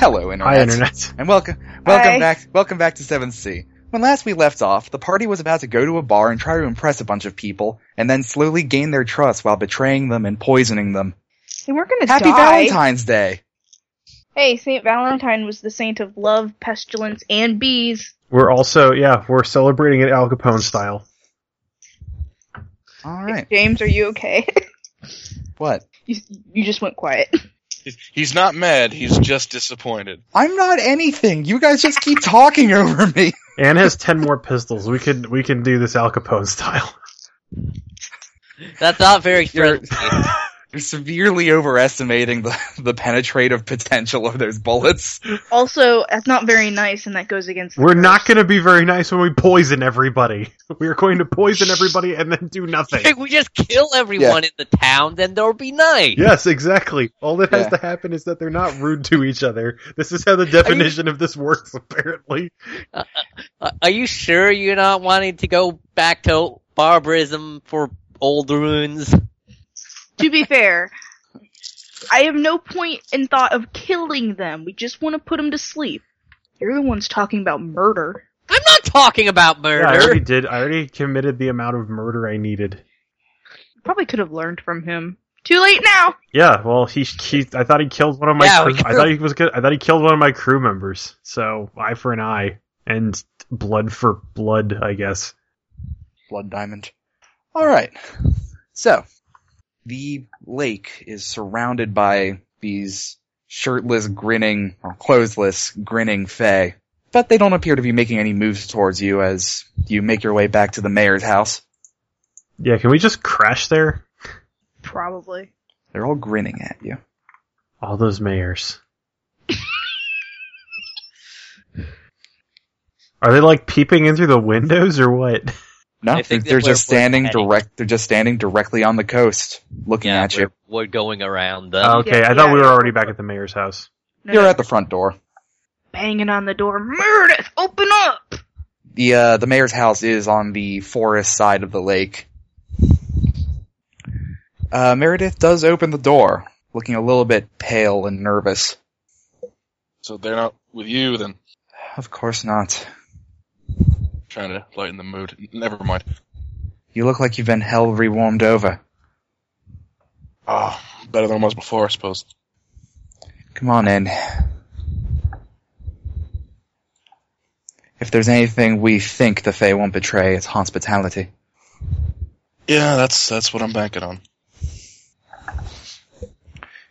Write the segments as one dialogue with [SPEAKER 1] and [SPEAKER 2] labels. [SPEAKER 1] Internet.
[SPEAKER 2] Hi, Internet.
[SPEAKER 1] And welcome, welcome
[SPEAKER 3] Hi.
[SPEAKER 1] back, welcome back to 7C. When last we left off, the party was about to go to a bar and try to impress a bunch of people, and then slowly gain their trust while betraying them and poisoning them.
[SPEAKER 3] They weren't gonna
[SPEAKER 1] Happy
[SPEAKER 3] die.
[SPEAKER 1] Valentine's Day!
[SPEAKER 3] Hey, Saint Valentine was the saint of love, pestilence, and bees.
[SPEAKER 2] We're also, yeah, we're celebrating it Al Capone style.
[SPEAKER 1] Alright,
[SPEAKER 3] James, are you okay?
[SPEAKER 1] what?
[SPEAKER 3] you, you just went quiet.
[SPEAKER 4] He's not mad. He's just disappointed.
[SPEAKER 1] I'm not anything! You guys just keep talking over me!
[SPEAKER 2] Anne has ten more pistols. We could we can do this Al Capone style.
[SPEAKER 5] That's not very
[SPEAKER 1] You're-
[SPEAKER 5] friendly.
[SPEAKER 1] You're severely overestimating the, the penetrative potential of those bullets.
[SPEAKER 3] Also, that's not very nice, and that goes against. the
[SPEAKER 2] We're not
[SPEAKER 3] curse.
[SPEAKER 2] going to be very nice when we poison everybody. We are going to poison everybody and then do nothing.
[SPEAKER 5] If we just kill everyone in the town, then there'll be nice.
[SPEAKER 2] Yes, exactly. All that has
[SPEAKER 1] Yeah.
[SPEAKER 2] to happen is that they're not rude to each other. This is how the definition of this works, apparently.
[SPEAKER 5] Uh, are you sure you're not wanting to go back to barbarism for old runes?
[SPEAKER 3] To be fair, I have no point in thought of killing them. We just want to put them to sleep. You're the ones talking about murder.
[SPEAKER 5] I'm not talking about
[SPEAKER 2] Yeah, I already
[SPEAKER 5] murder.
[SPEAKER 2] did. I already committed the amount of murder I needed.
[SPEAKER 3] You probably could have learned from him. Too late now.
[SPEAKER 2] Yeah, well, he, he I thought he killed one of my.
[SPEAKER 5] Yeah,
[SPEAKER 2] crew,
[SPEAKER 5] we
[SPEAKER 2] I thought he was. Good, I thought he killed one of my crew members. So eye for an eye and blood for blood, I guess.
[SPEAKER 1] Blood Diamond. Alright. So, the lake is surrounded by these shirtless, grinning, or clothesless, grinning Fae. But they don't appear to be making any moves towards you as you make your way back to the mayor's house.
[SPEAKER 2] Yeah, can we just crash there?
[SPEAKER 3] Probably.
[SPEAKER 1] They're all grinning at you.
[SPEAKER 2] All those mayors. Are they like peeping in through the windows or what?
[SPEAKER 1] No,
[SPEAKER 5] I
[SPEAKER 1] they're,
[SPEAKER 5] think that
[SPEAKER 1] they're
[SPEAKER 5] we're-
[SPEAKER 1] just
[SPEAKER 5] we're
[SPEAKER 1] standing
[SPEAKER 5] heading-
[SPEAKER 1] direct. They're just standing directly on the coast, looking
[SPEAKER 5] Yeah,
[SPEAKER 1] at
[SPEAKER 5] we're,
[SPEAKER 1] you.
[SPEAKER 5] we're going around them.
[SPEAKER 2] Oh, okay,
[SPEAKER 3] yeah,
[SPEAKER 2] I thought we
[SPEAKER 3] yeah.
[SPEAKER 2] were already back at the mayor's house.
[SPEAKER 3] No,
[SPEAKER 1] You're
[SPEAKER 3] no,
[SPEAKER 1] at the front door.
[SPEAKER 3] banging on the door. Meredith, open up.
[SPEAKER 1] The uh, the mayor's house is on the forest side of the lake. Uh, Meredith does open the door, looking a little bit pale and nervous.
[SPEAKER 4] So they're not with you, then
[SPEAKER 1] Of course not.
[SPEAKER 4] trying to lighten the mood. Never mind.
[SPEAKER 1] You look like you've been hell rewarmed over.
[SPEAKER 4] Ah, better than it was before, I suppose.
[SPEAKER 1] Come on in. If there's anything we think the Fae won't betray, it's hospitality.
[SPEAKER 4] Yeah, that's that's what I'm banking on.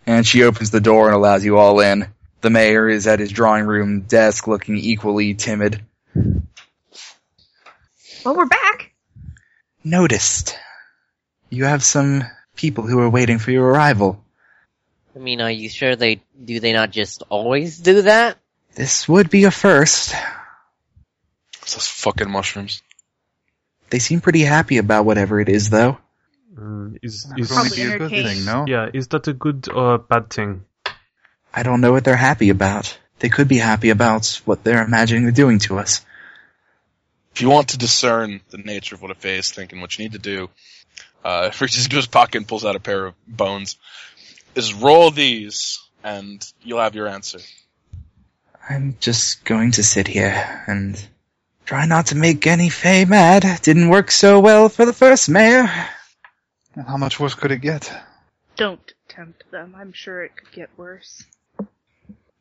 [SPEAKER 1] and she opens the door and allows you all in. The mayor is at his drawing room desk looking equally timid.
[SPEAKER 3] Well, we're back.
[SPEAKER 1] Noticed. You have some people who are waiting for your arrival.
[SPEAKER 5] I mean, are you sure they do they not just always do that?
[SPEAKER 1] This would be a first.
[SPEAKER 4] It's those fucking mushrooms.
[SPEAKER 1] They seem pretty happy about whatever it is, though.
[SPEAKER 2] Mm, is,
[SPEAKER 6] That
[SPEAKER 2] is,
[SPEAKER 6] would only
[SPEAKER 3] Probably
[SPEAKER 6] be a good
[SPEAKER 3] entertaining.
[SPEAKER 6] thing, no?
[SPEAKER 2] yeah, is that a good or a bad thing?
[SPEAKER 1] I don't know what they're happy about. They could be happy about what they're imagining they're doing to us.
[SPEAKER 4] If you want to discern the nature of what a fae is thinking, what you need to do, uh, reaches into his pocket and pulls out a pair of bones, is roll these, and you'll have your answer.
[SPEAKER 1] I'm just going to sit here and try not to make any Fae mad. Didn't work so well for the first mayor.
[SPEAKER 6] How much worse could it get?
[SPEAKER 3] Don't tempt them. I'm sure it could get worse.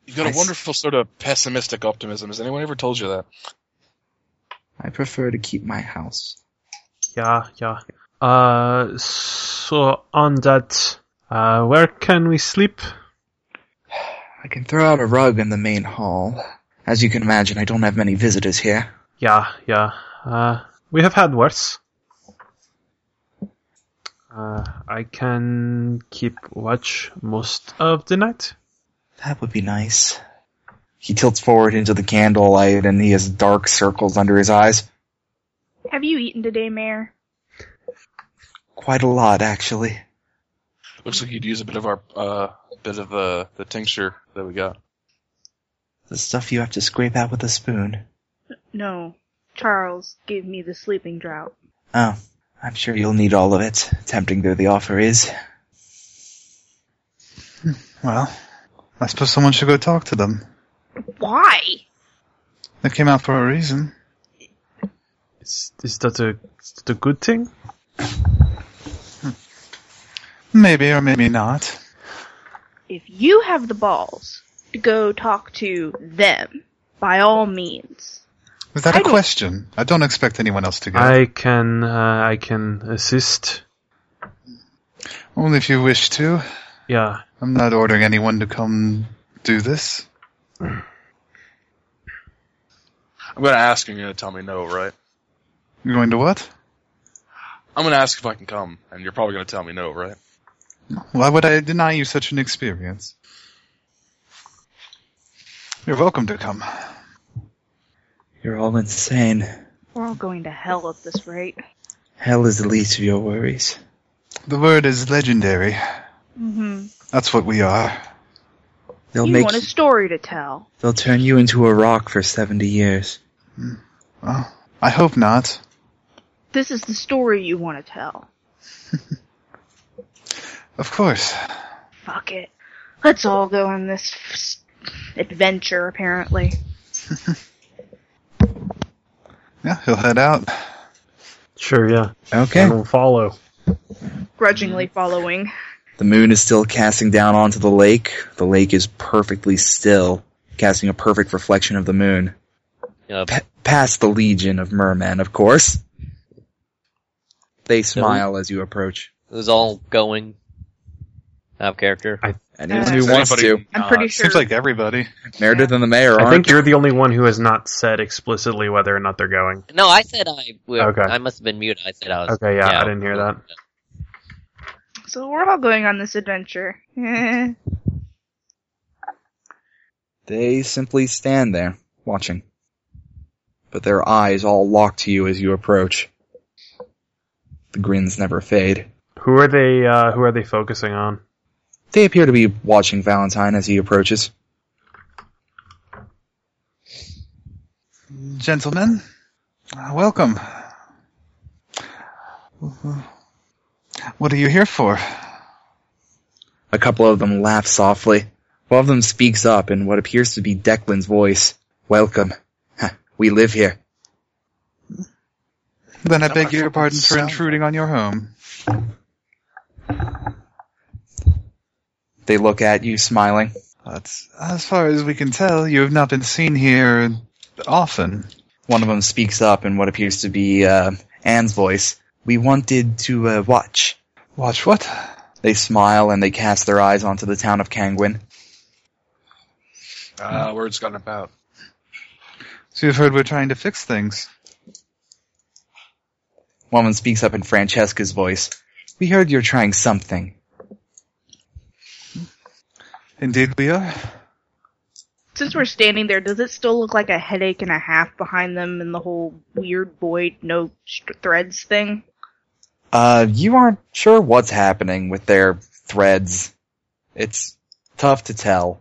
[SPEAKER 4] You've got a
[SPEAKER 1] I s-
[SPEAKER 4] wonderful sort of pessimistic optimism. Has anyone ever told you that?
[SPEAKER 1] I prefer to keep my house.
[SPEAKER 2] Yeah, yeah. Uh, so on that, uh, where can we sleep?
[SPEAKER 1] I can throw out a rug in the main hall. As you can imagine, I don't have many visitors here.
[SPEAKER 2] Yeah, yeah. Uh, we have had worse. Uh, I can keep watch most of the night.
[SPEAKER 1] That would be nice. He tilts forward into the candlelight and he has dark circles under his eyes.
[SPEAKER 3] Have you eaten today, Mayor?
[SPEAKER 1] Quite a lot, actually.
[SPEAKER 4] Looks like you'd use a bit of our uh, bit of the the tincture that we got.
[SPEAKER 1] The stuff you have to scrape out with a spoon.
[SPEAKER 3] No. Charles gave me the sleeping drought.
[SPEAKER 1] Oh, I'm sure you'll need all of it, tempting though the offer is.
[SPEAKER 6] Well, I suppose someone should go talk to them.
[SPEAKER 3] Why?
[SPEAKER 6] They came out for a reason.
[SPEAKER 2] Is, is that a, is that a good thing?
[SPEAKER 6] Maybe or maybe not.
[SPEAKER 3] If you have the balls to go talk to them, by all means.
[SPEAKER 6] Was that a
[SPEAKER 3] I don't-
[SPEAKER 6] question? I don't expect anyone else to go.
[SPEAKER 2] I can uh, I can assist.
[SPEAKER 6] Only if you wish to.
[SPEAKER 2] Yeah.
[SPEAKER 6] I'm not ordering anyone to come do this.
[SPEAKER 4] I'm gonna ask and you're gonna tell me no, right?
[SPEAKER 6] You're going to what?
[SPEAKER 4] I'm gonna ask if I can come, and you're probably gonna tell me no, right?
[SPEAKER 6] Why would I deny you such an experience? You're welcome to come.
[SPEAKER 1] You're all insane.
[SPEAKER 3] We're all going to hell at this rate.
[SPEAKER 1] Hell is the least of your worries.
[SPEAKER 6] The word is legendary.
[SPEAKER 3] Mm-hmm.
[SPEAKER 6] That's what we are.
[SPEAKER 1] They'll
[SPEAKER 3] you
[SPEAKER 1] make
[SPEAKER 3] want a story to tell.
[SPEAKER 1] they'll turn you into a rock for 70 years.
[SPEAKER 6] Well, I hope not.
[SPEAKER 3] This is the story you want to tell.
[SPEAKER 6] Of course.
[SPEAKER 3] Fuck it. Let's all go on this f- s- adventure, apparently.
[SPEAKER 6] Yeah, he'll head out.
[SPEAKER 2] Sure. Yeah.
[SPEAKER 1] Okay.
[SPEAKER 2] And we'll follow.
[SPEAKER 3] Grudgingly following.
[SPEAKER 1] The moon is still casting down onto the lake. The lake is perfectly still, casting a perfect reflection of the moon.
[SPEAKER 5] Yep.
[SPEAKER 1] Pa- past the legion of mermen, of course. They smile as you approach.
[SPEAKER 5] It was all going out of character.
[SPEAKER 1] Anyone
[SPEAKER 3] Uh,
[SPEAKER 1] who
[SPEAKER 4] Does
[SPEAKER 1] wants
[SPEAKER 4] anybody-
[SPEAKER 1] to.
[SPEAKER 3] I'm
[SPEAKER 4] Uh,
[SPEAKER 3] pretty sure.
[SPEAKER 6] Seems like everybody.
[SPEAKER 1] Meredith and the mayor
[SPEAKER 2] I
[SPEAKER 1] aren't.
[SPEAKER 2] think you're the only one who has not said explicitly whether or not they're going.
[SPEAKER 5] No, I said I. would
[SPEAKER 2] Okay.
[SPEAKER 5] I must have been mute. I said I was.
[SPEAKER 2] Okay, yeah, I didn't hear that.
[SPEAKER 3] so we're all going on this adventure. Eh.
[SPEAKER 1] They simply stand there, watching. But their eyes all lock to you as you approach. The grins never fade.
[SPEAKER 2] Who are they? Uh, who are they focusing on?
[SPEAKER 1] They appear to be watching Valentine as he approaches.
[SPEAKER 6] Gentlemen, uh, welcome. What are you here for?
[SPEAKER 1] A couple of them laugh softly. One of them speaks up in what appears to be Declan's voice. Welcome. Huh, We live here.
[SPEAKER 6] Then I
[SPEAKER 4] That
[SPEAKER 6] beg your
[SPEAKER 4] fucking
[SPEAKER 6] pardon for
[SPEAKER 4] sound.
[SPEAKER 6] intruding on your home.
[SPEAKER 1] They look at you smiling.
[SPEAKER 6] But as far as we can tell, you have not been seen here often.
[SPEAKER 1] One of them speaks up in what appears to be uh, Anne's voice. We wanted to uh, watch.
[SPEAKER 6] Watch what?
[SPEAKER 1] They smile and they cast their eyes onto the town of Kangwin.
[SPEAKER 4] Uh, word's gotten about.
[SPEAKER 6] So you've heard we're trying to fix things.
[SPEAKER 1] One woman speaks up in Francesca's voice. We heard you're trying something.
[SPEAKER 6] Indeed we are.
[SPEAKER 3] Since we're standing there, does it still look like a headache and a half behind them and the whole weird void, no st- threads thing?
[SPEAKER 1] Uh, you aren't sure what's happening with their threads. It's tough to tell.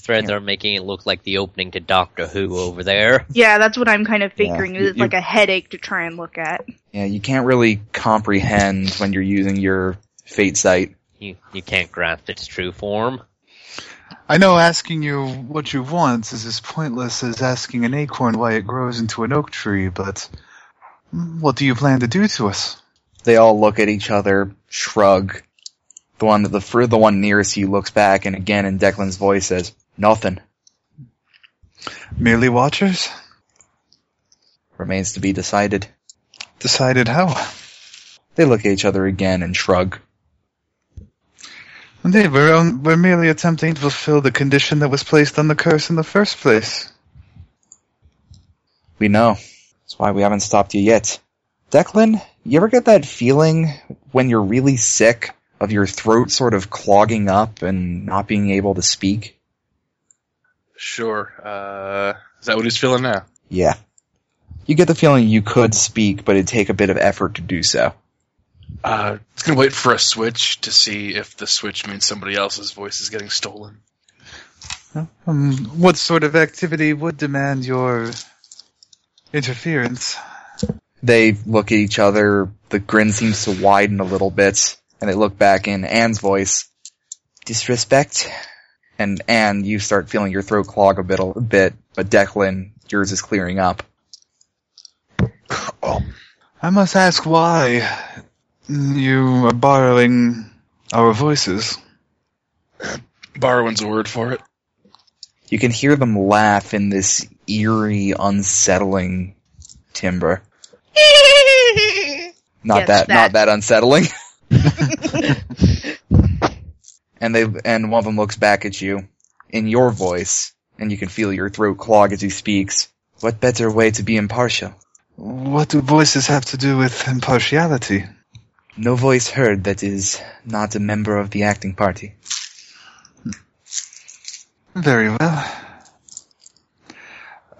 [SPEAKER 5] Threads are making it look like the opening to Doctor Who over there.
[SPEAKER 3] Yeah, that's what I'm kind of figuring.
[SPEAKER 1] Yeah,
[SPEAKER 3] It's
[SPEAKER 1] you-
[SPEAKER 3] like a headache to try and look at.
[SPEAKER 1] Yeah, you can't really comprehend when you're using your fate sight.
[SPEAKER 5] You you can't grasp its true form.
[SPEAKER 6] I know asking you what you want is as pointless as asking an acorn why it grows into an oak tree, but what do you plan to do to us?
[SPEAKER 1] They all look at each other, shrug. The one the fr- the one nearest you looks back and again in Declan's voice says, Nothing.
[SPEAKER 6] Merely watchers?
[SPEAKER 1] Remains to be decided.
[SPEAKER 6] Decided how?
[SPEAKER 1] They look at each other again and shrug.
[SPEAKER 6] Indeed, we're, on, we're merely attempting to fulfill the condition that was placed on the curse in the first place.
[SPEAKER 1] We know. That's why we haven't stopped you yet. Declan, you ever get that feeling when you're really sick of your throat sort of clogging up and not being able to speak?
[SPEAKER 4] Sure. Uh, is that what he's feeling now?
[SPEAKER 1] Yeah. You get the feeling you could speak, but it'd take a bit of effort to do so.
[SPEAKER 4] Uh, he's gonna wait for a switch to see if the switch means somebody else's voice is getting stolen.
[SPEAKER 6] Um, what sort of activity would demand your interference?
[SPEAKER 1] They look at each other, the grin seems to widen a little bit, and they look back in Anne's voice. Disrespect? and Anne, you start feeling your throat clog a bit, a bit, but Declan, yours is clearing up.
[SPEAKER 6] I must ask why you are borrowing our voices.
[SPEAKER 4] Borrowing's a word for it.
[SPEAKER 1] You can hear them laugh in this eerie, unsettling timbre. Not
[SPEAKER 3] Yes,
[SPEAKER 1] that, not
[SPEAKER 3] that.
[SPEAKER 1] that unsettling. and they, and one of them looks back at you in your voice, and you can feel your throat clog as he speaks. What better way to be impartial?
[SPEAKER 6] What do voices have to do with impartiality?
[SPEAKER 1] No voice heard that is not a member of the acting party.
[SPEAKER 6] Very well.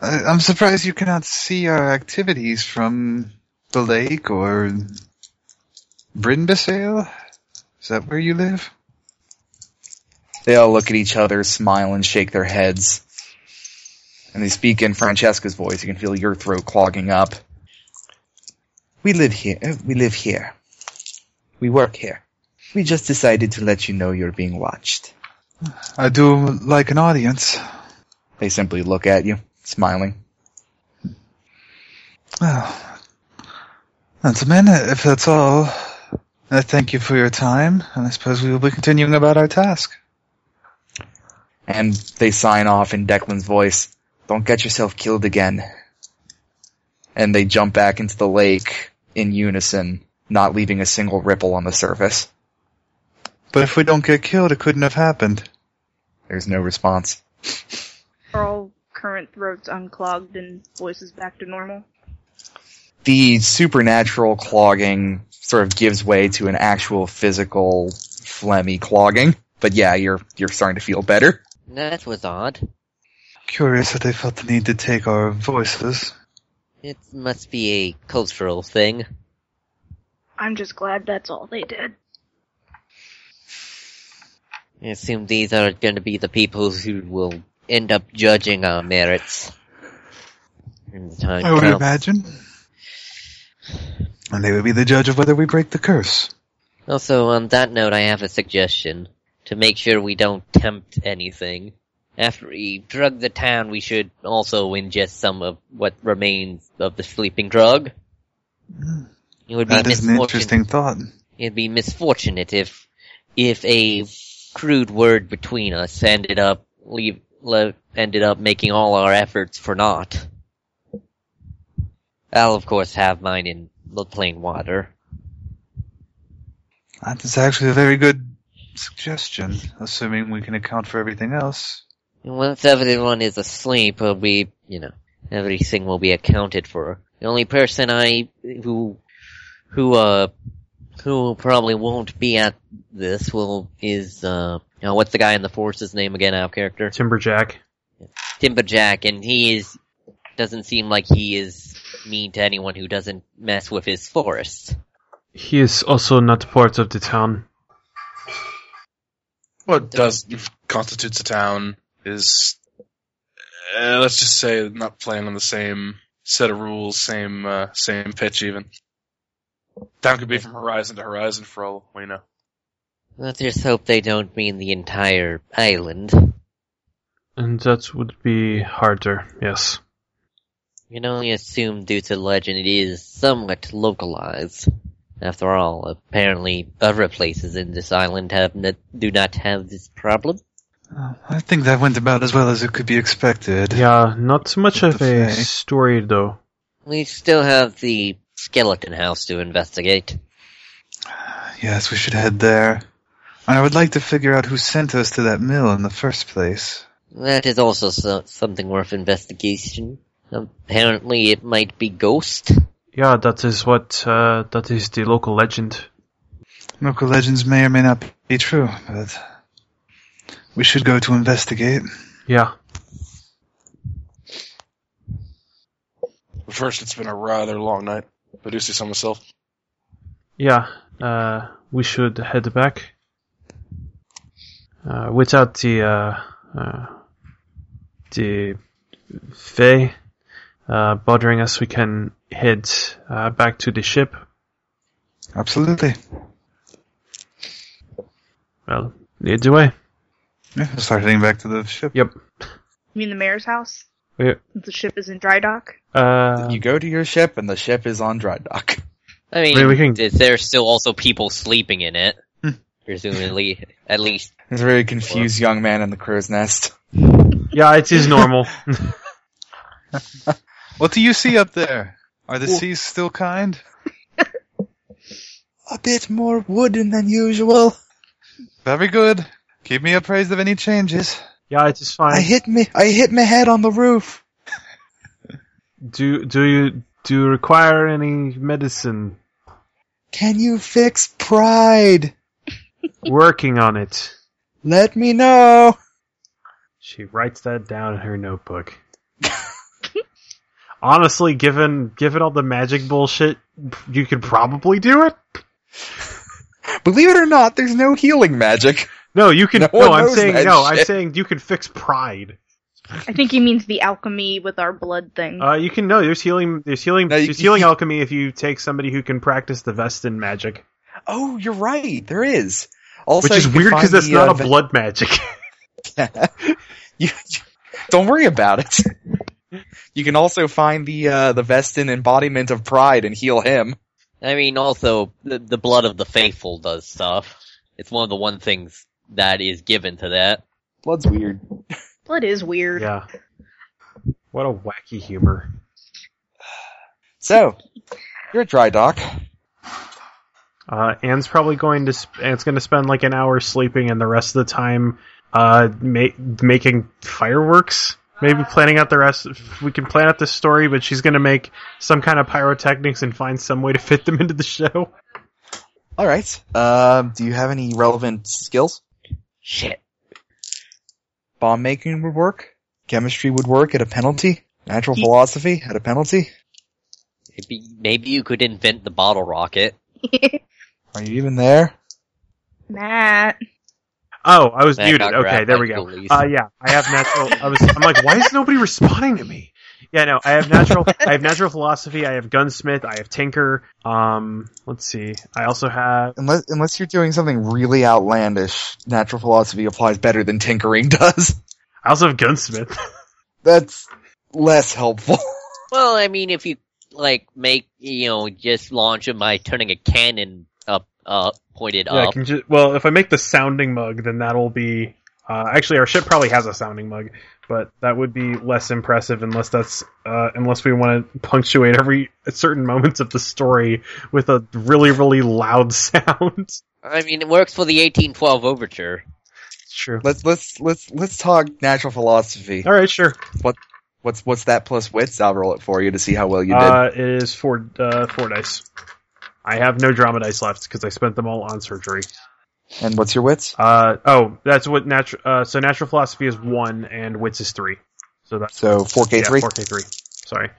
[SPEAKER 6] I, I'm surprised you cannot see our activities from the lake or Brinbisale. Is that where you live?
[SPEAKER 1] They all look at each other, smile, and shake their heads. And they speak in Francesca's voice. You can feel your throat clogging up. We live here. uh, We live here. We work here. We just decided to let you know you're being watched.
[SPEAKER 6] I do like an audience.
[SPEAKER 1] They simply look at you, smiling.
[SPEAKER 6] Well, gentlemen, if that's all, I thank you for your time, and I suppose we will be continuing about our task.
[SPEAKER 1] And they sign off in Declan's voice. Don't get yourself killed again. And they jump back into the lake in unison, not leaving a single ripple on the surface.
[SPEAKER 6] But if we don't get killed, it couldn't have happened.
[SPEAKER 1] There's no response.
[SPEAKER 3] Are all current throats unclogged and voices back to normal?
[SPEAKER 1] the supernatural clogging sort of gives way to an actual physical phlegmy clogging. But yeah, you're you're starting to feel better.
[SPEAKER 5] That was odd.
[SPEAKER 6] Curious that they felt the need to take our voices.
[SPEAKER 5] It must be a cultural thing.
[SPEAKER 3] I'm just glad that's all they did.
[SPEAKER 5] I assume these are going to be the people who will end up judging our merits. When the time
[SPEAKER 6] I would
[SPEAKER 5] comes.
[SPEAKER 6] imagine. And they would be the judge of whether we break the curse.
[SPEAKER 5] Also, on that note, I have a suggestion. To make sure we don't tempt anything. After we drug the town, we should also ingest some of what remains of the sleeping drug. It would be
[SPEAKER 6] Mm. That is an
[SPEAKER 5] misfortunate-
[SPEAKER 6] interesting thought.
[SPEAKER 5] It'd be misfortunate if, if a crude word between us ended up leave, le, ended up making all our efforts for naught. I'll of course have mine in the plain water.
[SPEAKER 6] That is actually a very good suggestion, assuming we can account for everything else.
[SPEAKER 5] And once everyone is asleep, it'll be, you know, everything will be accounted for. The only person I, who, who, uh, who probably won't be at this will, is, uh, you know, what's the guy in the force's name again, out of character?
[SPEAKER 2] Timberjack.
[SPEAKER 5] Timberjack, and he is doesn't seem like he is mean to anyone who doesn't mess with his forest.
[SPEAKER 2] He is also not part of the town.
[SPEAKER 4] What does constitutes a town is, uh, let's just say, not playing on the same set of rules, same uh, same pitch even. Town could be from horizon to horizon for all we know.
[SPEAKER 5] Let's just hope they don't mean the entire island.
[SPEAKER 2] And that would be harder, yes.
[SPEAKER 5] You can only assume due to legend it is somewhat localized. After all, apparently other places in this island have n- do not have this problem.
[SPEAKER 6] Uh, I think that went about as well as it could be expected.
[SPEAKER 2] Yeah, not much of a
[SPEAKER 6] Okay.
[SPEAKER 2] story though.
[SPEAKER 5] We still have the skeleton house to investigate.
[SPEAKER 6] Yes, we should head there. And I would like to figure out who sent us to that mill in the first place.
[SPEAKER 5] That is also so- something worth investigation. Apparently it might be ghost.
[SPEAKER 2] Yeah, that is what uh, that is the local legend.
[SPEAKER 6] Local legends may or may not be true, but we should go to investigate.
[SPEAKER 2] Yeah.
[SPEAKER 4] But first, it's been a rather long night. I do see some myself.
[SPEAKER 2] Yeah. Uh, we should head back. Uh, without the uh, uh, the Fae uh, bothering us, we can head uh, back to the ship.
[SPEAKER 6] Absolutely.
[SPEAKER 2] Well, lead the way.
[SPEAKER 6] Yeah, start heading back to the ship.
[SPEAKER 2] Yep.
[SPEAKER 3] You mean the mayor's house?
[SPEAKER 2] Yeah.
[SPEAKER 3] Since the ship is in dry dock?
[SPEAKER 2] Uh,
[SPEAKER 1] you go to your ship and the ship is on dry dock.
[SPEAKER 5] I mean,
[SPEAKER 2] Maybe we can-
[SPEAKER 5] is there still also people sleeping in it? Presumably, at least.
[SPEAKER 1] There's a very confused young man in the crow's nest.
[SPEAKER 2] yeah, it is normal.
[SPEAKER 6] What do you see up there? Are the
[SPEAKER 1] Well-
[SPEAKER 6] seas still kind?
[SPEAKER 1] A bit more wooden than usual.
[SPEAKER 6] Very good. Keep me apprised of any changes.
[SPEAKER 2] yeah, it is fine.
[SPEAKER 1] hit me I hit my head on the roof.
[SPEAKER 2] Do do you do you require any medicine?
[SPEAKER 1] Can you fix pride?
[SPEAKER 2] Working on it.
[SPEAKER 1] Let me know.
[SPEAKER 2] She writes that down in her notebook. Honestly, given given all the magic bullshit, you could probably do it.
[SPEAKER 1] Believe it or not, there's no healing magic.
[SPEAKER 2] No, you can.
[SPEAKER 1] No
[SPEAKER 2] No,
[SPEAKER 1] one
[SPEAKER 2] I'm
[SPEAKER 1] knows
[SPEAKER 2] saying
[SPEAKER 1] that
[SPEAKER 2] no. I'm
[SPEAKER 1] shit.
[SPEAKER 2] saying you can fix pride.
[SPEAKER 3] I think he means the alchemy with our blood thing.
[SPEAKER 2] Uh, you can no. There's healing. There's healing.
[SPEAKER 1] No, you-
[SPEAKER 2] there's healing alchemy if you take somebody who can practice the Vestin magic,
[SPEAKER 1] Oh, you're right. There is. Also,
[SPEAKER 2] which is
[SPEAKER 1] you can
[SPEAKER 2] weird
[SPEAKER 1] find
[SPEAKER 2] because that's
[SPEAKER 1] the,
[SPEAKER 2] not
[SPEAKER 1] uh,
[SPEAKER 2] a blood magic.
[SPEAKER 1] you, don't worry about it. You can also find the uh, the Vestin embodiment of pride and heal him.
[SPEAKER 5] I mean, also the, the blood of the faithful does stuff. It's one of the one things that is given to that.
[SPEAKER 1] Blood's weird.
[SPEAKER 3] blood is weird.
[SPEAKER 2] yeah. What a wacky humor.
[SPEAKER 1] So, you're a dry dock.
[SPEAKER 2] Uh, Anne's probably going to sp- Anne's going to spend like an hour sleeping and the rest of the time uh, ma- making fireworks. Maybe planning out the rest. We can plan out this story, but she's going to make some kind of pyrotechnics and find some way to fit them into the show.
[SPEAKER 1] All right. Um, do you have any relevant skills?
[SPEAKER 5] Shit.
[SPEAKER 1] Bomb making would work. Chemistry would work at a penalty. Natural
[SPEAKER 3] Ye-
[SPEAKER 1] philosophy at a penalty.
[SPEAKER 5] Maybe, maybe you could invent the bottle rocket.
[SPEAKER 1] Are you even there?
[SPEAKER 3] Matt.
[SPEAKER 2] Oh, I was
[SPEAKER 5] That
[SPEAKER 2] muted.
[SPEAKER 5] got
[SPEAKER 2] Okay,
[SPEAKER 5] grabbed
[SPEAKER 2] there
[SPEAKER 5] by
[SPEAKER 2] we go.
[SPEAKER 5] police.
[SPEAKER 2] Uh, yeah, I have natural. I was. I'm like, why is nobody responding to me? Yeah, no, I have natural. I have natural philosophy. I have gunsmith. I have tinker. Um, let's see. I also have.
[SPEAKER 1] Unless unless you're doing something really outlandish, natural philosophy applies better than tinkering does.
[SPEAKER 2] I also have gunsmith.
[SPEAKER 1] That's less helpful.
[SPEAKER 5] Well, I mean, if you like make you know just launch them by turning a cannon up, up, pointed
[SPEAKER 2] Yeah, I
[SPEAKER 5] up.
[SPEAKER 2] can ju- well, if I make the sounding mug, then that'll be. Uh, actually, our ship probably has a sounding mug, but that would be less impressive unless that's uh, unless we want to punctuate every certain moments of the story with a really really loud sound.
[SPEAKER 5] I mean, it works for the 1812 overture.
[SPEAKER 2] it's true.
[SPEAKER 1] let's let's let's let's talk natural philosophy.
[SPEAKER 2] All right, sure.
[SPEAKER 1] What's what's that plus wits? I'll roll it for you to see how well you did.
[SPEAKER 2] Uh, it is four uh, four dice. I have no drama dice left because I spent them all on surgery.
[SPEAKER 1] and what's your wits?
[SPEAKER 2] Uh, oh, that's what natural. Uh, so natural philosophy is one, and wits is three. So that's
[SPEAKER 1] So four K three.
[SPEAKER 2] four K three. Sorry.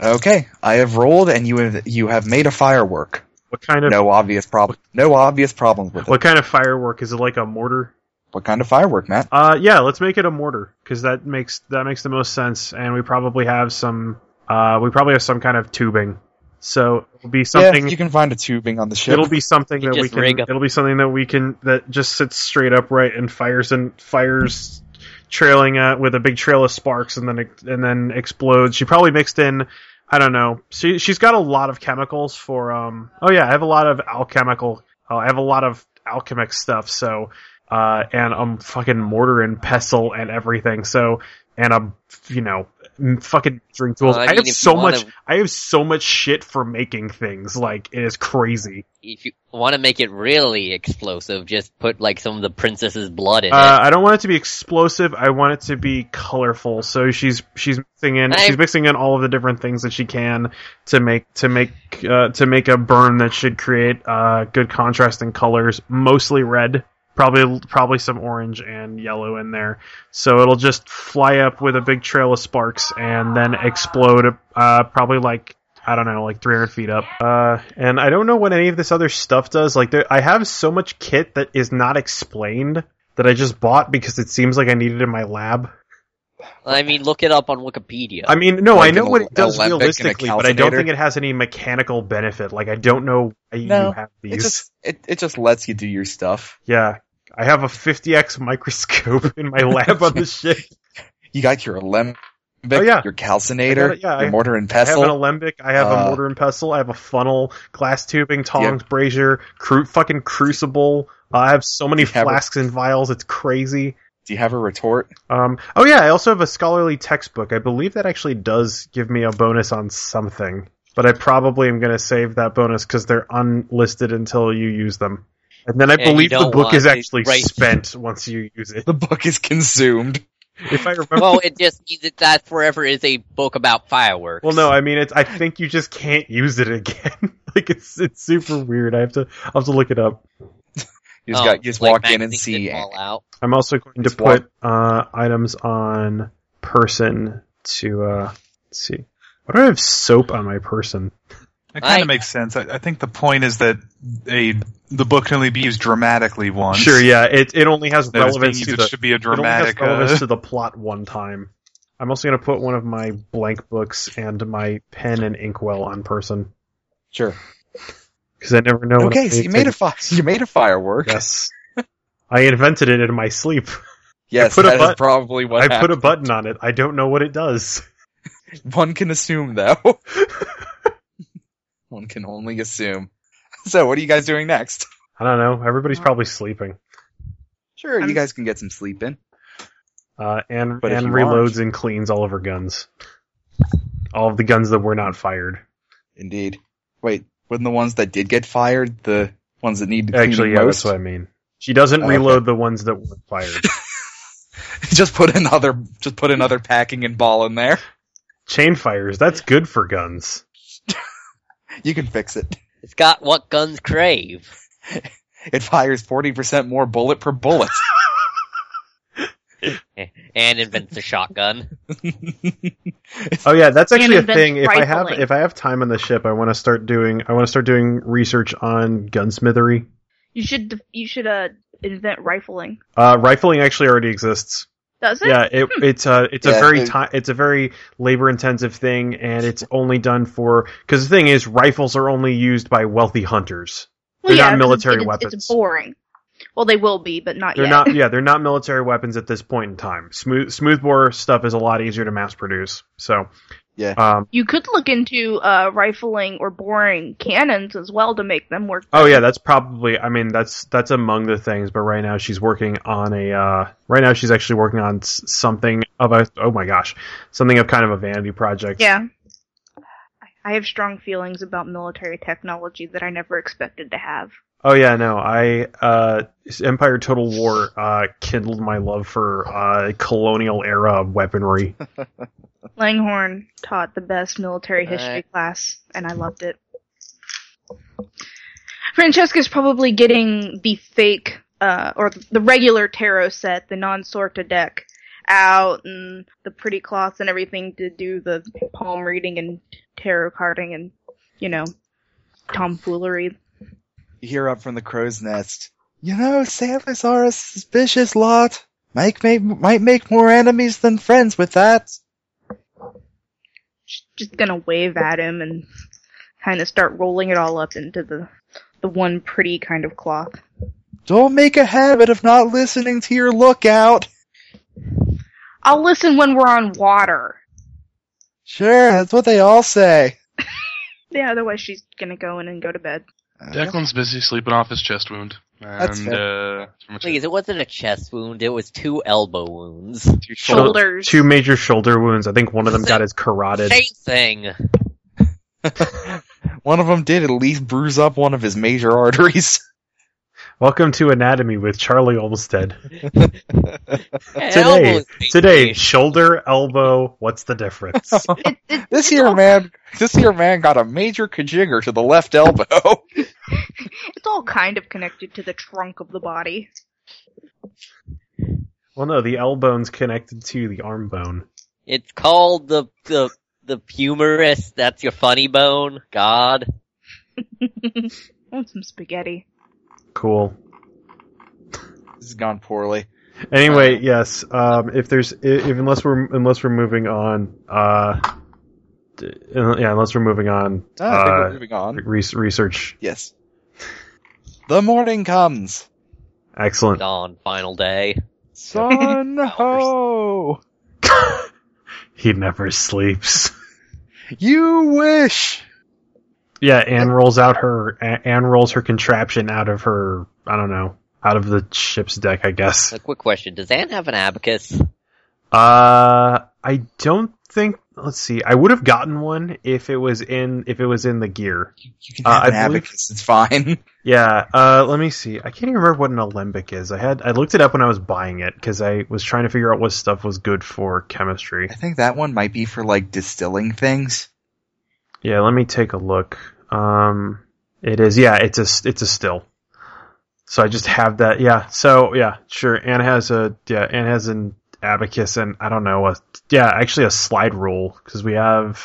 [SPEAKER 1] Okay, I have rolled, and you have you have made a firework.
[SPEAKER 2] What kind of
[SPEAKER 1] No obvious problem. No obvious problems with it.
[SPEAKER 2] what kind of firework is it? Like a mortar?
[SPEAKER 1] What kind of firework, Matt?
[SPEAKER 2] Uh, yeah, let's make it a mortar because that makes that makes the most sense, and we probably have some. Uh, we probably have some kind of tubing. So it'll be something.
[SPEAKER 1] Yeah, you can find a tubing on the ship.
[SPEAKER 2] It'll be something
[SPEAKER 5] You
[SPEAKER 2] that we
[SPEAKER 5] just rig
[SPEAKER 2] can.
[SPEAKER 5] up-
[SPEAKER 2] It'll be something that we can that just sits straight upright and fires and fires, trailing uh, with a big trail of sparks and then ex- and then explodes. She probably mixed in. I don't know. She she's got a lot of chemicals for. Um. Oh yeah, I have a lot of alchemical. Uh, I have a lot of alchemic stuff. So. Uh, and um, fucking mortar and pestle and everything. So, and um, you know, m- fucking drink tools.
[SPEAKER 5] Well,
[SPEAKER 2] I,
[SPEAKER 5] I mean, if
[SPEAKER 2] have
[SPEAKER 5] you
[SPEAKER 2] so
[SPEAKER 5] wanna-
[SPEAKER 2] much. I have so much shit for making things. Like it is crazy.
[SPEAKER 5] If you want to make it really explosive, just put like some of the princess's blood in
[SPEAKER 2] Uh,
[SPEAKER 5] it.
[SPEAKER 2] I don't want it to be explosive. I want it to be colorful. So she's she's mixing in
[SPEAKER 5] I-
[SPEAKER 2] she's mixing in all of the different things that she can to make to make uh, to make a burn that should create uh, good contrasting colors. Mostly red, probably probably some orange and yellow in there. So it'll just fly up with a big trail of sparks and then explode. Uh, probably like I don't know, like 300 feet up. Uh, and I don't know what any of this other stuff does. Like, there, I have so much kit that is not explained that I just bought because it seems like I need it in my lab.
[SPEAKER 5] I mean, look it up on Wikipedia.
[SPEAKER 2] I mean, no,
[SPEAKER 1] Like
[SPEAKER 2] I know
[SPEAKER 1] an
[SPEAKER 2] what it does
[SPEAKER 1] alembic and a
[SPEAKER 2] realistically, but I don't
[SPEAKER 1] calcinator?
[SPEAKER 2] think it has any mechanical benefit. Like, I don't know why you
[SPEAKER 1] No,
[SPEAKER 2] have
[SPEAKER 1] it
[SPEAKER 2] these.
[SPEAKER 1] just it, it just lets you do your stuff.
[SPEAKER 2] Yeah, I have a 50x microscope in my lab on the ship.
[SPEAKER 1] You got your alembic,
[SPEAKER 2] Oh, yeah.
[SPEAKER 1] your
[SPEAKER 2] I
[SPEAKER 1] calcinator,
[SPEAKER 2] got it, yeah,
[SPEAKER 1] your
[SPEAKER 2] I-
[SPEAKER 1] mortar and
[SPEAKER 2] I have an
[SPEAKER 1] pestle.
[SPEAKER 2] alembic. I have
[SPEAKER 1] Uh,
[SPEAKER 2] a mortar and pestle. I have a funnel, glass tubing, tongs, brazier, cru- fucking crucible. Uh, I have so many
[SPEAKER 1] You have a-
[SPEAKER 2] flasks and vials. It's crazy.
[SPEAKER 1] Do you have a retort?
[SPEAKER 2] Um, oh yeah, I also have a scholarly textbook. I believe that actually does give me a bonus on something, but I probably am going to save that bonus because they're unlisted until you use them. And then I
[SPEAKER 5] And you
[SPEAKER 2] believe the
[SPEAKER 5] don't
[SPEAKER 2] book
[SPEAKER 5] want
[SPEAKER 2] is
[SPEAKER 5] to
[SPEAKER 2] actually
[SPEAKER 5] write-
[SPEAKER 2] spent once you use it.
[SPEAKER 1] The book is consumed.
[SPEAKER 2] If I remember, well,
[SPEAKER 5] well, it just means that that forever is a book about fireworks.
[SPEAKER 2] no, I mean it's. I think you just can't use it again. like it's it's super weird. I have to I have to look it up.
[SPEAKER 1] You just
[SPEAKER 5] Oh,
[SPEAKER 1] got you just
[SPEAKER 5] like
[SPEAKER 1] walk in and
[SPEAKER 5] magazines
[SPEAKER 1] see.
[SPEAKER 5] that fall out.
[SPEAKER 2] I'm also going to
[SPEAKER 1] It's wa-
[SPEAKER 2] put uh, items on person to uh, let's see. Why do I have soap on my person?
[SPEAKER 6] That kind
[SPEAKER 5] I-
[SPEAKER 6] of makes sense. I, I think the point is that a the book can only be used dramatically once.
[SPEAKER 2] Sure, yeah. It it only has
[SPEAKER 6] That it's being
[SPEAKER 2] relevance
[SPEAKER 6] used,
[SPEAKER 2] to
[SPEAKER 6] it
[SPEAKER 2] the
[SPEAKER 6] should be a
[SPEAKER 2] it only has
[SPEAKER 6] dramatic.
[SPEAKER 2] relevance
[SPEAKER 6] uh,
[SPEAKER 2] to the plot one time. I'm also going to put one of my blank books and my pen and inkwell on person
[SPEAKER 1] Sure.
[SPEAKER 2] because I never know. when I
[SPEAKER 1] Okay, so
[SPEAKER 2] need
[SPEAKER 1] you made
[SPEAKER 2] to-
[SPEAKER 1] a fi- you made a firework.
[SPEAKER 2] yes. I invented it in my sleep.
[SPEAKER 1] Yes,
[SPEAKER 2] put a
[SPEAKER 1] that is
[SPEAKER 2] button-
[SPEAKER 1] probably what
[SPEAKER 2] I put a
[SPEAKER 1] happened.
[SPEAKER 2] button on it. I don't know what it does.
[SPEAKER 1] One can assume though. One can only assume. So, what are you guys doing next?
[SPEAKER 2] I don't know. Everybody's probably sleeping.
[SPEAKER 1] Sure, you
[SPEAKER 3] I'm-
[SPEAKER 1] guys can get some sleep in.
[SPEAKER 2] Uh, and
[SPEAKER 1] But if
[SPEAKER 2] and
[SPEAKER 1] you
[SPEAKER 2] reloads and cleans all of her guns. All of the guns that were not fired.
[SPEAKER 1] Indeed. Wait, wouldn't the ones that did get fired the ones that need to
[SPEAKER 2] Actually,
[SPEAKER 1] cleaning
[SPEAKER 2] yeah,
[SPEAKER 1] most?
[SPEAKER 2] that's what I mean. She doesn't
[SPEAKER 1] Oh, okay.
[SPEAKER 2] reload the ones that were fired.
[SPEAKER 1] just put another just put another packing and ball in there.
[SPEAKER 2] Chain fires. That's good for guns.
[SPEAKER 1] You can fix it.
[SPEAKER 5] It's got what guns crave.
[SPEAKER 1] It fires forty percent more bullet per bullet.
[SPEAKER 5] And invents a shotgun.
[SPEAKER 2] Oh yeah, that's
[SPEAKER 3] And
[SPEAKER 2] actually a
[SPEAKER 3] invent
[SPEAKER 2] thing. If I have
[SPEAKER 3] rifling.
[SPEAKER 2] if I have time on the ship, I want to start doing I want to start doing research on gunsmithery.
[SPEAKER 3] You should def- you should uh invent rifling.
[SPEAKER 2] Uh, rifling actually already exists.
[SPEAKER 3] Does it?
[SPEAKER 2] Yeah, it, it's a it's
[SPEAKER 1] Yeah,
[SPEAKER 2] a very
[SPEAKER 1] it-
[SPEAKER 2] ti it's a very labor intensive thing, and it's only done for because the thing is rifles are only used by wealthy hunters. They're
[SPEAKER 3] Well,
[SPEAKER 2] not
[SPEAKER 3] 'cause it's-
[SPEAKER 2] military
[SPEAKER 3] it's,
[SPEAKER 2] weapons.
[SPEAKER 3] It's boring. Well, they will be, but not
[SPEAKER 2] They're
[SPEAKER 3] yet.
[SPEAKER 2] not yeah they're not military weapons at this point in time. Smooth smoothbore stuff is a lot easier to mass produce. So
[SPEAKER 1] Yeah.
[SPEAKER 2] um,
[SPEAKER 3] you could look into uh, rifling or boring cannons as well to make them work.
[SPEAKER 2] Oh yeah, that's probably. I mean, that's that's among the things. But right now she's working on a. Uh, right now she's actually working on s- something of a. Oh my gosh, something of kind of a vanity project.
[SPEAKER 3] Yeah. I have strong feelings about military technology that I never expected to have.
[SPEAKER 2] Oh yeah, no. I uh, Empire Total War uh, kindled my love for uh, colonial era weaponry.
[SPEAKER 3] Langhorn taught the best military history
[SPEAKER 5] Alright.
[SPEAKER 3] class, and I loved it. Francesca's probably getting the fake, uh, or the regular tarot set, the non-sorta deck, out, and the pretty cloths and everything to do the palm reading and tarot carding and, you know, tomfoolery.
[SPEAKER 1] You hear up from the crow's nest. You know, sailors are a suspicious lot. Make, make might make more enemies than friends with that.
[SPEAKER 3] She's just gonna wave at him and kind of start rolling it all up into the, the one pretty kind of cloth.
[SPEAKER 1] Don't make a habit of not listening to your lookout.
[SPEAKER 3] I'll listen when we're on water.
[SPEAKER 1] Sure, that's what they all say.
[SPEAKER 3] Yeah, otherwise she's gonna go in and go to bed.
[SPEAKER 4] Declan's busy sleeping off his chest wound. And,
[SPEAKER 1] That's
[SPEAKER 4] uh, pretty much
[SPEAKER 5] Please,
[SPEAKER 4] it.
[SPEAKER 5] it wasn't a chest wound. It was two elbow wounds.
[SPEAKER 3] Shoulders.
[SPEAKER 2] Two major shoulder wounds. I think one of them got his carotid.
[SPEAKER 5] Same thing.
[SPEAKER 1] one of them did at least bruise up one of his major arteries.
[SPEAKER 2] Welcome to Anatomy with Charlie Olmsted.
[SPEAKER 5] Elbows,
[SPEAKER 2] Today,
[SPEAKER 5] basically.
[SPEAKER 2] shoulder, elbow. What's the difference?
[SPEAKER 3] It, it,
[SPEAKER 1] Uh, This here man, this here man got a major kajigger to the left elbow.
[SPEAKER 3] it's all kind of connected to the trunk of the body.
[SPEAKER 2] Well, no, the L bone's connected to the arm bone.
[SPEAKER 5] It's called the the the humerus. That's your funny bone. God.
[SPEAKER 3] I want some spaghetti.
[SPEAKER 2] Cool.
[SPEAKER 1] this has gone poorly.
[SPEAKER 2] Anyway, yes. Um, if there's, i- if unless we're unless we're moving on, uh, d- uh, yeah, unless we're moving on,
[SPEAKER 1] Ah, I think we're
[SPEAKER 2] uh,
[SPEAKER 1] moving on.
[SPEAKER 2] re- research.
[SPEAKER 1] Yes. The morning comes.
[SPEAKER 2] Excellent.
[SPEAKER 5] Dawn, final day.
[SPEAKER 1] Son ho!
[SPEAKER 2] He never sleeps.
[SPEAKER 1] You wish!
[SPEAKER 2] Yeah, Anne rolls out her A- Anne rolls her contraption out of her I don't know out of the ship's deck, I guess.
[SPEAKER 5] A quick question: Does Anne have an abacus?
[SPEAKER 2] Uh, I don't think. Let's see. I would have gotten one if it was in if it was in the gear.
[SPEAKER 1] You can
[SPEAKER 2] Uh,
[SPEAKER 1] have
[SPEAKER 2] I
[SPEAKER 1] an
[SPEAKER 2] believe-
[SPEAKER 1] abacus, it's fine.
[SPEAKER 2] Yeah. Uh, let me see. I can't even remember what an alembic is. I had I looked it up when I was buying it because I was trying to figure out what stuff was good for chemistry.
[SPEAKER 1] I think that one might be for, like, distilling things.
[SPEAKER 2] Yeah. Let me take a look. Um, it is. Yeah. It's a it's a still. So I just have that. Yeah. So yeah. Sure. Anne has a yeah. Anne has an abacus and I don't know a yeah. Actually a slide rule because we have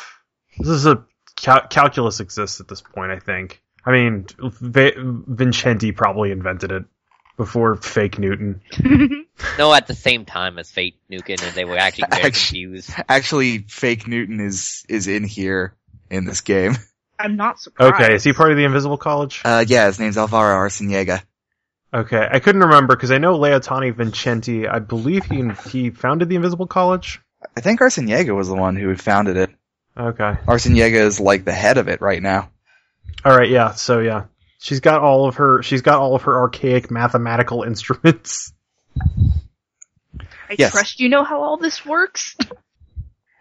[SPEAKER 2] this is a cal- calculus exists at this point. I think. I mean, v- Vincenti probably invented it before fake Newton.
[SPEAKER 5] No, at the same time as Fate Nukin, and they were actually very
[SPEAKER 1] Actually-
[SPEAKER 5] confused.
[SPEAKER 1] Actually, fake Newton is, is in here in this game.
[SPEAKER 3] I'm not surprised.
[SPEAKER 2] Okay, is he part of the Invisible College?
[SPEAKER 1] Uh, yeah, his name's Alvaro Arciniega.
[SPEAKER 2] Okay, I couldn't remember because I know Leotani Vincenti. I believe he he founded the Invisible College.
[SPEAKER 1] I think Arciniega was the one who founded it.
[SPEAKER 2] Okay,
[SPEAKER 1] Arciniega is, like, the head of it right now.
[SPEAKER 2] all right, yeah. So yeah, she's got all of her she's got all of her archaic mathematical instruments.
[SPEAKER 3] I
[SPEAKER 1] Yes.
[SPEAKER 3] trust you know how all this works.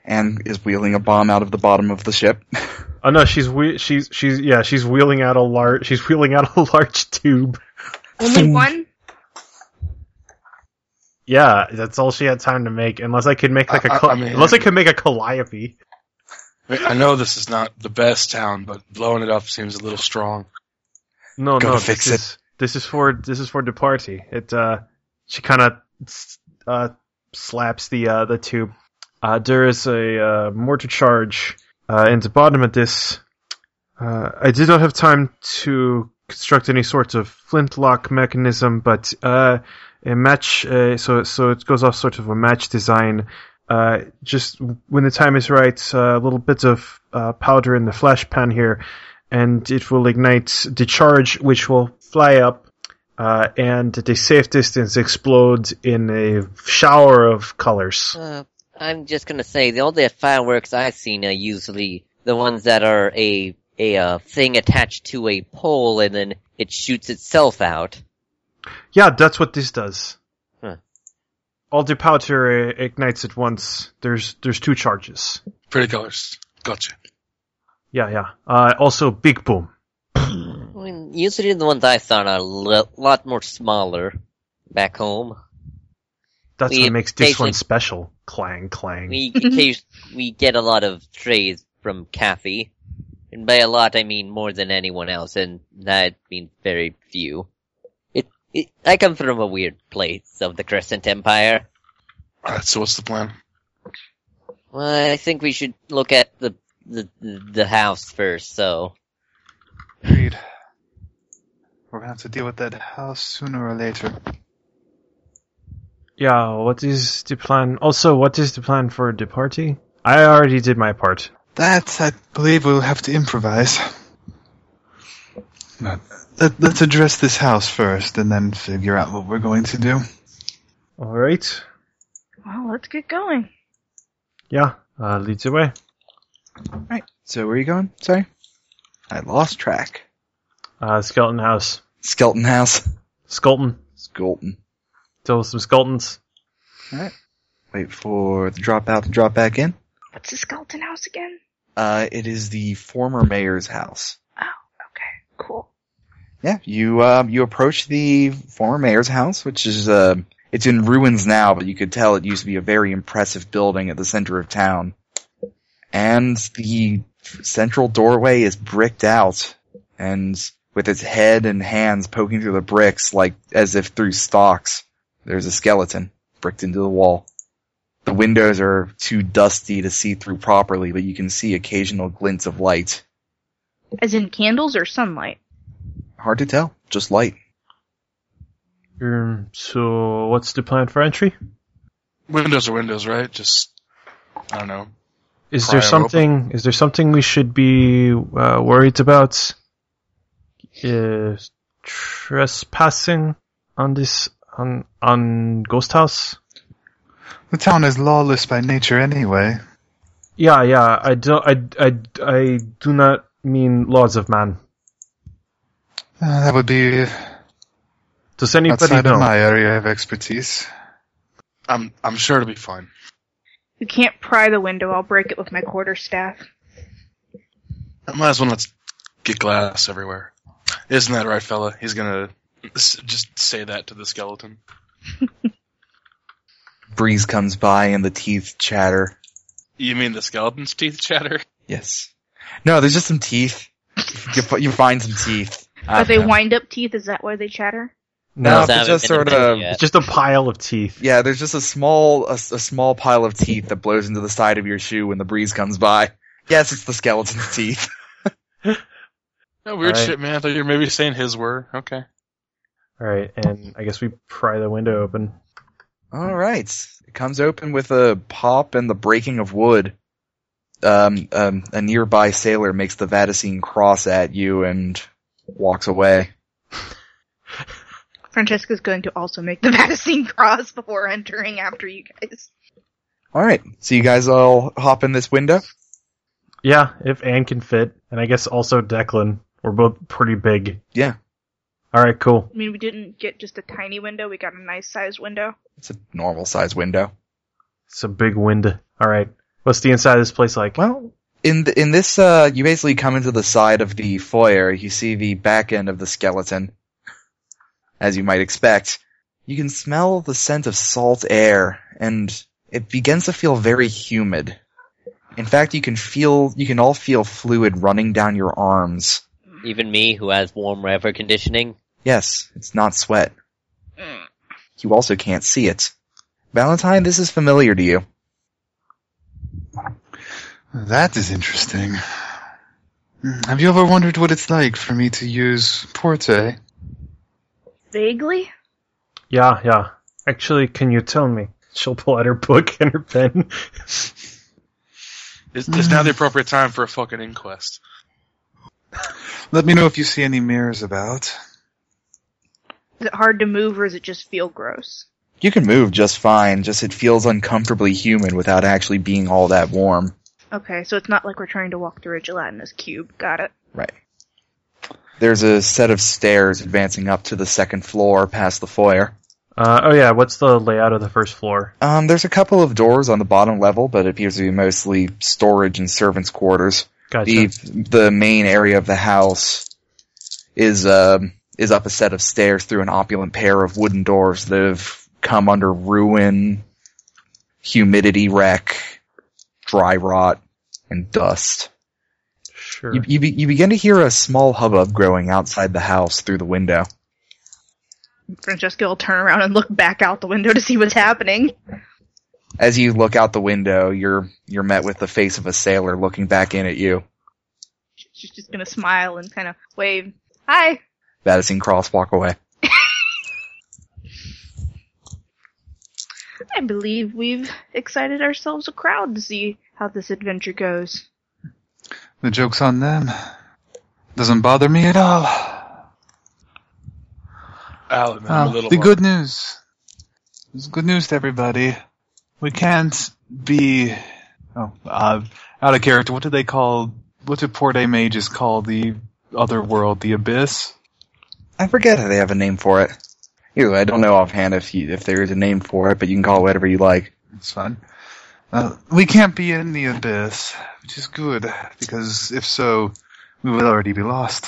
[SPEAKER 1] And is wheeling a bomb out of the bottom of the ship.
[SPEAKER 2] Oh no, she's whe- she's she's yeah she's wheeling out a large she's wheeling out a large tube.
[SPEAKER 3] Only one.
[SPEAKER 2] Yeah, that's all she had time to make. Unless I could make like a
[SPEAKER 4] I- I-
[SPEAKER 2] cal-
[SPEAKER 4] I mean-
[SPEAKER 2] unless I could make a calliope.
[SPEAKER 4] I mean, I know this is not the best town, but blowing it up seems a little strong.
[SPEAKER 2] No,
[SPEAKER 4] Gotta
[SPEAKER 2] no,
[SPEAKER 4] fix
[SPEAKER 2] this is- this is for this is for Departy. It uh, she kind of uh slaps the uh the tube. Uh, there is a uh, mortar charge uh, in the bottom of this. Uh, I did not have time to construct any sort of flintlock mechanism, but uh, a match. Uh, so so it goes off sort of a match design. Uh, just when the time is right, a little bit of uh, powder in the flash pan here, and it will ignite the charge, which will fly up uh, and at a safe distance explode in a shower of colors.
[SPEAKER 5] Uh, I'm just gonna say the all the fireworks I've seen are usually the ones that are a a uh, thing attached to a pole and then it shoots itself out.
[SPEAKER 2] Yeah, that's what this does.
[SPEAKER 5] Huh.
[SPEAKER 2] All the powder uh, ignites at once. There's there's two charges.
[SPEAKER 4] Pretty colors. Gotcha.
[SPEAKER 2] Yeah, yeah. Uh, also, big boom.
[SPEAKER 5] I mean, usually the ones I saw are a lo- lot more smaller back home.
[SPEAKER 2] That's
[SPEAKER 5] We
[SPEAKER 2] what makes this one
[SPEAKER 5] occasionally-
[SPEAKER 2] special. Clang, clang.
[SPEAKER 5] We occasion- we get a lot of trays from Kathy, and by a lot I mean more than anyone else, and that means very few. It, it I come from a weird place of the Crescent Empire.
[SPEAKER 4] All right, so what's the plan?
[SPEAKER 5] Well, I think we should look at the the the house first. So
[SPEAKER 6] Agreed. We're gonna have to deal with that house sooner or later.
[SPEAKER 2] Yeah. What is the plan? Also, what is the plan for the party? I already did my part.
[SPEAKER 6] That I believe we'll have to improvise. But let, let's address this house first, and then figure out what we're going to do.
[SPEAKER 2] All right.
[SPEAKER 3] Well, let's get going.
[SPEAKER 2] Yeah. Uh, leads the way.
[SPEAKER 1] Right. So where are you going? Sorry? I lost track.
[SPEAKER 2] Uh, skeleton house.
[SPEAKER 1] Skelton House.
[SPEAKER 2] Skelton.
[SPEAKER 1] Skelton.
[SPEAKER 2] Deal with some skeletons.
[SPEAKER 1] Wait for the drop out to drop back in.
[SPEAKER 3] What's the skeleton house again?
[SPEAKER 1] Uh, it is the former mayor's house.
[SPEAKER 3] Okay, cool.
[SPEAKER 1] Yeah, you um, you approach the former mayor's house, which is uh, it's in ruins now, but you could tell it used to be a very impressive building at the center of town. And the central doorway is bricked out, and with its head and hands poking through the bricks like as if through stalks, there's a skeleton bricked into the wall. The windows are too dusty to see through properly, but you can see occasional glints of light.
[SPEAKER 3] As in candles or sunlight?
[SPEAKER 1] Hard to tell, just light.
[SPEAKER 2] Um, so, what's the plan for entry?
[SPEAKER 4] Windows are windows, right? Just I don't know.
[SPEAKER 2] Is
[SPEAKER 4] Pry
[SPEAKER 2] there
[SPEAKER 4] 'em open.
[SPEAKER 2] something? Is there something we should be uh, worried about? Is trespassing? on this on on Ghost House?
[SPEAKER 6] The town is lawless by nature anyway.
[SPEAKER 2] Yeah, yeah. I do I I I do not mean laws of man.
[SPEAKER 6] Uh, that would be
[SPEAKER 2] Does anybody
[SPEAKER 6] outside
[SPEAKER 2] know?
[SPEAKER 6] of my area of expertise.
[SPEAKER 4] I'm I'm sure it'll be fine.
[SPEAKER 3] You can't pry the window. I'll break it with my quarterstaff.
[SPEAKER 4] I might as well not get glass everywhere. Isn't that right, fella? He's gonna s- just say that to the skeleton.
[SPEAKER 1] Breeze comes by and the teeth chatter.
[SPEAKER 4] You mean the skeleton's teeth chatter?
[SPEAKER 1] Yes. No, there's just some teeth. You, fi- you find some teeth.
[SPEAKER 2] Ah,
[SPEAKER 1] Um,
[SPEAKER 3] Are they wind up teeth? Is that why they chatter?
[SPEAKER 2] no,
[SPEAKER 1] No.
[SPEAKER 5] Those
[SPEAKER 1] just
[SPEAKER 5] haven't been
[SPEAKER 1] sort of-
[SPEAKER 5] invented
[SPEAKER 2] it's
[SPEAKER 5] yet.
[SPEAKER 2] just a pile of teeth.
[SPEAKER 1] Yeah, there's just a small a, s- a small pile of teeth that blows into the side of your shoe when the breeze comes by. Yes, it's the skeleton's teeth.
[SPEAKER 4] No Oh, weird
[SPEAKER 2] Alright.
[SPEAKER 4] shit, man. I thought you were maybe saying his were. Okay.
[SPEAKER 2] All right, and I guess we pry the window open.
[SPEAKER 1] All right. It comes open with a pop and the breaking of wood. Um, um, a nearby sailor makes the Vadisine cross at you and walks away.
[SPEAKER 3] Francesca's going to also make the Madison cross before entering after you guys.
[SPEAKER 1] All right. So you guys all hop in this window.
[SPEAKER 2] Yeah, if Anne can fit, and I guess also Declan. We're both pretty big.
[SPEAKER 1] Yeah.
[SPEAKER 2] All right, cool.
[SPEAKER 3] I mean, we didn't get just a tiny window. We got a nice sized window.
[SPEAKER 1] It's a normal size window.
[SPEAKER 2] It's a big wind. All right, what's the inside of this place like?
[SPEAKER 1] Well, in the, in this, uh, you basically come into the side of the foyer. You see the back end of the skeleton, as you might expect. You can smell the scent of salt air, and it begins to feel very humid. In fact, you can feel you can all feel fluid running down your arms.
[SPEAKER 5] Even me, who has warm air conditioning.
[SPEAKER 1] Yes, it's not sweat.
[SPEAKER 3] Mm.
[SPEAKER 1] You also can't see it. Valentine, this is familiar to you.
[SPEAKER 6] That is interesting. Hmm, Have you ever wondered what it's like for me to use Porte?
[SPEAKER 3] Vaguely?
[SPEAKER 2] Yeah, yeah. Actually, can you tell me? She'll pull out her book and her pen.
[SPEAKER 4] Is, is now the appropriate time for a fucking inquest?
[SPEAKER 6] Let me know if you see any mirrors about.
[SPEAKER 3] Is it hard to move or does it just feel gross?
[SPEAKER 1] You can move just fine, just it feels uncomfortably humid without actually being all that warm.
[SPEAKER 3] Okay, so it's not like we're trying to walk through a gelatinous cube. Got it.
[SPEAKER 1] Right. There's a set of stairs advancing up to the second floor past the foyer.
[SPEAKER 2] Uh, oh yeah, what's the layout of the first floor?
[SPEAKER 1] Um, there's a couple of doors on the bottom level, but it appears to be mostly storage and servants' quarters.
[SPEAKER 2] Gotcha.
[SPEAKER 1] The the main area of the house is um is up a set of stairs through an opulent pair of wooden doors that have come under ruin, humidity wreck, dry rot, and dust.
[SPEAKER 2] sure.
[SPEAKER 1] You, you, be, you begin to hear a small hubbub growing outside the house through the window.
[SPEAKER 3] Francesca will turn around and look back out the window to see what's happening.
[SPEAKER 1] As you look out the window, you're you're met with the face of a sailor looking back in at you.
[SPEAKER 3] She's just gonna smile and kind of wave. Hi!
[SPEAKER 1] Madison Cross walk away.
[SPEAKER 3] I believe we've excited ourselves a crowd to see how this adventure goes.
[SPEAKER 6] The joke's on them. Doesn't bother me at all.
[SPEAKER 4] Alan, I'm
[SPEAKER 6] Ah,
[SPEAKER 4] a little
[SPEAKER 6] the
[SPEAKER 4] more-
[SPEAKER 6] good news. There's good news to everybody. We can't be oh uh, out of character. What do they call? What do Porte mages call the other world? The abyss.
[SPEAKER 1] I forget if they have a name for it. Either way, I don't know offhand if you, if there is a name for it, but you can call it whatever you like.
[SPEAKER 6] It's fun. Uh, we can't be in the abyss, which is good because if so, we would already be lost.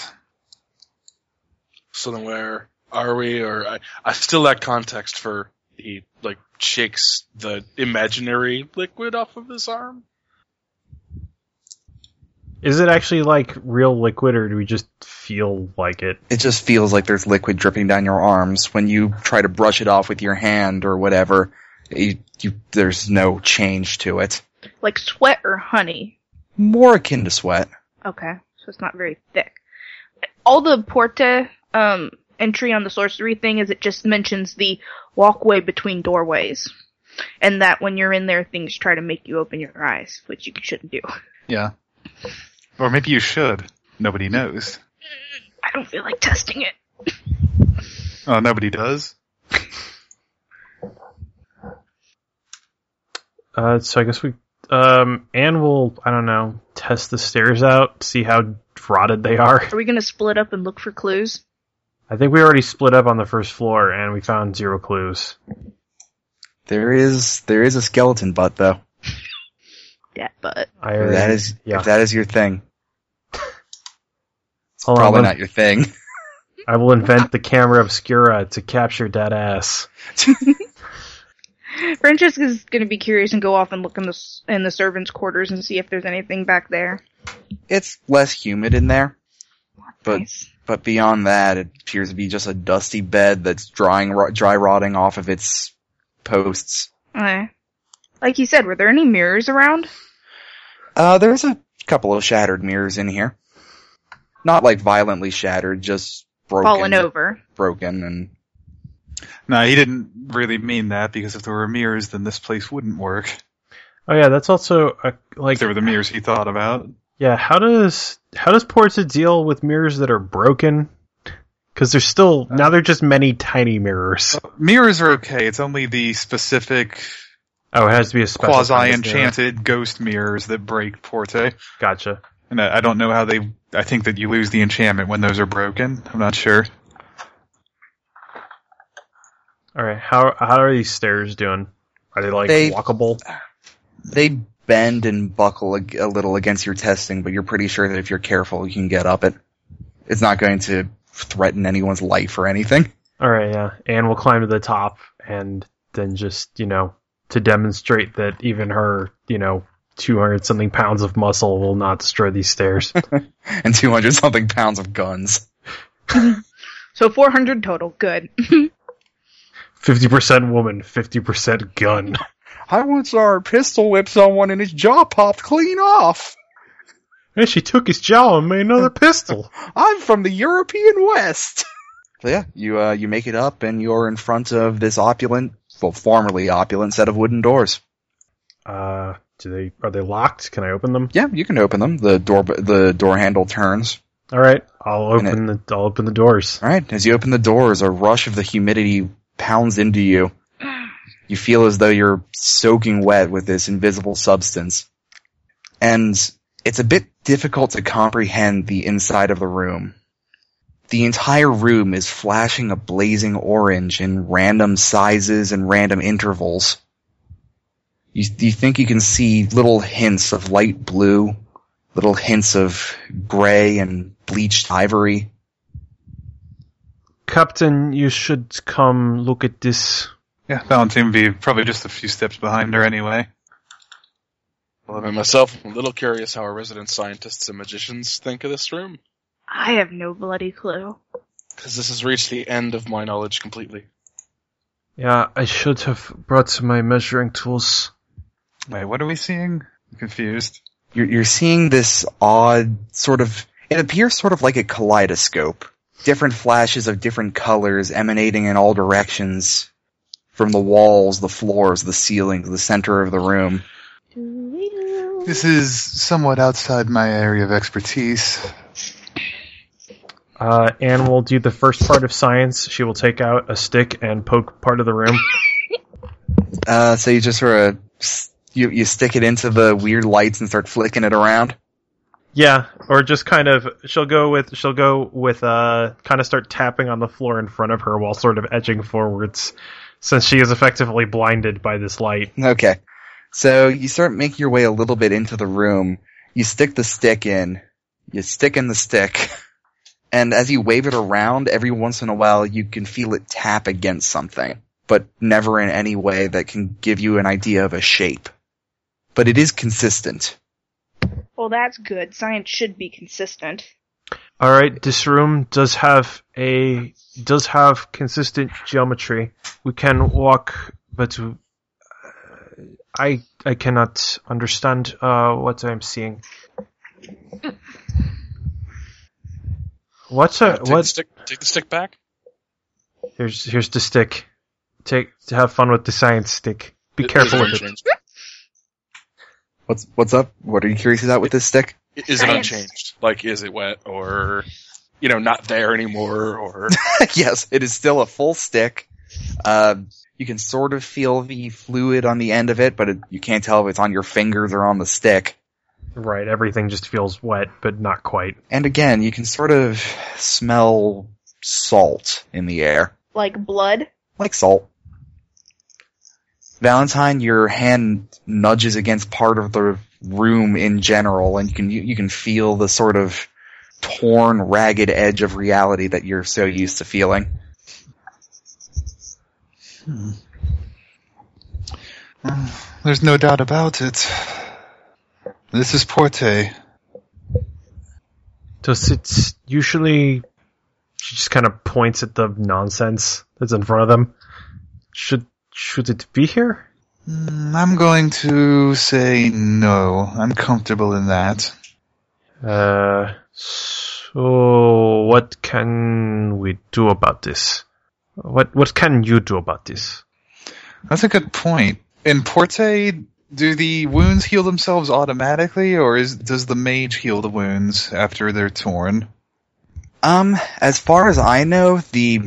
[SPEAKER 4] So then where are we? Or I, I still lack context for he like shakes the imaginary liquid off of his arm.
[SPEAKER 2] Is it actually like real liquid, or do we just feel like it?
[SPEAKER 1] It just feels like there's liquid dripping down your arms when you try to brush it off with your hand or whatever. You, you, there's no change to it.
[SPEAKER 3] Like sweat or honey.
[SPEAKER 1] More akin to sweat.
[SPEAKER 3] Okay, so it's not very thick. All the Porta um, entry on the sorcery thing is it just mentions the walkway between doorways. And that when you're in there, things try to make you open your eyes, which you shouldn't do.
[SPEAKER 6] Yeah. Or maybe you should. Nobody knows.
[SPEAKER 3] I don't feel like testing it.
[SPEAKER 6] Oh, nobody does.
[SPEAKER 2] Uh, so I guess we um, and we'll I don't know test the stairs out, see how rotted they are.
[SPEAKER 3] Are we gonna split up and look for clues?
[SPEAKER 2] I think we already split up on the first floor and we found zero clues.
[SPEAKER 1] There is there is a skeleton butt though.
[SPEAKER 3] Yeah, but
[SPEAKER 2] I
[SPEAKER 1] If
[SPEAKER 2] already,
[SPEAKER 1] that is
[SPEAKER 2] yeah.
[SPEAKER 1] if that is your thing. It's
[SPEAKER 2] Hold on,
[SPEAKER 1] probably
[SPEAKER 2] let-
[SPEAKER 1] not your thing.
[SPEAKER 2] I will invent the camera obscura to capture that ass.
[SPEAKER 3] Francesca's gonna be curious and go off and look in the s- in the servants' quarters and see if there's anything back there.
[SPEAKER 1] It's less humid in there, but
[SPEAKER 3] Nice.
[SPEAKER 1] but beyond that, it appears to be just a dusty bed that's drying ro- dry rotting off of its posts.
[SPEAKER 3] Aye. Like you said, were there any mirrors around?
[SPEAKER 1] Uh, there's a couple of shattered mirrors in here. Not like violently shattered, just broken,
[SPEAKER 3] Fallen over.
[SPEAKER 1] broken, and
[SPEAKER 6] No, he didn't really mean that because if there were mirrors, then this place wouldn't work.
[SPEAKER 2] Oh yeah, that's also a,
[SPEAKER 6] Like
[SPEAKER 2] like
[SPEAKER 6] there were the mirrors he thought about.
[SPEAKER 2] yeah. How does how does Porta deal with mirrors that are broken? Because there's still now they're just many tiny mirrors.
[SPEAKER 6] Mirrors are okay. It's only the specific
[SPEAKER 2] Oh, it has to be a special kind of
[SPEAKER 6] quasi
[SPEAKER 2] mirror.
[SPEAKER 6] enchanted ghost mirrors that break Porte.
[SPEAKER 2] Gotcha.
[SPEAKER 6] And I, I don't know how they. I think that you lose the enchantment when those are broken. I'm not sure.
[SPEAKER 2] All right. How how are these stairs doing? Are they like
[SPEAKER 1] They-
[SPEAKER 2] walkable?
[SPEAKER 1] they bend and buckle a, a little against your testing, but you're pretty sure that if you're careful, you can get up it. It's not going to threaten anyone's life or anything.
[SPEAKER 2] All right. Yeah. And we'll climb to the top, and then just you know to demonstrate that even her you know two hundred something pounds of muscle will not destroy these stairs.
[SPEAKER 1] And 200 something pounds of guns.
[SPEAKER 3] So 400 total. Good.
[SPEAKER 2] Fifty percent woman, fifty percent gun.
[SPEAKER 1] I once saw a pistol whip someone and his jaw popped clean off.
[SPEAKER 2] And she took his jaw and made another pistol.
[SPEAKER 1] I'm from the European West. So yeah, you uh, you make it up and you're in front of this opulent, well, formerly opulent set of wooden doors.
[SPEAKER 2] Uh, do they are they locked? Can I open them?
[SPEAKER 1] Yeah, you can open them. The door the door handle turns.
[SPEAKER 2] All right, I'll
[SPEAKER 1] And
[SPEAKER 2] open the I'll open the doors.
[SPEAKER 1] All right, as you open the doors, a rush of the humidity pounds into you. You feel as though you're soaking wet with this invisible substance. And it's a bit difficult to comprehend the inside of the room. The entire room is flashing a blazing orange in random sizes and random intervals. You, you think you can see little hints of light blue, little hints of gray and bleached ivory.
[SPEAKER 2] Captain, you should come look at this.
[SPEAKER 6] Yeah, Valentine would be probably just a few steps behind her anyway.
[SPEAKER 4] Well, I mean, myself, I'm a little curious how our resident scientists and magicians think of this room,
[SPEAKER 3] I have no bloody clue.
[SPEAKER 4] because this has reached the end of my knowledge completely.
[SPEAKER 2] Yeah, I should have brought my measuring tools.
[SPEAKER 6] Wait, what are we seeing? I'm confused.
[SPEAKER 1] you're, you're seeing this odd sort of it appears sort of like a kaleidoscope different flashes of different colors emanating in all directions from the walls the floors the ceilings the center of the room
[SPEAKER 6] This is somewhat outside my area of expertise.
[SPEAKER 2] Uh, Anne will do the first part of science. She will take out a stick and poke part of the room.
[SPEAKER 1] uh, so you just sort of s- you, you stick it into the weird lights and start flicking it around
[SPEAKER 2] yeah, or just kind of she'll go with she'll go with uh kind of start tapping on the floor in front of her while sort of edging forwards, since she is effectively blinded by this light.
[SPEAKER 1] okay so you start making your way a little bit into the room you stick the stick in you stick in the stick and as you wave it around, every once in a while you can feel it tap against something, but never in any way that can give you an idea of a shape. But it is consistent.
[SPEAKER 3] Well, that's good. Science should be consistent.
[SPEAKER 2] All right, this room does have a does have consistent geometry. We can walk, but uh, I I cannot understand uh, what I'm seeing. What's a
[SPEAKER 4] take, The
[SPEAKER 2] what?
[SPEAKER 4] stick, take the stick back.
[SPEAKER 2] Here's here's the stick. Take to have fun with the science stick. Be
[SPEAKER 4] Is-
[SPEAKER 2] careful
[SPEAKER 4] is
[SPEAKER 2] with it.
[SPEAKER 4] unchanged?
[SPEAKER 1] What's what's up? What are you curious about with this stick?
[SPEAKER 4] Is it
[SPEAKER 3] Science.
[SPEAKER 4] unchanged? Like, is it wet or, you know, not there anymore? Or
[SPEAKER 1] yes, it is still a full stick. Uh, You can sort of feel the fluid on the end of it, but it, you can't tell if it's on your fingers or on the stick.
[SPEAKER 2] Right, everything just feels wet, but not quite.
[SPEAKER 1] And again, you can sort of smell salt in the air,
[SPEAKER 3] Like blood.
[SPEAKER 1] like salt. Valentine, your hand nudges against part of the room in general, and you can you, you can feel the sort of torn, ragged edge of reality that you're so used to feeling.
[SPEAKER 6] There's no doubt about it. This is Porte.
[SPEAKER 2] Does it usually? She just kind of points at the nonsense that's in front of them. Should should it be here?
[SPEAKER 6] Mm, I'm going to say no. I'm comfortable in that.
[SPEAKER 2] Uh, so what can we do about this? What what can you do about this?
[SPEAKER 6] That's a good point. In Porte, do the wounds heal themselves automatically, or is does the mage heal the wounds after they're torn?
[SPEAKER 1] Um, as far as I know, the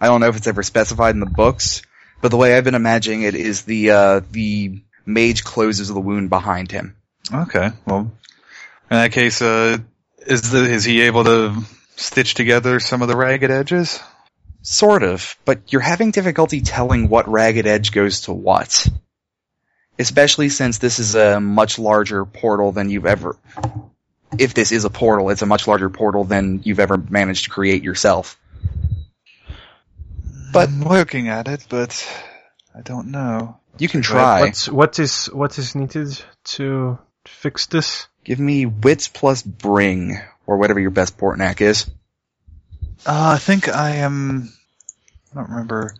[SPEAKER 1] I don't know if it's ever specified in the books, but the way I've been imagining it is the uh the mage closes the wound behind him.
[SPEAKER 6] Okay, well, in that case, uh, is the, is he able to stitch together some of the ragged edges?
[SPEAKER 1] Sort of, but you're having difficulty telling what ragged edge goes to what. Especially since this is a much larger portal than you've ever if this is a portal, it's a much larger portal than you've ever managed to create yourself. But-
[SPEAKER 6] I'm working at it, but I don't know.
[SPEAKER 1] You can try.
[SPEAKER 2] What's what is what is needed to fix this?
[SPEAKER 1] Give me wits plus bring, or whatever your best portnack is.
[SPEAKER 6] Uh, I think I am. I don't remember.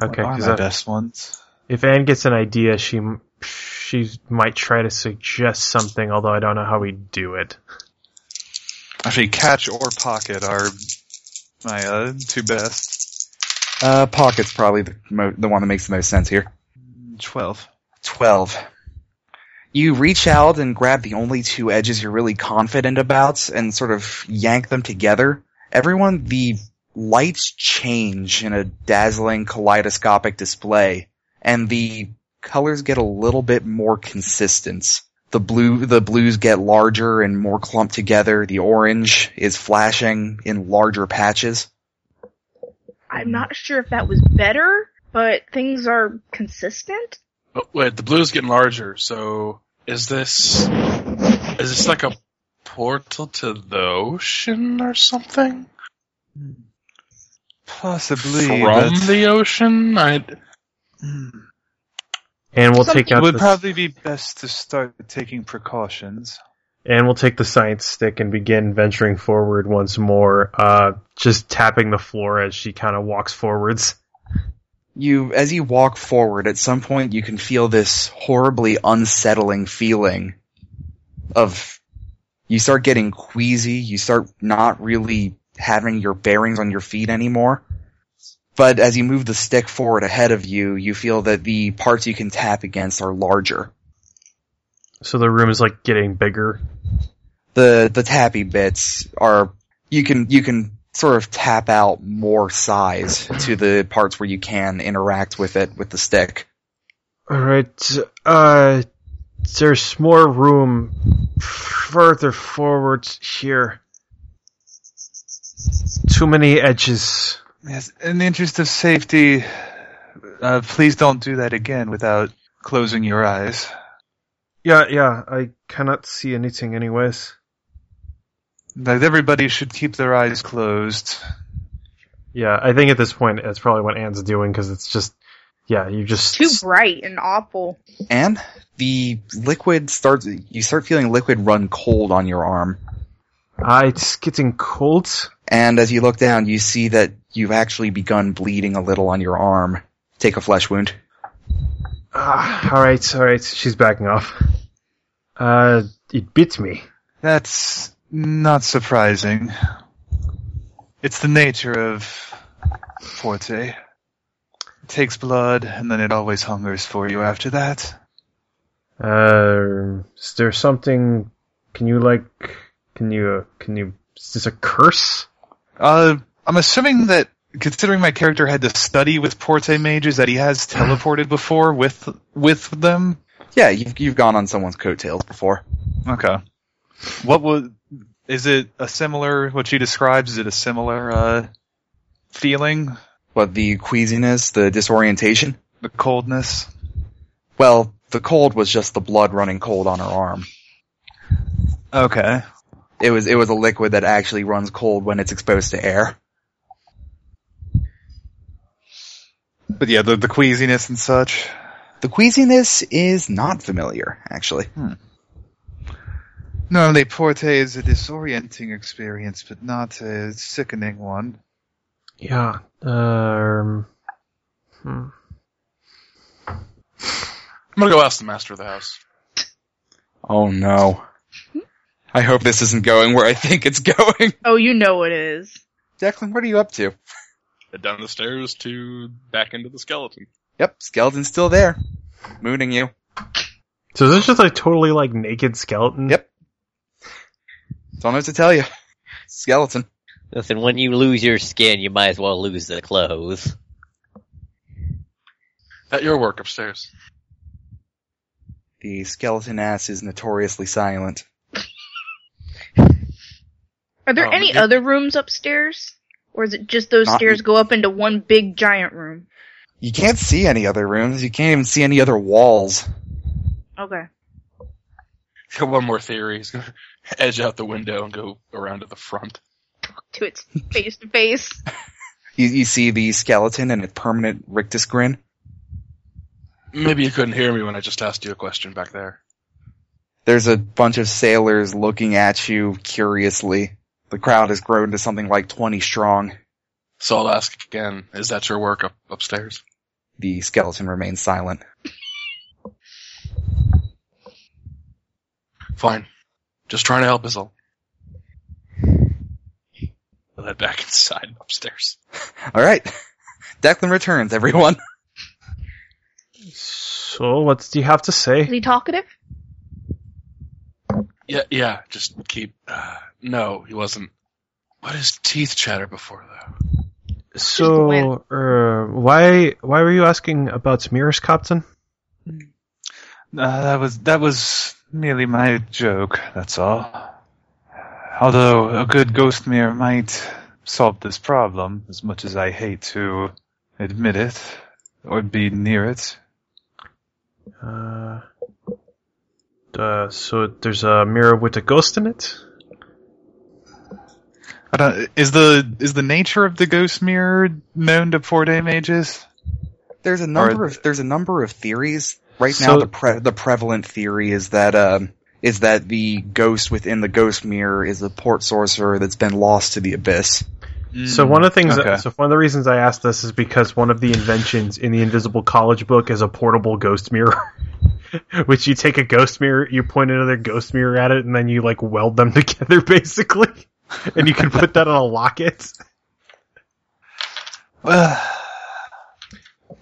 [SPEAKER 2] Okay,
[SPEAKER 6] what are
[SPEAKER 2] 'cause
[SPEAKER 6] my
[SPEAKER 2] I-
[SPEAKER 6] best ones?
[SPEAKER 2] if Anne gets an idea, she m- she might try to suggest something. Although I don't know how we do it.
[SPEAKER 6] Actually, catch or pocket are my uh, two best.
[SPEAKER 1] Uh, pocket's probably the, mo- the one that makes the most sense here.
[SPEAKER 6] Twelve.
[SPEAKER 1] Twelve. You reach out and grab the only two edges you're really confident about and sort of yank them together. Everyone, the lights change in a dazzling kaleidoscopic display and the colors get a little bit more consistent. The blue, the blues get larger and more clumped together. The orange is flashing in larger patches.
[SPEAKER 3] I'm not sure if that was better, but things are consistent.
[SPEAKER 4] Oh, wait, the blue's getting larger. So is this is this like a portal to the ocean or something?
[SPEAKER 6] Possibly.
[SPEAKER 4] From
[SPEAKER 6] but-
[SPEAKER 4] the ocean? I
[SPEAKER 6] Hmm.
[SPEAKER 2] And we'll
[SPEAKER 3] Something
[SPEAKER 2] take out
[SPEAKER 6] It would
[SPEAKER 2] the,
[SPEAKER 6] probably be best to start taking precautions.
[SPEAKER 2] and we'll take the science stick and begin venturing forward once more. Uh, just tapping the floor as she kind of walks forwards.
[SPEAKER 1] you as you walk forward at some point you can feel this horribly unsettling feeling of you start getting queasy you start not really having your bearings on your feet anymore but as you move the stick forward ahead of you you feel that the parts you can tap against are larger
[SPEAKER 2] So the room is like getting bigger.
[SPEAKER 1] the the tappy bits are you can you can sort of tap out more size to the parts where you can interact with it with the stick
[SPEAKER 2] All right. Uh, there's more room further forward here. Too many edges.
[SPEAKER 6] Yes, in the interest of safety, uh, please don't do that again without closing your eyes.
[SPEAKER 2] Yeah, yeah. I cannot see anything, anyways.
[SPEAKER 6] Like everybody should keep their eyes closed.
[SPEAKER 2] Yeah, I think at this point that's probably what Anne's doing because it's just, yeah, you just
[SPEAKER 3] Too bright and awful.
[SPEAKER 1] and the liquid starts you start feeling liquid run cold on your arm
[SPEAKER 2] Ah, it's getting cold.
[SPEAKER 1] and as you look down you see that you've actually begun bleeding a little on your arm take a flesh wound
[SPEAKER 2] Ah, all right, all right. She's backing off. Uh, it bit me.
[SPEAKER 6] That's not surprising. It's the nature of Forte. It takes blood, and then it always hungers for you after that.
[SPEAKER 2] Uh, is there something? Can you like? uh, Can you? Can you? Is this a curse?
[SPEAKER 6] Uh, I'm assuming that considering my character had to study with Porte mages that he has teleported before with with them.
[SPEAKER 1] Yeah, you've you've gone on someone's coattails before.
[SPEAKER 6] Okay. What was? Is it a similar? What she describes? Is it a similar uh, feeling?
[SPEAKER 1] But the queasiness, the disorientation.
[SPEAKER 6] The coldness.
[SPEAKER 1] Well, the cold was just the blood running cold on her arm.
[SPEAKER 6] Okay.
[SPEAKER 1] It was it was a liquid that actually runs cold when it's exposed to air.
[SPEAKER 6] But yeah, the, the queasiness and such.
[SPEAKER 1] The queasiness is not familiar, actually.
[SPEAKER 6] Normally, Porte is a disorienting experience, but not a sickening one.
[SPEAKER 2] Yeah. Um, hmm.
[SPEAKER 4] I'm gonna go ask the master of the house.
[SPEAKER 1] Oh no. I hope this isn't going where I think it's going.
[SPEAKER 3] Oh, you know it is.
[SPEAKER 1] Declan, what are you up to?
[SPEAKER 4] Down the stairs to back into the skeleton.
[SPEAKER 1] Yep, skeleton's still there. Mooning you.
[SPEAKER 2] so is this just a totally like naked skeleton?
[SPEAKER 1] Yep. Don't know what to tell you. Skeleton.
[SPEAKER 5] Listen, when you lose your skin, you might as well lose the clothes.
[SPEAKER 4] At your work upstairs.
[SPEAKER 1] The skeleton ass is notoriously silent.
[SPEAKER 3] Are there
[SPEAKER 4] Um,
[SPEAKER 3] any
[SPEAKER 4] yeah.
[SPEAKER 3] other rooms upstairs? Or is it just those
[SPEAKER 1] Not-
[SPEAKER 3] stairs go up into one big giant room?
[SPEAKER 1] You can't see any other rooms. You can't even see any other walls.
[SPEAKER 3] Okay.
[SPEAKER 4] Got one more theory. He's gonna edge out the window and go around to the front.
[SPEAKER 3] To its face to face.
[SPEAKER 1] You, you see the skeleton and a permanent rictus grin.
[SPEAKER 4] Maybe you couldn't hear me when I just asked you a question back there.
[SPEAKER 1] There's a bunch of sailors looking at you curiously. The crowd has grown to something like 20 strong.
[SPEAKER 4] So I'll ask again, is that your work up upstairs?
[SPEAKER 1] The skeleton remains silent.
[SPEAKER 4] Fine. Just trying to help us all. I'll head back inside upstairs.
[SPEAKER 1] Alright. Declan returns, everyone.
[SPEAKER 2] So what do you have to
[SPEAKER 3] Is
[SPEAKER 2] say?
[SPEAKER 3] he talkative?
[SPEAKER 4] Yeah, yeah, just keep, uh, no, he wasn't. What is teeth chatter before though?
[SPEAKER 2] So uh, why why were you asking about Smears, Captain?
[SPEAKER 6] Uh, that was that was merely my joke. That's all. Although a good ghost mirror might solve this problem, as much as I hate to admit it or be near it.
[SPEAKER 2] Uh, uh, so there's a mirror with a ghost in it.
[SPEAKER 6] I don't, is the is the nature of the ghost mirror known to poor day mages?
[SPEAKER 1] There's a number of there's a number of theories right now.
[SPEAKER 2] So-
[SPEAKER 1] The pre- the prevalent theory is that um is that the ghost within the ghost mirror is a port sorcerer that's been lost to the abyss.
[SPEAKER 2] So one of the things,
[SPEAKER 6] okay.
[SPEAKER 2] so one of the reasons I asked this is because one of the inventions in the Invisible College book is a portable ghost mirror, which you take a ghost mirror, you point another ghost mirror at it, and then you like weld them together basically, and you can put that on a locket.
[SPEAKER 6] Well,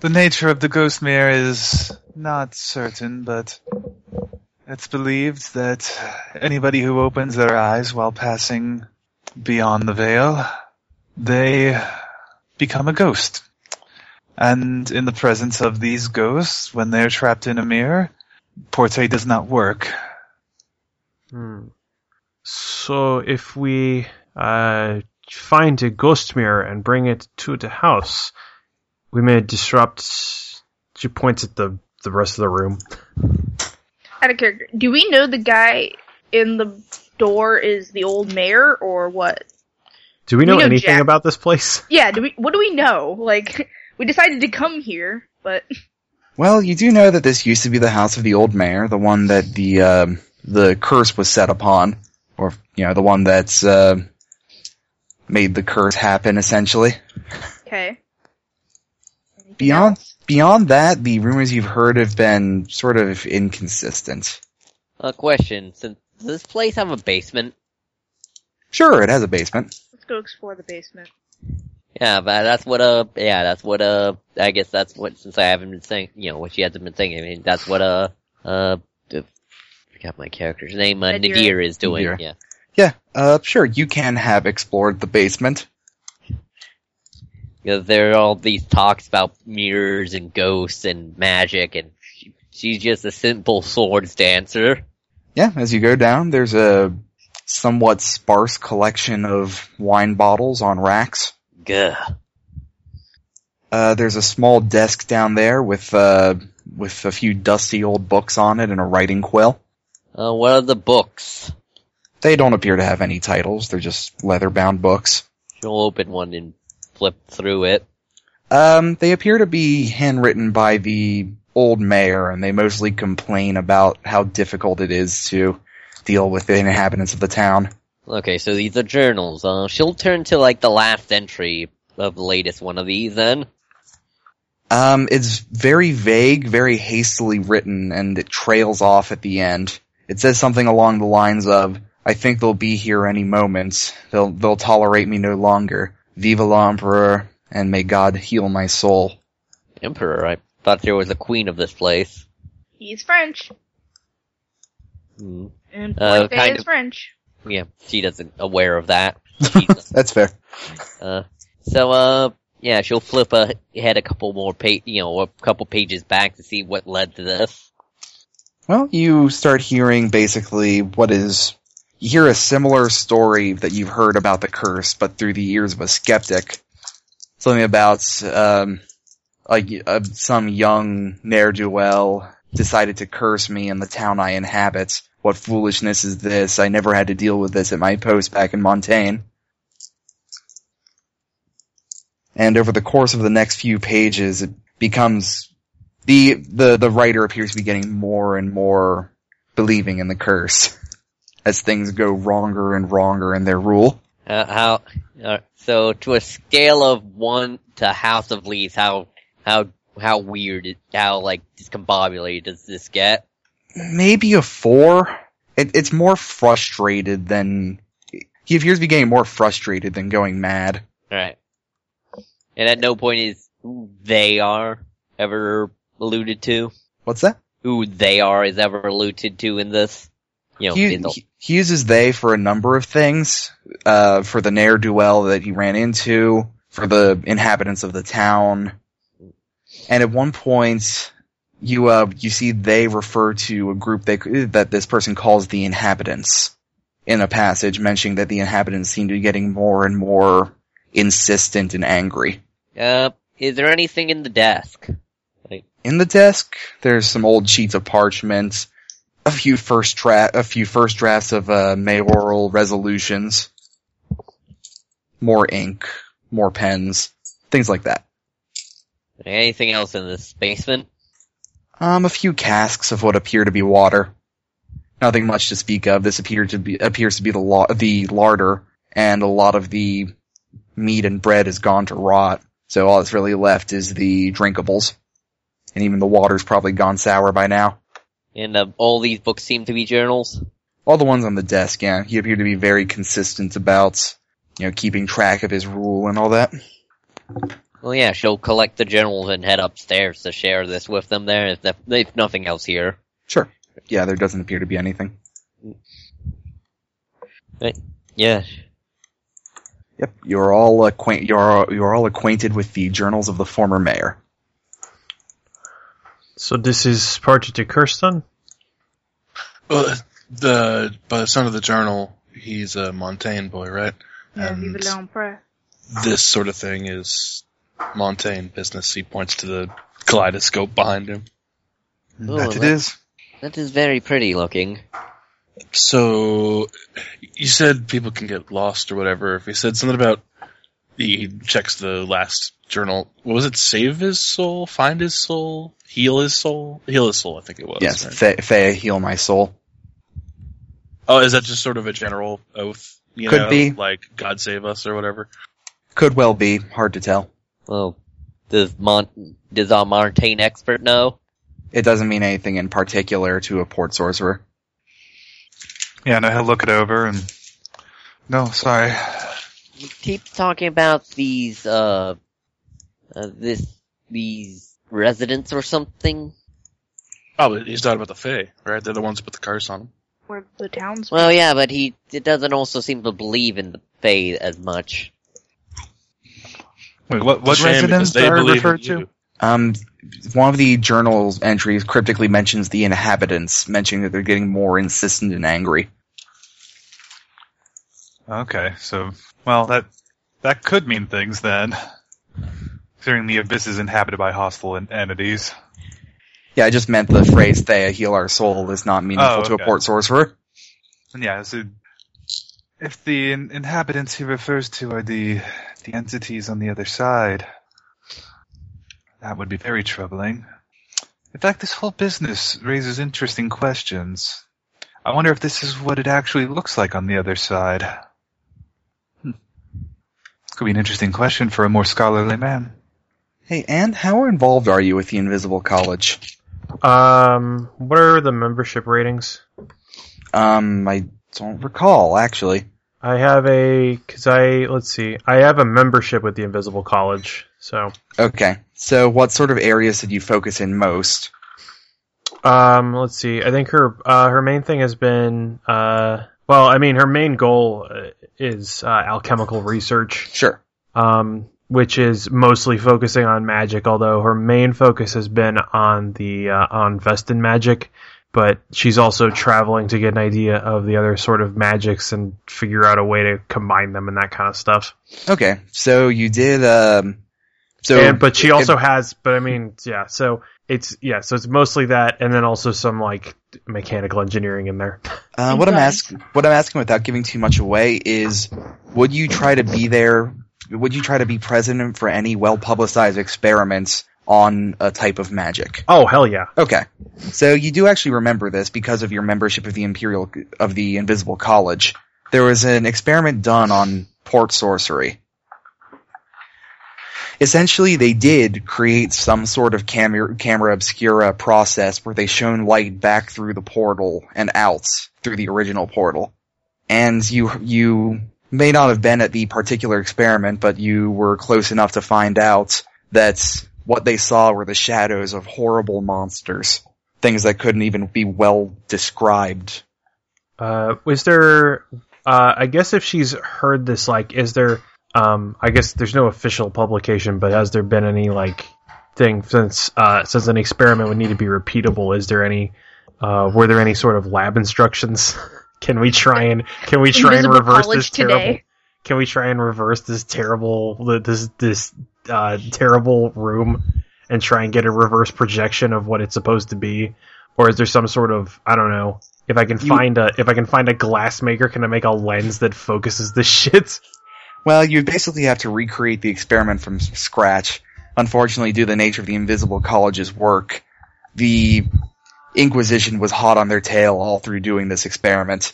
[SPEAKER 6] the nature of the ghost mirror is not certain, but it's believed that anybody who opens their eyes while passing beyond the veil, they become a ghost. And in the presence of these ghosts, when they're trapped in a mirror, Porte does not work.
[SPEAKER 2] Hmm. So if we uh, find a ghost mirror and bring it to the house, we may disrupt. She points at the the rest of the room.
[SPEAKER 3] Out of character. Do we know the guy in the door is the old mayor or what?
[SPEAKER 2] Do we know,
[SPEAKER 3] know
[SPEAKER 2] anything
[SPEAKER 3] Jack.
[SPEAKER 2] about this place?
[SPEAKER 3] Yeah, do we what do we know? Like we decided to come here, but
[SPEAKER 1] Well, you do know that this used to be the house of the old mayor, the one that the um, the curse was set upon, or you know the one that's uh, made the curse happen. Essentially,
[SPEAKER 3] okay.
[SPEAKER 1] beyond beyond that, the rumors you've heard have been sort of inconsistent.
[SPEAKER 5] A question: Since does this place have a basement?
[SPEAKER 1] Sure, it has a basement.
[SPEAKER 3] Let's go explore the basement.
[SPEAKER 5] Yeah, but that's what uh, yeah, that's what uh, I guess that's what since I haven't been saying, you know, what she hasn't been saying. I mean, that's what uh, uh, I forgot my character's name. Uh,
[SPEAKER 3] Nadir.
[SPEAKER 5] Nadir is doing.
[SPEAKER 1] Nadir.
[SPEAKER 5] Yeah,
[SPEAKER 1] Yeah, uh, sure, you can have explored the basement.
[SPEAKER 5] you know, there are all these talks about mirrors and ghosts and magic, and she, she's just a simple swords dancer.
[SPEAKER 1] yeah, as you go down, there's a somewhat sparse collection of wine bottles on racks.
[SPEAKER 5] Gah.
[SPEAKER 1] Uh, there's a small desk down there with uh, with a few dusty old books on it and a writing quill.
[SPEAKER 5] Uh, what are the books?
[SPEAKER 1] They don't appear to have any titles. They're just leather-bound books.
[SPEAKER 5] She'll open one and flip through it.
[SPEAKER 1] Um, they appear to be handwritten by the old mayor, and they mostly complain about how difficult it is to deal with the inhabitants of the town.
[SPEAKER 5] Okay, so these are journals. Uh, she'll turn to like the last entry of the latest one of these then.
[SPEAKER 1] Um, it's very vague, very hastily written, and it trails off at the end. It says something along the lines of, "I think they'll be here any moment. They'll they'll tolerate me no longer. Viva l'empereur, and may God heal my soul."
[SPEAKER 5] Emperor, I thought there was a queen of this place.
[SPEAKER 3] He's French.
[SPEAKER 5] Hmm.
[SPEAKER 3] And
[SPEAKER 5] Uh,
[SPEAKER 3] Fuerte
[SPEAKER 5] kind
[SPEAKER 3] is
[SPEAKER 5] of.
[SPEAKER 3] French.
[SPEAKER 5] Yeah, she doesn't aware of that. She's-
[SPEAKER 1] That's fair.
[SPEAKER 5] uh, so, uh, yeah, she'll flip ahead a couple more pa- you know, a couple pages back to see what led to this.
[SPEAKER 1] Well, you start hearing basically what is. You hear a similar story that you've heard about the curse, but through the ears of a skeptic. Something about um, a, a, some young ne'er do well decided to curse me and the town I inhabit. What foolishness is this? I never had to deal with this at my post back in Montaigne. And over the course of the next few pages, it becomes the the the writer appears to be getting more and more believing in the curse as things go wronger and wronger in their rule.
[SPEAKER 5] Uh, how, uh, so to a scale of one to House of Leaves, how, how, how weird, it, how like discombobulated does this get?
[SPEAKER 1] Maybe a four. It, it's more frustrated than he appears to be getting more frustrated than going mad.
[SPEAKER 5] Alright. And at no point is who they are ever alluded to.
[SPEAKER 1] What's that?
[SPEAKER 5] Who they are is ever alluded to in this. You know,
[SPEAKER 1] He,
[SPEAKER 5] in the-
[SPEAKER 1] he- he uses they for a number of things. Uh, for the ne'er do well that he ran into, for the inhabitants of the town, and at one point, you uh, you see they refer to a group they that this person calls the inhabitants in a passage, mentioning that the inhabitants seem to be getting more and more insistent and angry.
[SPEAKER 5] Uh, is there anything in the desk?
[SPEAKER 1] in the desk. There's some old sheets of parchment, a few first dra- a few first drafts of uh, mayoral resolutions, more ink, more pens, things like that.
[SPEAKER 5] Anything else in this basement?
[SPEAKER 1] Um, a few casks of what appear to be water. Nothing much to speak of. This appeared to be appears to be the la- the larder, and a lot of the meat and bread has gone to rot. So all that's really left is the drinkables, and even the water's probably gone sour by now.
[SPEAKER 5] And uh, all these books seem to be journals.
[SPEAKER 1] all the ones on the desk, yeah. He appeared to be very consistent about, you know, keeping track of his rule and all that.
[SPEAKER 5] Well, yeah, she'll collect the journals and head upstairs to share this with them there, if, that, if nothing else here.
[SPEAKER 1] Sure. Yeah, there doesn't appear to be anything.
[SPEAKER 5] Yeah.
[SPEAKER 1] Yep. You're all acquaint you're you're all acquainted with the journals of the former mayor.
[SPEAKER 2] So this is part of the curse then?
[SPEAKER 4] Well, the by the son of the journal, he's a Montaigne boy, right?
[SPEAKER 3] Yeah,
[SPEAKER 4] And-
[SPEAKER 3] Viva l'Empereur.
[SPEAKER 4] This sort of thing is Montaigne business. He points to the kaleidoscope behind him.
[SPEAKER 5] Ooh,
[SPEAKER 6] that it
[SPEAKER 5] that-
[SPEAKER 6] is.
[SPEAKER 5] That is very pretty looking.
[SPEAKER 4] So, you said people can get lost or whatever. If he said something about he checks the last journal, what was it? Save his soul, find his soul, heal his soul, heal his soul. I think it was.
[SPEAKER 1] yes.
[SPEAKER 4] right?
[SPEAKER 1] Fe- Fea, heal my soul.
[SPEAKER 4] Oh, is that just sort of a general oath? You
[SPEAKER 1] Could
[SPEAKER 4] know,
[SPEAKER 1] be.
[SPEAKER 4] like God save us or whatever.
[SPEAKER 1] Could well be. Hard to tell.
[SPEAKER 5] Well, does Mon- does our Montaigne expert know?
[SPEAKER 1] It doesn't mean anything in particular to a port sorcerer.
[SPEAKER 6] Yeah, and I look it over and no, sorry.
[SPEAKER 5] You keep talking about these, uh, uh this, these residents or something?
[SPEAKER 4] Oh, but he's talking about the Fae, right? They're the ones who put the curse on him.
[SPEAKER 3] Where the town's
[SPEAKER 5] Well, yeah, but he it doesn't also seem to believe in the Fae as much.
[SPEAKER 6] Wait, what what
[SPEAKER 4] It's a shame because
[SPEAKER 6] residents
[SPEAKER 4] they
[SPEAKER 6] are
[SPEAKER 4] believe in
[SPEAKER 6] referred
[SPEAKER 4] you.
[SPEAKER 6] to?
[SPEAKER 1] Um, one of the journal's entries cryptically mentions the inhabitants, mentioning that they're getting more insistent and angry.
[SPEAKER 6] Okay, so well that that could mean things then. Considering the abyss is inhabited by hostile en- entities.
[SPEAKER 1] Yeah, I just meant the phrase "Thea heal our soul" is not meaningful
[SPEAKER 6] Oh,
[SPEAKER 1] to a
[SPEAKER 6] okay.
[SPEAKER 1] port sorcerer.
[SPEAKER 6] And yeah, so if the in- inhabitants he refers to are the the entities on the other side, that would be very troubling. In fact, this whole business raises interesting questions. I wonder if this is what it actually looks like on the other side. Hmm. Could be an interesting question for a more scholarly man.
[SPEAKER 1] Hey, and how involved are you with the Invisible College?
[SPEAKER 2] Um, what are the membership ratings?
[SPEAKER 1] Um, I don't recall actually.
[SPEAKER 2] I have a because I let's see, I have a membership with the Invisible College. So,
[SPEAKER 1] Okay, so what sort of areas did you focus in most?
[SPEAKER 2] um, let's see. I think her uh, her main thing has been uh, well, I mean, her main goal uh, is uh, alchemical research,
[SPEAKER 1] Sure.
[SPEAKER 2] um, which is mostly focusing on magic. Although her main focus has been on the uh, on Vestin magic. But she's also traveling to get an idea of the other sort of magics and figure out a way to combine them and that kind of stuff.
[SPEAKER 1] Okay, so you did. Um, so
[SPEAKER 2] and, but she also
[SPEAKER 1] it-
[SPEAKER 2] has, but I mean, yeah. So it's yeah. So it's mostly that, and then also some like mechanical engineering in there.
[SPEAKER 1] Uh, what I'm
[SPEAKER 3] Right.
[SPEAKER 1] asking, what I'm asking, without giving too much away, is would you try to be there? Would you try to be present for any well-publicized experiments on a type of magic?
[SPEAKER 2] Oh hell yeah!
[SPEAKER 1] Okay, so you do actually remember this because of your membership of the Imperial of the Invisible College. There was an experiment done on port sorcery. Essentially, they did create some sort of camera, camera obscura process where they shone light back through the portal and out through the original portal. And you you may not have been at the particular experiment, but you were close enough to find out that what they saw were the shadows of horrible monsters, things that couldn't even be well described.
[SPEAKER 2] Uh, is there? Uh, I guess if she's heard this, like, is there? Um, I guess there's no official publication, but has there been any like thing since uh, since an experiment would need to be repeatable? Is there any? Uh, were there any sort of lab instructions? can we try and can we try
[SPEAKER 3] Invisible
[SPEAKER 2] and reverse
[SPEAKER 3] college
[SPEAKER 2] this terrible?
[SPEAKER 3] today.
[SPEAKER 2] can we try and reverse this terrible this this uh, terrible room and try and get a reverse projection of what it's supposed to be or is there some sort of i don't know if i can
[SPEAKER 1] You-
[SPEAKER 2] find a if i can find a glass maker can i make a lens that focuses this shit
[SPEAKER 1] Well, you basically have to recreate the experiment from s- scratch. Unfortunately, due to the nature of the Invisible College's work, the Inquisition was hot on their tail all through doing this experiment.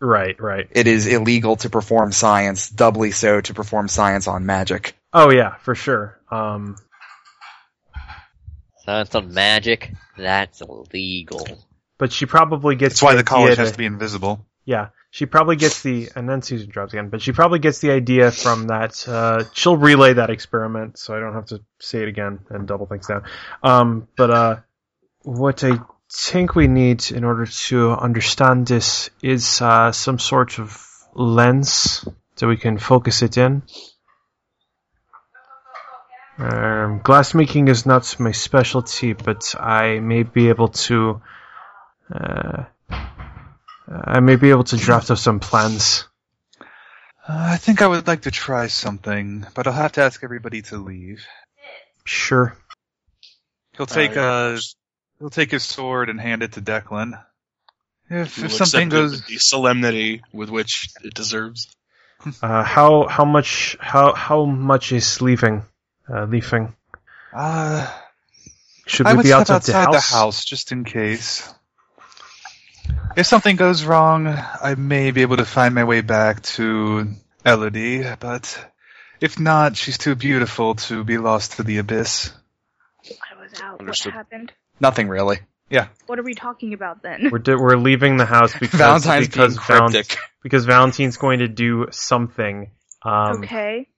[SPEAKER 2] right right
[SPEAKER 1] It is illegal to perform science, doubly so to perform science on magic.
[SPEAKER 2] oh yeah for sure um
[SPEAKER 5] Science on magic? That's illegal.
[SPEAKER 2] but she probably gets
[SPEAKER 6] That's why the college
[SPEAKER 2] idea
[SPEAKER 6] has
[SPEAKER 2] that-
[SPEAKER 6] to be invisible.
[SPEAKER 2] Yeah, she probably gets the and then Susan drops again, but she probably gets the idea from that. Uh, she'll relay that experiment, so I don't have to say it again and double things down. Um, but uh, what I think we need in order to understand this is uh, some sort of lens so we can focus it in. Um, glassmaking is not my specialty, but I may be able to. Uh, I may be able to draft up some plans.
[SPEAKER 6] Uh, I think I would like to try something, but I'll have to ask everybody to leave.
[SPEAKER 2] Sure.
[SPEAKER 6] He'll take
[SPEAKER 4] yeah.
[SPEAKER 6] uh, he'll take his sword and hand it to Declan. If,
[SPEAKER 4] You
[SPEAKER 6] if
[SPEAKER 4] accept
[SPEAKER 6] something
[SPEAKER 4] it
[SPEAKER 6] goes,
[SPEAKER 4] with the solemnity with which it deserves.
[SPEAKER 2] Uh, how how much how how much is leaving? Uh, leaving.
[SPEAKER 6] uh,
[SPEAKER 2] Should
[SPEAKER 6] I
[SPEAKER 2] we
[SPEAKER 6] would
[SPEAKER 2] be
[SPEAKER 6] step
[SPEAKER 2] out of
[SPEAKER 6] outside the house just in case. If something goes wrong, I may be able to find my way back to Elodie, but if not, she's too beautiful to be lost to the abyss.
[SPEAKER 3] I was out.
[SPEAKER 4] Understood.
[SPEAKER 3] What happened?
[SPEAKER 1] Nothing really.
[SPEAKER 3] What are we talking about then?
[SPEAKER 2] We're di- we're leaving the house because
[SPEAKER 1] Valentine's
[SPEAKER 2] because
[SPEAKER 1] being cryptic.
[SPEAKER 2] because Valentine's going to do something. Um,
[SPEAKER 3] okay.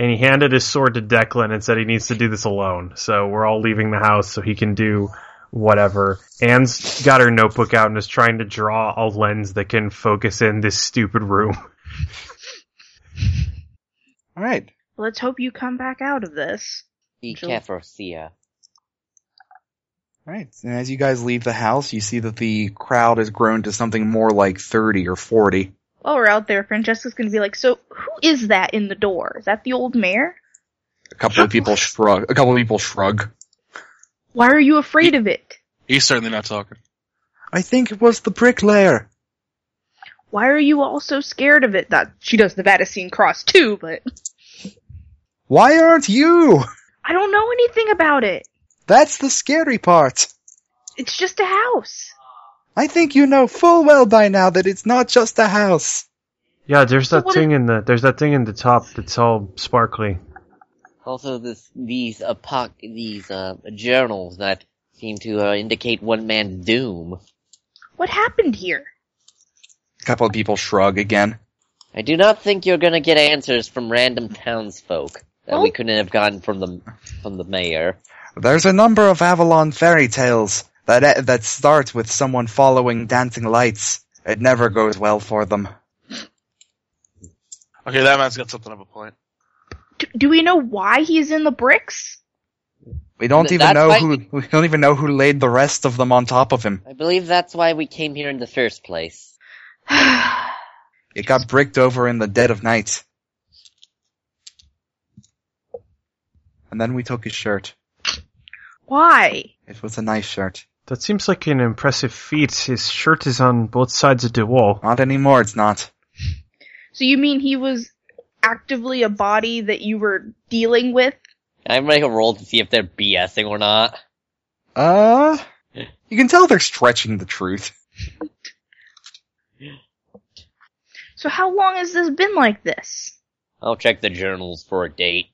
[SPEAKER 2] And he handed his sword to Declan and said he needs to do this alone. So we're all leaving the house so he can do whatever. Anne's got her notebook out and is trying to draw a lens that can focus in this stupid room.
[SPEAKER 1] All right.
[SPEAKER 3] Let's hope you come back out of this.
[SPEAKER 5] Be
[SPEAKER 3] Sure.
[SPEAKER 5] careful, Sia.
[SPEAKER 1] All right. And as you guys leave the house, you see that the crowd has grown to something more like 30 or 40.
[SPEAKER 3] While we're out there, Francesca's gonna be like, "So who is that in the door? Is that the old mayor?
[SPEAKER 1] A couple of people shrug. A couple of people shrug.
[SPEAKER 3] Why are you afraid of it?
[SPEAKER 4] He's certainly not talking.
[SPEAKER 1] I think it was the bricklayer.
[SPEAKER 3] Why are you all so scared of it?" That she does the Vaticine cross too, but
[SPEAKER 1] Why aren't you?
[SPEAKER 3] I don't know anything about it.
[SPEAKER 1] That's the scary part.
[SPEAKER 3] It's just a house.
[SPEAKER 1] I think you know full well by now that it's not just a house.
[SPEAKER 2] Yeah, there's
[SPEAKER 3] So
[SPEAKER 2] that
[SPEAKER 3] what
[SPEAKER 2] thing in the there's that thing in the top that's all sparkly.
[SPEAKER 5] Also, this these epoch these uh, journals that seem to uh, indicate one man's doom.
[SPEAKER 3] What happened here?
[SPEAKER 1] A couple of people shrug again.
[SPEAKER 5] I do not think you're gonna get answers from random townsfolk that we
[SPEAKER 3] Oh.
[SPEAKER 5] couldn't have gotten from the from the mayor.
[SPEAKER 1] There's a number of Avalon fairy tales that eh, that start with someone following dancing lights. It never goes well for them.
[SPEAKER 4] Okay, that man's got something of a point.
[SPEAKER 3] D- do we know why he's in the bricks?
[SPEAKER 1] We don't
[SPEAKER 5] Th-
[SPEAKER 1] even
[SPEAKER 5] that's
[SPEAKER 1] know
[SPEAKER 5] why-
[SPEAKER 1] who we don't even know who laid the rest of them on top of him.
[SPEAKER 5] I believe that's why we came here in the first place.
[SPEAKER 1] It got bricked over in the dead of night. And then we took his shirt.
[SPEAKER 3] why?
[SPEAKER 1] It was a nice shirt.
[SPEAKER 2] That seems like an impressive feat. His shirt is on both sides of the wall.
[SPEAKER 1] Not anymore, it's not.
[SPEAKER 3] So you mean he was actively a body that you were dealing with?
[SPEAKER 5] I'm making a roll to see if they're BSing or not.
[SPEAKER 1] Uh you can tell they're stretching the truth.
[SPEAKER 3] So how long has this been like this?
[SPEAKER 5] I'll check the journals for a date.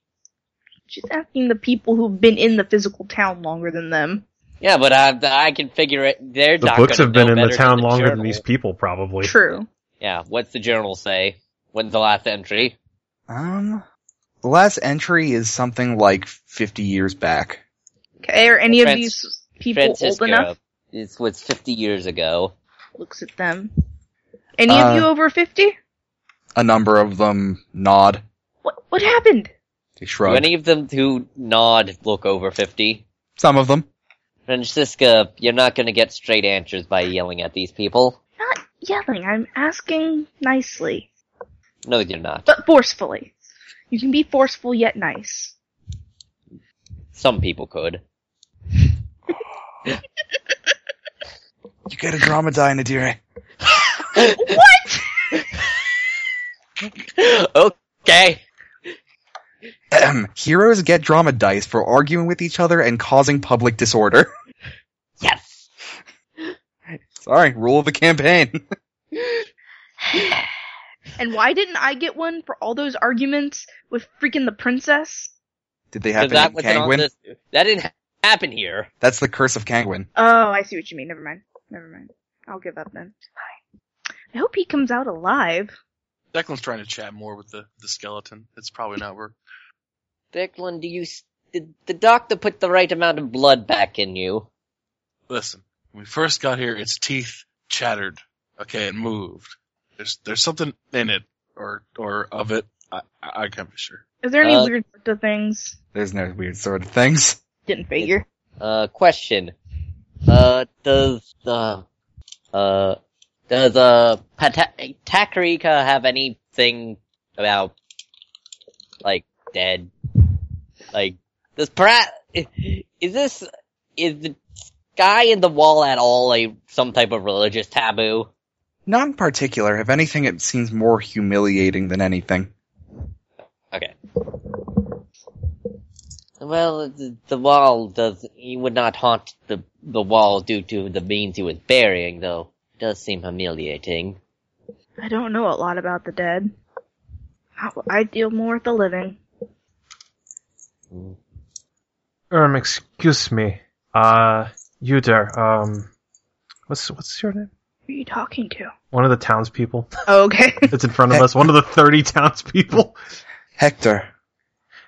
[SPEAKER 3] She's asking the people who've been in the physical town longer than them.
[SPEAKER 5] Yeah, but I, I can figure it. They're
[SPEAKER 2] The
[SPEAKER 5] not
[SPEAKER 2] books
[SPEAKER 5] gonna
[SPEAKER 2] have been
[SPEAKER 5] know
[SPEAKER 2] in
[SPEAKER 5] better
[SPEAKER 2] the town
[SPEAKER 5] the
[SPEAKER 2] longer than
[SPEAKER 5] journal.
[SPEAKER 2] these people, probably.
[SPEAKER 3] True.
[SPEAKER 5] Yeah, what's the journal say? When's the last entry?
[SPEAKER 1] Um the last entry is something like fifty years back.
[SPEAKER 3] Okay, are any of
[SPEAKER 5] Francis-
[SPEAKER 3] these people
[SPEAKER 5] Francisco.
[SPEAKER 3] old enough?
[SPEAKER 5] This was 50 years ago.
[SPEAKER 3] Looks at them. Any of
[SPEAKER 1] Uh,
[SPEAKER 3] you over fifty?
[SPEAKER 1] A number of them nod.
[SPEAKER 3] What what happened?
[SPEAKER 1] They
[SPEAKER 5] Do
[SPEAKER 1] shrug.
[SPEAKER 5] any of them who nod look over 50?
[SPEAKER 1] Some of them.
[SPEAKER 5] Francisca, you're not gonna get straight answers by yelling at these people.
[SPEAKER 3] Not yelling. I'm asking nicely,
[SPEAKER 5] No, you're not.
[SPEAKER 3] but forcefully. You can be forceful yet nice.
[SPEAKER 5] Some people could.
[SPEAKER 1] You get a dromedine, Adire.
[SPEAKER 3] What?
[SPEAKER 5] okay.
[SPEAKER 1] Ahem. Heroes get drama dice for arguing with each other and causing public disorder.
[SPEAKER 5] Yes.
[SPEAKER 1] Sorry, rule of the campaign.
[SPEAKER 3] and why didn't I get one for all those arguments with freaking the princess?
[SPEAKER 1] Did they
[SPEAKER 5] 'Cause
[SPEAKER 1] happen
[SPEAKER 5] That,
[SPEAKER 1] in
[SPEAKER 5] wasn't on
[SPEAKER 1] Kangwin?
[SPEAKER 5] this, that didn't ha- happen here.
[SPEAKER 1] That's the curse of Kangwin.
[SPEAKER 3] Oh, I see what you mean. Never mind. Never mind. I'll give up then. I hope he comes out alive.
[SPEAKER 4] Declan's trying to chat more with the, the skeleton. It's probably not working.
[SPEAKER 5] Declan, do you, s- did the doctor put the right amount of blood back in you?
[SPEAKER 4] Listen, when we first got here, its teeth chattered. Okay, it moved. There's there's something in it, or or of it. I I I can't be sure.
[SPEAKER 3] Is there any
[SPEAKER 5] Uh,
[SPEAKER 3] weird sort of things?
[SPEAKER 1] There's no weird sort of things.
[SPEAKER 3] Didn't figure.
[SPEAKER 5] Uh, question. Uh, does, uh, uh, does, uh, Pata- Takarika have anything about, like, dead? Like, does Prat, is this, is the guy in the wall at all a, some type of religious taboo?
[SPEAKER 1] Not in particular. If anything, it seems more humiliating than anything.
[SPEAKER 5] Okay. Well, the, the wall does, he would not haunt the, the wall due to the means he was burying, though. Does seem humiliating.
[SPEAKER 3] I don't know a lot about the dead. Not- I deal more with the living.
[SPEAKER 2] Um, excuse me. Uh, you there. Um, what's what's your name?
[SPEAKER 3] Who are you talking to?
[SPEAKER 2] One of the townspeople
[SPEAKER 3] Oh, okay.
[SPEAKER 2] that's in front of us. One of the thirty townspeople.
[SPEAKER 1] Hector.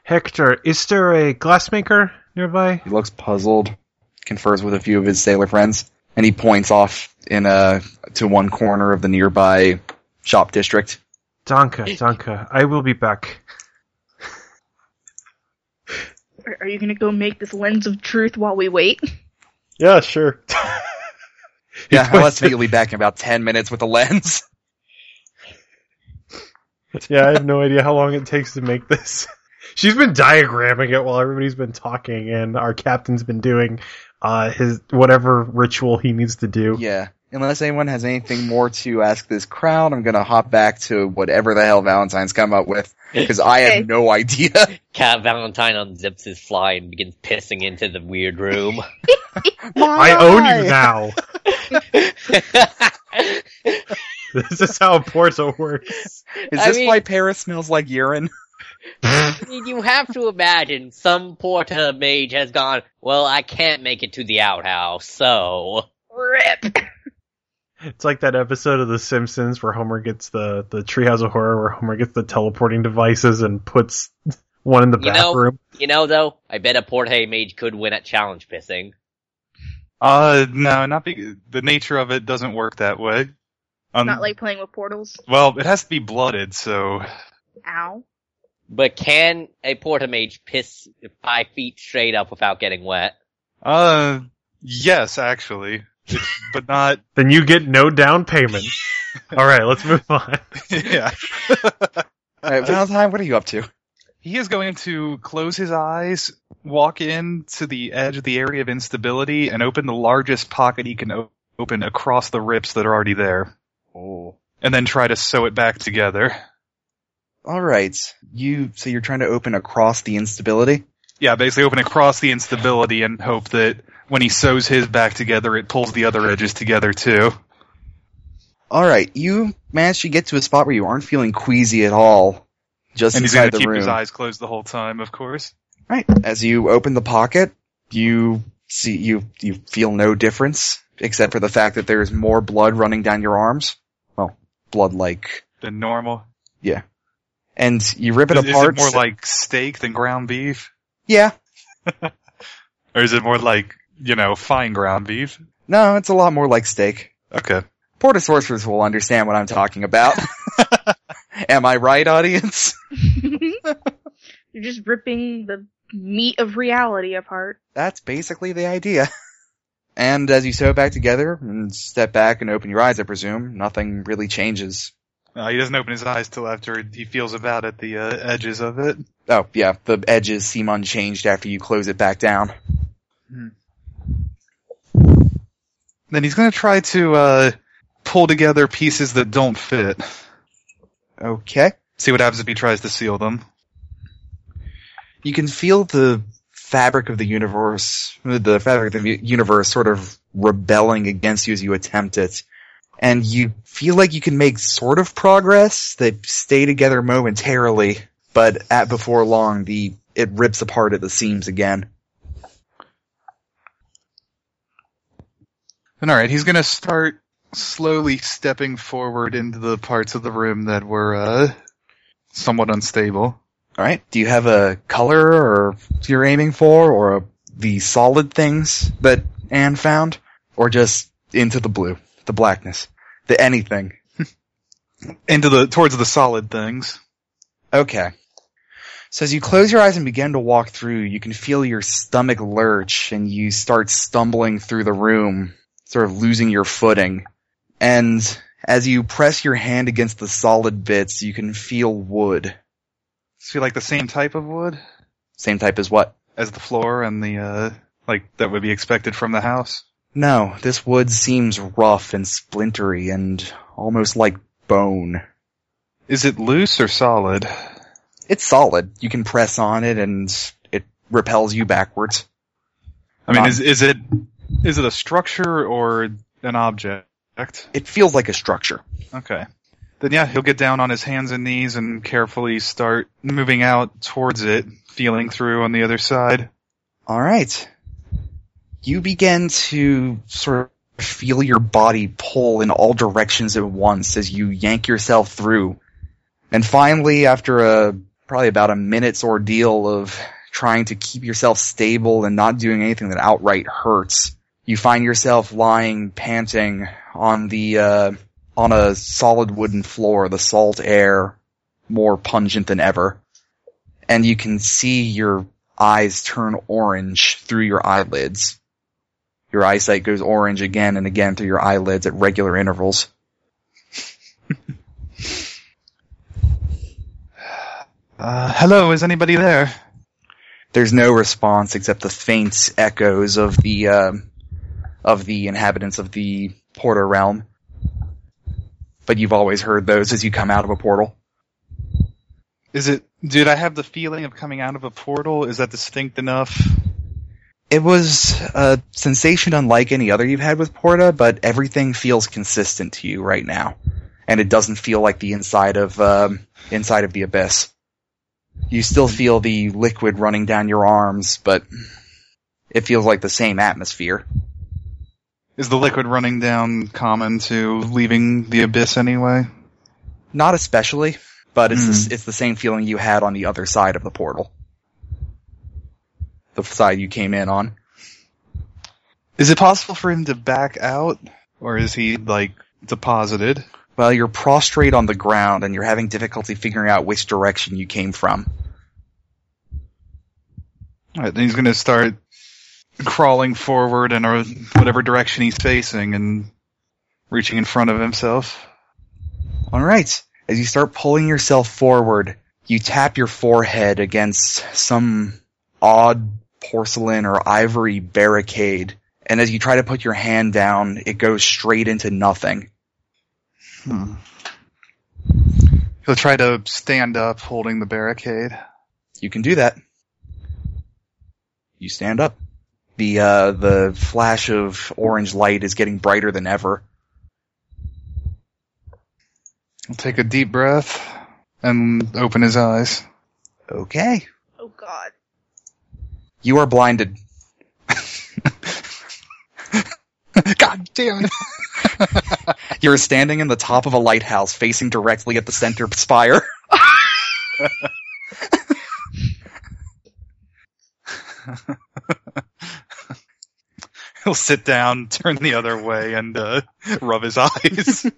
[SPEAKER 2] Hector, is there a glassmaker nearby?
[SPEAKER 1] He looks puzzled, confers with a few of his sailor friends, and he points off in a to one corner of the nearby shop district.
[SPEAKER 2] Danka, Danka, I will be back.
[SPEAKER 3] Are- Are you gonna go make this lens of truth while we wait?
[SPEAKER 2] Yeah, sure. He
[SPEAKER 1] Yeah,
[SPEAKER 2] points
[SPEAKER 1] let's meet. You'll be back in about ten minutes with a lens.
[SPEAKER 2] to- yeah, I have no idea how long it takes to make this. She's been diagramming it while everybody's been talking, and our captain's been doing uh, his whatever ritual he needs to do.
[SPEAKER 1] Yeah. Unless anyone has anything more to ask this crowd, I'm gonna hop back to whatever the hell Valentine's come up with because I
[SPEAKER 3] Okay.
[SPEAKER 1] have no idea.
[SPEAKER 5] Cat Valentine unzips his fly and begins pissing into the weird room.
[SPEAKER 2] I own you now. this is how Porto works.
[SPEAKER 1] Is
[SPEAKER 5] I
[SPEAKER 1] this
[SPEAKER 5] mean-
[SPEAKER 1] why Paris smells like urine?
[SPEAKER 5] I mean, you have to imagine some porter mage has gone, well, I can't make it to the outhouse, so.
[SPEAKER 6] Um,
[SPEAKER 3] Rip.
[SPEAKER 2] It's like that episode of The Simpsons where Homer gets the the Treehouse of Horror, where Homer gets the teleporting devices and puts one in the
[SPEAKER 5] You know-
[SPEAKER 2] bathroom.
[SPEAKER 5] You know, though, I bet a porter mage could win at challenge pissing.
[SPEAKER 6] Uh, no, not be- the nature of it doesn't work that way. Um,
[SPEAKER 3] Not like playing with portals.
[SPEAKER 6] well, it has to be blooded, so
[SPEAKER 3] Ow.
[SPEAKER 5] But can a porter mage piss five feet straight up without getting wet?
[SPEAKER 6] uh, yes, actually, It's- but not.
[SPEAKER 2] Then you get no down payment. All right, let's move on.
[SPEAKER 6] Yeah,
[SPEAKER 1] Alright, Valentine, what are you up to?
[SPEAKER 6] he is going to close his eyes, walk in to the edge of the area of instability, and open the largest pocket he can o- open across the rips that are already there,
[SPEAKER 1] Oh.
[SPEAKER 6] and then try to sew it back together.
[SPEAKER 1] Alright. You so you're trying to open across the instability?
[SPEAKER 6] Yeah, basically open across the instability and hope that when he sews his back together, it pulls the other edges together too.
[SPEAKER 1] Alright, you managed to get to a spot where you aren't feeling queasy at all. Just
[SPEAKER 6] and he's
[SPEAKER 1] inside
[SPEAKER 6] going
[SPEAKER 1] the
[SPEAKER 6] to keep
[SPEAKER 1] room.
[SPEAKER 6] his eyes closed the whole time, of course.
[SPEAKER 1] Right. As you open the pocket, you see you you feel no difference except for the fact that there's more blood running down your arms. Well, blood like
[SPEAKER 6] The normal.
[SPEAKER 1] and you rip it
[SPEAKER 6] Is, is
[SPEAKER 1] apart.
[SPEAKER 6] it more like steak than ground beef,
[SPEAKER 1] yeah.
[SPEAKER 6] or is it more like you know fine ground beef?
[SPEAKER 1] No, it's a lot more like steak.
[SPEAKER 6] Okay.
[SPEAKER 1] Porta sorcerers will understand what I'm talking about. Am I right, audience?
[SPEAKER 3] You're just ripping the meat of reality apart.
[SPEAKER 1] That's basically the idea. And as you sew it back together and step back and open your eyes, I presume, nothing really changes.
[SPEAKER 6] Uh, he doesn't open his eyes till after he feels about at the uh, edges of it.
[SPEAKER 1] Oh, yeah, the edges seem unchanged after you close it back down.
[SPEAKER 6] Then he's going to try to uh, pull together pieces that don't fit.
[SPEAKER 1] Okay.
[SPEAKER 6] See what happens if he tries to seal them.
[SPEAKER 1] You can feel the fabric of the universe, the fabric of the universe sort of rebelling against you as you attempt it. And you feel like you can make sort of progress. They stay together momentarily, but at before long, the, it rips apart at the seams again.
[SPEAKER 6] And all right, he's going to start slowly stepping forward into the parts of the room that were uh, somewhat unstable.
[SPEAKER 1] Alright. Do you have a color or you're aiming for or the solid things that Anne found? Or just into the blue, the blackness, the anything?
[SPEAKER 6] Into the towards the solid things.
[SPEAKER 1] Okay. So as you close your eyes and begin to walk through, you can feel your stomach lurch and you start stumbling through the room, sort of losing your footing. And as you press your hand against the solid bits, you can feel wood.
[SPEAKER 6] So you like the same type of wood
[SPEAKER 1] Same type as what?
[SPEAKER 6] as the floor and the uh, like that would be expected from the house.
[SPEAKER 1] No, this wood seems rough and splintery and almost like bone.
[SPEAKER 6] Is it loose or solid?
[SPEAKER 1] It's solid. You can press on it and it repels you backwards.
[SPEAKER 6] I mean,
[SPEAKER 1] Not-
[SPEAKER 6] is is it is it a structure or an object?
[SPEAKER 1] It feels like a structure.
[SPEAKER 6] Okay. Then yeah, he'll get down on his hands and knees and carefully start moving out towards it, feeling through on the other side.
[SPEAKER 1] All right. You begin to sort of feel your body pull in all directions at once as you yank yourself through. And finally, after a probably about a minute's ordeal of trying to keep yourself stable and not doing anything that outright hurts, you find yourself lying panting on the uh, on a solid wooden floor, the salt air more pungent than ever. And you can see your eyes turn orange through your eyelids. Your eyesight goes orange again and again through your eyelids at regular intervals.
[SPEAKER 6] Uh, hello, is anybody there?
[SPEAKER 1] There's no response except the faint echoes of the um, of the inhabitants of the Porter realm. But you've always heard those as you come out of a portal.
[SPEAKER 6] Is it? Did I have the feeling of coming out of a portal? Is that distinct enough?
[SPEAKER 1] It was a sensation unlike any other you've had with Porta, but everything feels consistent to you right now, and it doesn't feel like the inside of um, inside of the abyss. You still feel the liquid running down your arms, but it feels like the same atmosphere.
[SPEAKER 6] Is the liquid running down common to leaving the abyss anyway?
[SPEAKER 1] Not especially, but it's
[SPEAKER 6] Hmm.
[SPEAKER 1] the, it's the same feeling you had on the other side of the portal, the side you came in on.
[SPEAKER 6] Is it possible for him to back out, or is he like deposited?
[SPEAKER 1] Well, you're prostrate on the ground and you're having difficulty figuring out which direction you came from.
[SPEAKER 6] All right, then he's going to start crawling forward in or whatever direction he's facing and reaching in front of himself.
[SPEAKER 1] All right. As you start pulling yourself forward, you tap your forehead against some odd porcelain or ivory barricade. And as you try to put your hand down, it goes straight into nothing.
[SPEAKER 6] Hmm. He'll try to stand up, holding the barricade.
[SPEAKER 1] You can do that. You stand up. The, uh, the flash of orange light is getting brighter than ever.
[SPEAKER 6] He'll take a deep breath and open his eyes.
[SPEAKER 1] Okay.
[SPEAKER 3] Oh god.
[SPEAKER 1] You are blinded.
[SPEAKER 6] God damn it!
[SPEAKER 1] You're standing in the top of a lighthouse facing directly at the center spire.
[SPEAKER 6] He'll sit down, turn the other way, and uh, rub his eyes.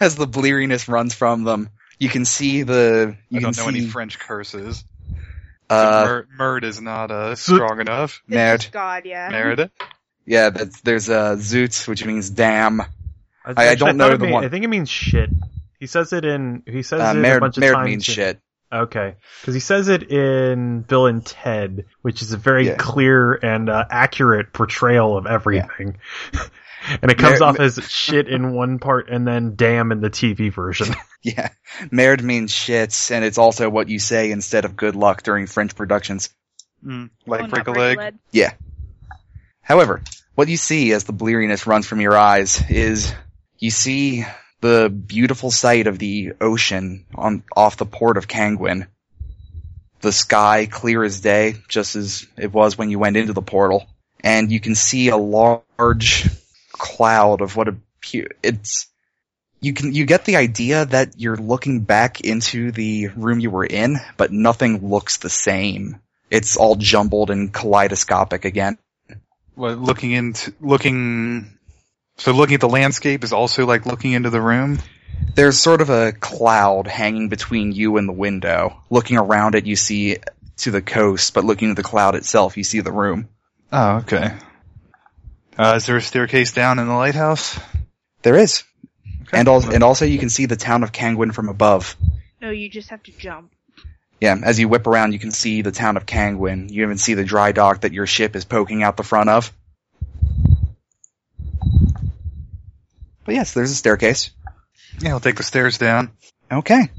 [SPEAKER 1] as the bleariness runs from them. You can see the you
[SPEAKER 6] I
[SPEAKER 1] can
[SPEAKER 6] don't know
[SPEAKER 1] see
[SPEAKER 6] any French curses.
[SPEAKER 1] uh
[SPEAKER 6] Mur- murd is not uh,
[SPEAKER 2] Zoot.
[SPEAKER 6] strong enough.
[SPEAKER 3] It's
[SPEAKER 1] Nerd.
[SPEAKER 3] just God, yeah.
[SPEAKER 6] Merit.
[SPEAKER 1] yeah that's, there's uh zoot which means damn I
[SPEAKER 2] actually,
[SPEAKER 1] don't
[SPEAKER 2] thought
[SPEAKER 1] know
[SPEAKER 2] it
[SPEAKER 1] the
[SPEAKER 2] mean-
[SPEAKER 1] one.
[SPEAKER 2] I think it means shit. He says it in. He says
[SPEAKER 1] uh,
[SPEAKER 2] it a
[SPEAKER 1] mer-
[SPEAKER 2] bunch of
[SPEAKER 1] mer-
[SPEAKER 2] times.
[SPEAKER 1] means
[SPEAKER 2] in-
[SPEAKER 1] shit
[SPEAKER 2] Okay, because he says it in Bill and Ted, which is a very
[SPEAKER 1] Yeah.
[SPEAKER 2] clear and uh, accurate portrayal of everything. and it
[SPEAKER 1] Mer-
[SPEAKER 2] comes off as shit in one part, and then damn in the TV version.
[SPEAKER 1] yeah merd means shits and it's also what you say instead of good luck during French productions.
[SPEAKER 6] Mm.
[SPEAKER 3] Oh,
[SPEAKER 6] Like
[SPEAKER 3] not
[SPEAKER 6] break a
[SPEAKER 3] break
[SPEAKER 6] leg.
[SPEAKER 3] lead.
[SPEAKER 1] However, what you see as the bleariness runs from your eyes is you see the beautiful sight of the ocean on off the port of Kangwin. The sky clear as day, just as it was when you went into the portal, and you can see a large cloud of what appear it's you can you get the idea that you're looking back into the room you were in, but nothing looks the same. It's all jumbled and kaleidoscopic again.
[SPEAKER 6] What, looking into looking. So looking at the landscape is also like looking into the room.
[SPEAKER 1] There's sort of a cloud hanging between you and the window. Looking around it, you see to the coast, but looking at the cloud itself, you see the room.
[SPEAKER 6] Oh, okay. Uh, is there a staircase down in the lighthouse?
[SPEAKER 1] There is.
[SPEAKER 6] Okay.
[SPEAKER 1] And, al- and also, you can see the town of Kangwin from above.
[SPEAKER 3] No, you just have to jump.
[SPEAKER 1] Yeah, as you whip around, you can see the town of Kangwin. You even see the dry dock that your ship is poking out the front of. But yes, there's a staircase.
[SPEAKER 6] yeah, I'll take the stairs down.
[SPEAKER 1] Okay.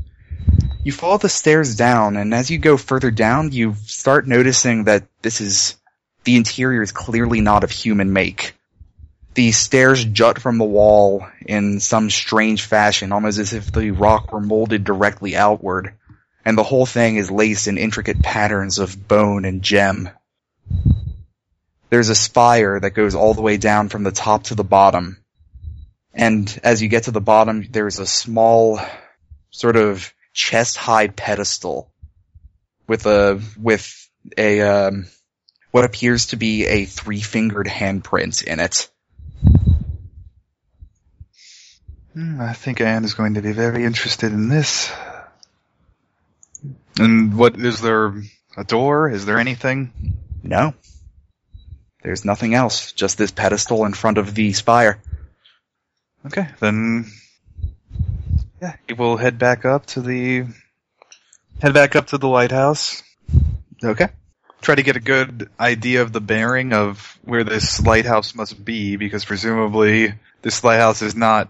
[SPEAKER 1] You follow the stairs down, and as you go further down, you start noticing that this is the interior is clearly not of human make. The stairs jut from the wall in some strange fashion, almost as if the rock were molded directly outward, and the whole thing is laced in intricate patterns of bone and gem. There's a spire that goes all the way down from the top to the bottom. And as you get to the bottom, there's a small sort of chest high pedestal with a with a um, what appears to be a three fingered handprint in it.
[SPEAKER 6] Hmm, I think Anne is going to be very interested in this. And what is there? A door? Is there anything?
[SPEAKER 1] No. There's nothing else, just this pedestal in front of the spire.
[SPEAKER 6] Okay, then. Yeah, we'll head back up to the. Head back up to the lighthouse.
[SPEAKER 1] Okay.
[SPEAKER 6] Try to get a good idea of the bearing of where this lighthouse must be, because presumably this lighthouse is not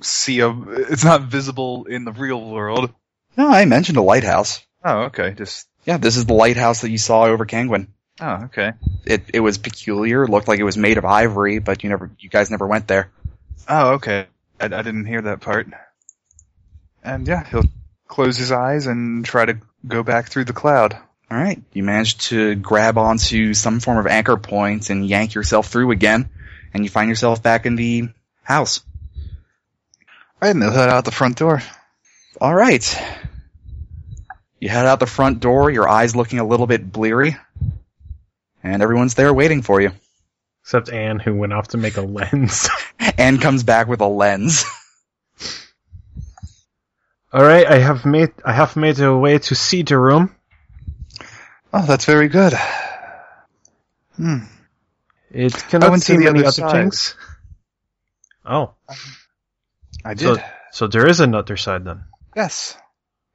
[SPEAKER 6] see it's not visible in the real world.
[SPEAKER 1] No, I mentioned a lighthouse.
[SPEAKER 6] Oh, okay. Just
[SPEAKER 1] Yeah, this is the lighthouse that you saw over Kangwin.
[SPEAKER 6] oh, okay.
[SPEAKER 1] It it was peculiar, looked like it was made of ivory, but you never you guys never went there.
[SPEAKER 6] Oh, okay. I, I didn't hear that part. And yeah, he'll close his eyes and try to go back through the cloud.
[SPEAKER 1] All right, you managed to grab onto some form of anchor point and yank yourself through again, and you find yourself back in the house.
[SPEAKER 6] All right, and they'll head out the front door.
[SPEAKER 1] All right. You head out the front door, your eyes looking a little bit bleary, and everyone's there waiting for you.
[SPEAKER 2] Except Anne, who went off to make a lens.
[SPEAKER 1] And comes back with a lens.
[SPEAKER 2] All right, I have made I have made a way to see the room.
[SPEAKER 6] Oh, that's very good. Hmm.
[SPEAKER 2] It cannot
[SPEAKER 6] went to
[SPEAKER 2] see
[SPEAKER 6] the
[SPEAKER 2] many
[SPEAKER 6] other
[SPEAKER 2] other
[SPEAKER 6] side.
[SPEAKER 2] things. Oh,
[SPEAKER 6] I did.
[SPEAKER 2] so so there is another side then.
[SPEAKER 6] yes.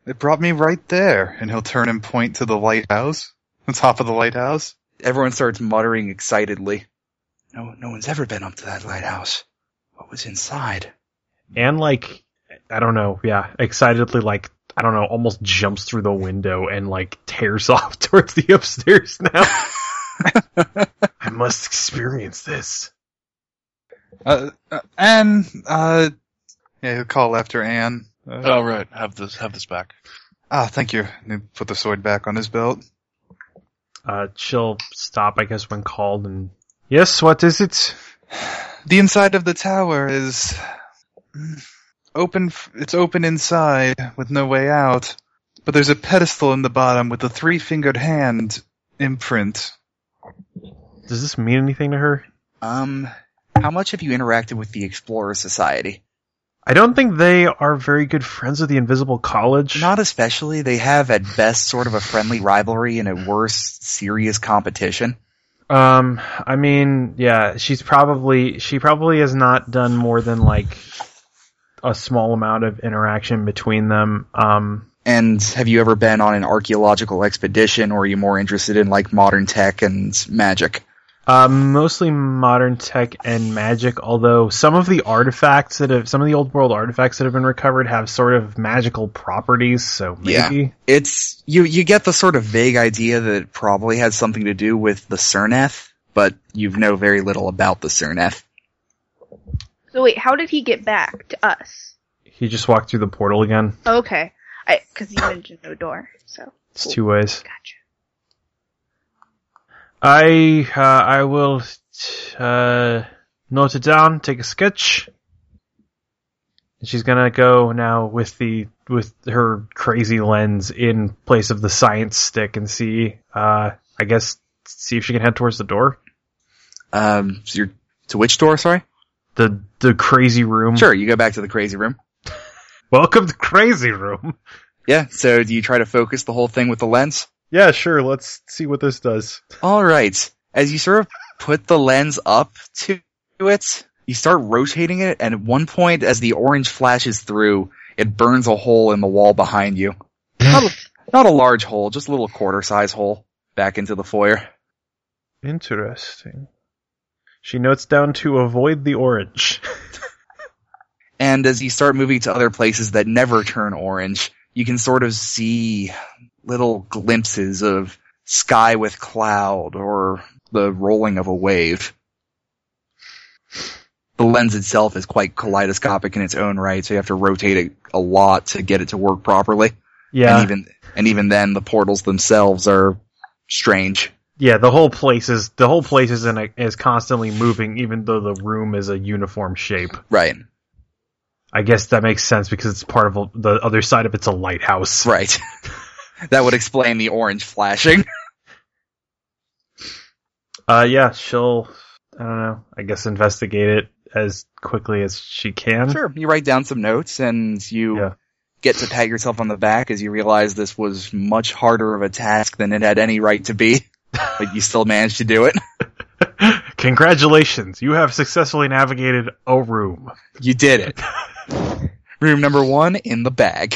[SPEAKER 6] It brought me right there. And he'll turn and point to the lighthouse. The top of the lighthouse.
[SPEAKER 1] Everyone starts muttering excitedly. No, no one's ever been up to that lighthouse. What was inside?
[SPEAKER 2] And like I don't know, yeah, excitedly like I don't know, almost jumps through the window and like tears off towards the upstairs now. I must experience this.
[SPEAKER 6] Uh, uh, Anne, uh, yeah, he'll call after Anne. Uh,
[SPEAKER 4] All Oh, right, have this have this back.
[SPEAKER 6] ah, thank you. And he'll put the sword back on his belt.
[SPEAKER 2] Uh, she'll stop, I guess, when called. And yes, what is it?
[SPEAKER 6] The inside of the tower is mm, open. f- It's open inside with no way out. But there's a pedestal in the bottom with a three-fingered hand imprint.
[SPEAKER 2] Does this mean anything to her?
[SPEAKER 1] Um, how much have you interacted with the Explorer Society?
[SPEAKER 2] I don't think they are very good friends with the Invisible College.
[SPEAKER 1] Not especially. They have at best sort of a friendly rivalry and at worst serious competition.
[SPEAKER 2] Um, I mean, yeah, she's probably she probably has not done more than like a small amount of interaction between them. Um,
[SPEAKER 1] And have you ever been on an archaeological expedition or are you more interested in like modern tech and magic?
[SPEAKER 2] uh, mostly modern tech and magic. Although some of the artifacts that have some of the old world artifacts that have been recovered have sort of magical properties. So
[SPEAKER 1] Yeah.
[SPEAKER 2] maybe.
[SPEAKER 1] It's you you get the sort of vague idea that it probably has something to do with the Cerneth, but you know very little about the Cerneth.
[SPEAKER 3] So wait, how did he get back to us?
[SPEAKER 2] He just walked through the portal again.
[SPEAKER 3] Okay, I because you mentioned no door, so
[SPEAKER 2] It's two ways.
[SPEAKER 3] gotcha.
[SPEAKER 2] I uh, I will uh, note it down, take a sketch. And She's gonna go now with the with her crazy lens in place of the science stick and see. Uh, I guess see if she can head towards the door,
[SPEAKER 1] Um so you're to which door, sorry?
[SPEAKER 2] the the crazy room.
[SPEAKER 1] Sure, you go back to the crazy room.
[SPEAKER 2] Welcome to crazy room.
[SPEAKER 1] Yeah, so do you try to focus the whole thing with the lens?
[SPEAKER 2] Yeah, sure. Let's see what this does.
[SPEAKER 1] All right. As you sort of put the lens up to it, you start rotating it, and at one point, as the orange flashes through, it burns a hole in the wall behind you. Not a, not a large hole, just a little quarter size hole back into the foyer.
[SPEAKER 2] Interesting. She notes down to avoid the orange.
[SPEAKER 1] And as you start moving to other places that never turn orange, you can sort of see little glimpses of sky with cloud or the rolling of a wave. The lens itself is quite kaleidoscopic in its own right, so you have to rotate it a lot to get it to work properly.
[SPEAKER 2] Yeah.
[SPEAKER 1] And even and even then the portals themselves are strange.
[SPEAKER 2] Yeah, the whole place is the whole place is in a, is constantly moving, even though the room is a uniform shape.
[SPEAKER 1] Right.
[SPEAKER 2] I guess that makes sense because it's part of a, the other side of it's a lighthouse.
[SPEAKER 1] Right. that would explain the orange flashing.
[SPEAKER 2] Uh, yeah, she'll I don't know. I guess investigate it as quickly as she can.
[SPEAKER 1] Sure. You write down some notes and you
[SPEAKER 2] Yeah.
[SPEAKER 1] get to pat yourself on the back as you realize this was much harder of a task than it had any right to be. but you still managed to do it.
[SPEAKER 2] Congratulations, you have successfully navigated a room.
[SPEAKER 1] You did it. Room number one in the bag.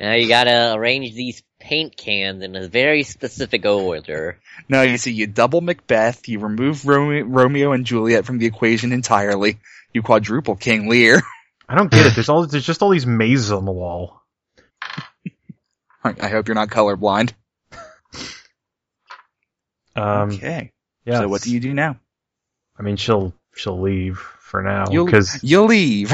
[SPEAKER 5] Now you gotta arrange these paint cans in a very specific order.
[SPEAKER 1] No, you see, you double Macbeth, you remove Rome- Romeo and Juliet from the equation entirely, you quadruple King Lear.
[SPEAKER 2] I don't get it. There's all there's just all these mazes on the wall.
[SPEAKER 1] I hope you're not colorblind.
[SPEAKER 2] Um,
[SPEAKER 1] okay.
[SPEAKER 2] yeah.
[SPEAKER 1] So what do you do now?
[SPEAKER 2] I mean, she'll she'll leave for now
[SPEAKER 1] You'll-
[SPEAKER 2] because
[SPEAKER 1] You leave.